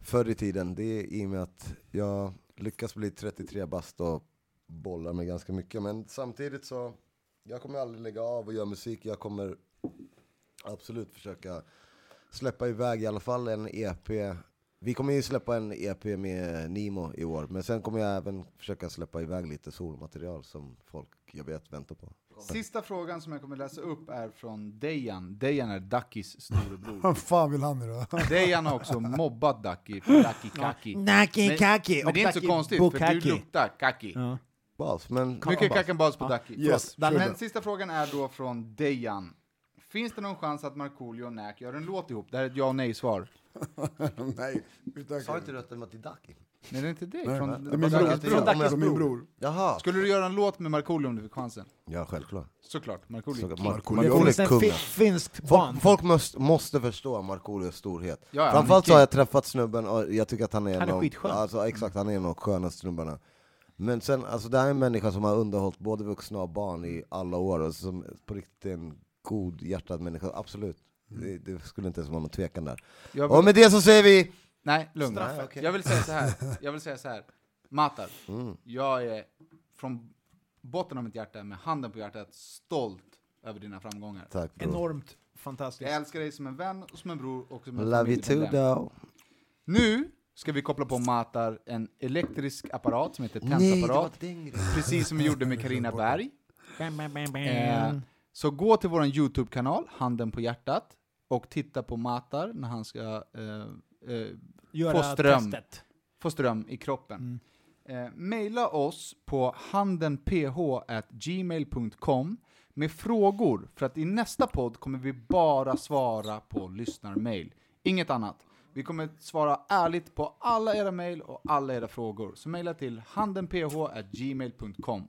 [SPEAKER 2] förr i tiden. Det är i och med att jag lyckas bli 33 bast och bollar mig ganska mycket. Men samtidigt så, jag kommer aldrig lägga av och göra musik. Jag kommer absolut försöka släppa iväg i alla fall en EP. Vi kommer ju släppa en EP med Nimo i år, men sen kommer jag även försöka släppa iväg lite solmaterial som folk, jag vet, väntar på.
[SPEAKER 5] Sista frågan som jag kommer läsa upp är från Dejan. Dejan är Duckys storebror.
[SPEAKER 4] Vad fan vill han nu då?
[SPEAKER 5] Dejan har också mobbat Ducky för Ducky Kaki.
[SPEAKER 3] Naki
[SPEAKER 5] Men, men det är inte så konstigt, för du luktar kaki.
[SPEAKER 2] Bas, men...
[SPEAKER 5] Mycket
[SPEAKER 2] Bas.
[SPEAKER 5] kackenbas på Ducky.
[SPEAKER 4] yes,
[SPEAKER 5] Förlåt.
[SPEAKER 4] sure.
[SPEAKER 5] men sista frågan är då från Dejan. Finns det någon chans att Markoolio och Nack gör en låt ihop? Det här är ett ja och nej-svar.
[SPEAKER 4] Nej, utöka.
[SPEAKER 2] Sa inte du att den var till Daki?
[SPEAKER 5] Nej, det är inte dig.
[SPEAKER 4] Nej,
[SPEAKER 5] Från,
[SPEAKER 4] det är min
[SPEAKER 5] Från
[SPEAKER 4] bror. Det
[SPEAKER 5] Dackys bror.
[SPEAKER 4] är min- min bror.
[SPEAKER 2] Jaha!
[SPEAKER 5] Skulle du göra en låt med Markoolio om du fick chansen?
[SPEAKER 2] Ja, självklart.
[SPEAKER 5] Såklart, Markoolio.
[SPEAKER 2] Så- Mar-
[SPEAKER 4] Markoolio
[SPEAKER 2] Markoolio
[SPEAKER 3] finns
[SPEAKER 2] är
[SPEAKER 3] en fi-
[SPEAKER 2] kungen.
[SPEAKER 3] finsk
[SPEAKER 2] Folk,
[SPEAKER 3] band.
[SPEAKER 2] folk måste, måste förstå Markoolios storhet.
[SPEAKER 5] Ja, ja,
[SPEAKER 2] Framförallt så
[SPEAKER 5] han är
[SPEAKER 2] har jag träffat snubben och jag tycker att han är en
[SPEAKER 3] Han är
[SPEAKER 2] av
[SPEAKER 3] skitskön.
[SPEAKER 2] alltså, exakt, han är en av de skönaste snubbarna. Men sen, alltså det här är en människa som har underhållit både vuxna och barn i alla år och som på riktigt är en god hjärtad människa, absolut. Det, det skulle inte ens vara någon tvekan där.
[SPEAKER 5] Jag vill-
[SPEAKER 2] Och med det så säger vi...
[SPEAKER 5] Nej, lugn.
[SPEAKER 2] Straffet.
[SPEAKER 5] Jag vill säga så här. Jag vill säga så här.
[SPEAKER 1] Matar,
[SPEAKER 4] Mm.
[SPEAKER 1] jag är från botten av mitt hjärta, med handen på hjärtat, stolt över dina framgångar.
[SPEAKER 2] Tack, bror.
[SPEAKER 3] Enormt fantastiskt.
[SPEAKER 1] Jag älskar dig som en vän, och som en bror och som en
[SPEAKER 2] Love you too
[SPEAKER 1] familjemedlem.
[SPEAKER 2] though.
[SPEAKER 1] Nu ska vi koppla på Matar en elektrisk apparat som heter
[SPEAKER 2] Nej, det var
[SPEAKER 1] tensapparat.
[SPEAKER 2] den grejen.
[SPEAKER 1] Precis som vi gjorde med Karina Berg. Eh, så gå till vår YouTube-kanal, Handen på hjärtat, och titta på Matar när han ska eh, eh,
[SPEAKER 3] Göra
[SPEAKER 1] få, ström,
[SPEAKER 3] testet.
[SPEAKER 1] få ström i kroppen. Eh, maila oss på handenph.gmail.com med frågor, för att i nästa podd kommer vi bara svara på lyssnarmail. Inget annat. Vi kommer svara ärligt på alla era mejl och alla era frågor. Så mejla till handenph.gmail.com.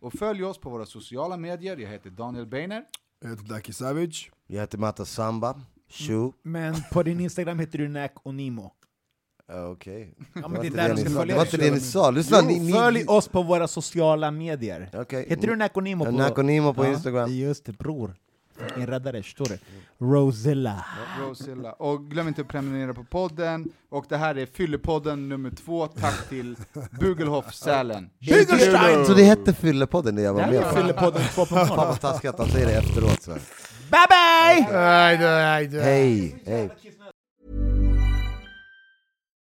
[SPEAKER 1] Och följ oss på våra sociala medier. Jag heter Daniel Beiner.
[SPEAKER 4] Jag heter Daki Savage.
[SPEAKER 2] Jag heter Mata Samba. Shoo.
[SPEAKER 3] Men på din Instagram heter du Nack Onimo.
[SPEAKER 2] Ja, Okej.
[SPEAKER 3] men
[SPEAKER 2] var
[SPEAKER 3] det är
[SPEAKER 2] inte
[SPEAKER 3] där
[SPEAKER 2] det
[SPEAKER 3] du
[SPEAKER 2] ni
[SPEAKER 3] ska
[SPEAKER 2] sa.
[SPEAKER 3] följa
[SPEAKER 2] Det var
[SPEAKER 3] oss.
[SPEAKER 2] inte det ni sa. Lyssna, ni... ni-
[SPEAKER 3] Följ oss på våra sociala medier.
[SPEAKER 2] Okej.
[SPEAKER 3] Heter du Nakonimo på...
[SPEAKER 2] Nakonimo på Instagram.
[SPEAKER 3] Just det, bror. En räddare, står det. Rosella.
[SPEAKER 4] Ah.
[SPEAKER 1] Rosilla. Och glöm inte att prenumerera på podden. Och det här är Fyllepodden nummer två. Tack till Bugelhoff-sälen.
[SPEAKER 2] Bugelstein! Så det hette Fyllepodden när jag var med?
[SPEAKER 3] Fyllepodden 2.0.
[SPEAKER 2] Fan vad taskigt att han säger det efteråt. Så. här.
[SPEAKER 3] Bye bye!
[SPEAKER 2] Hej! Hej!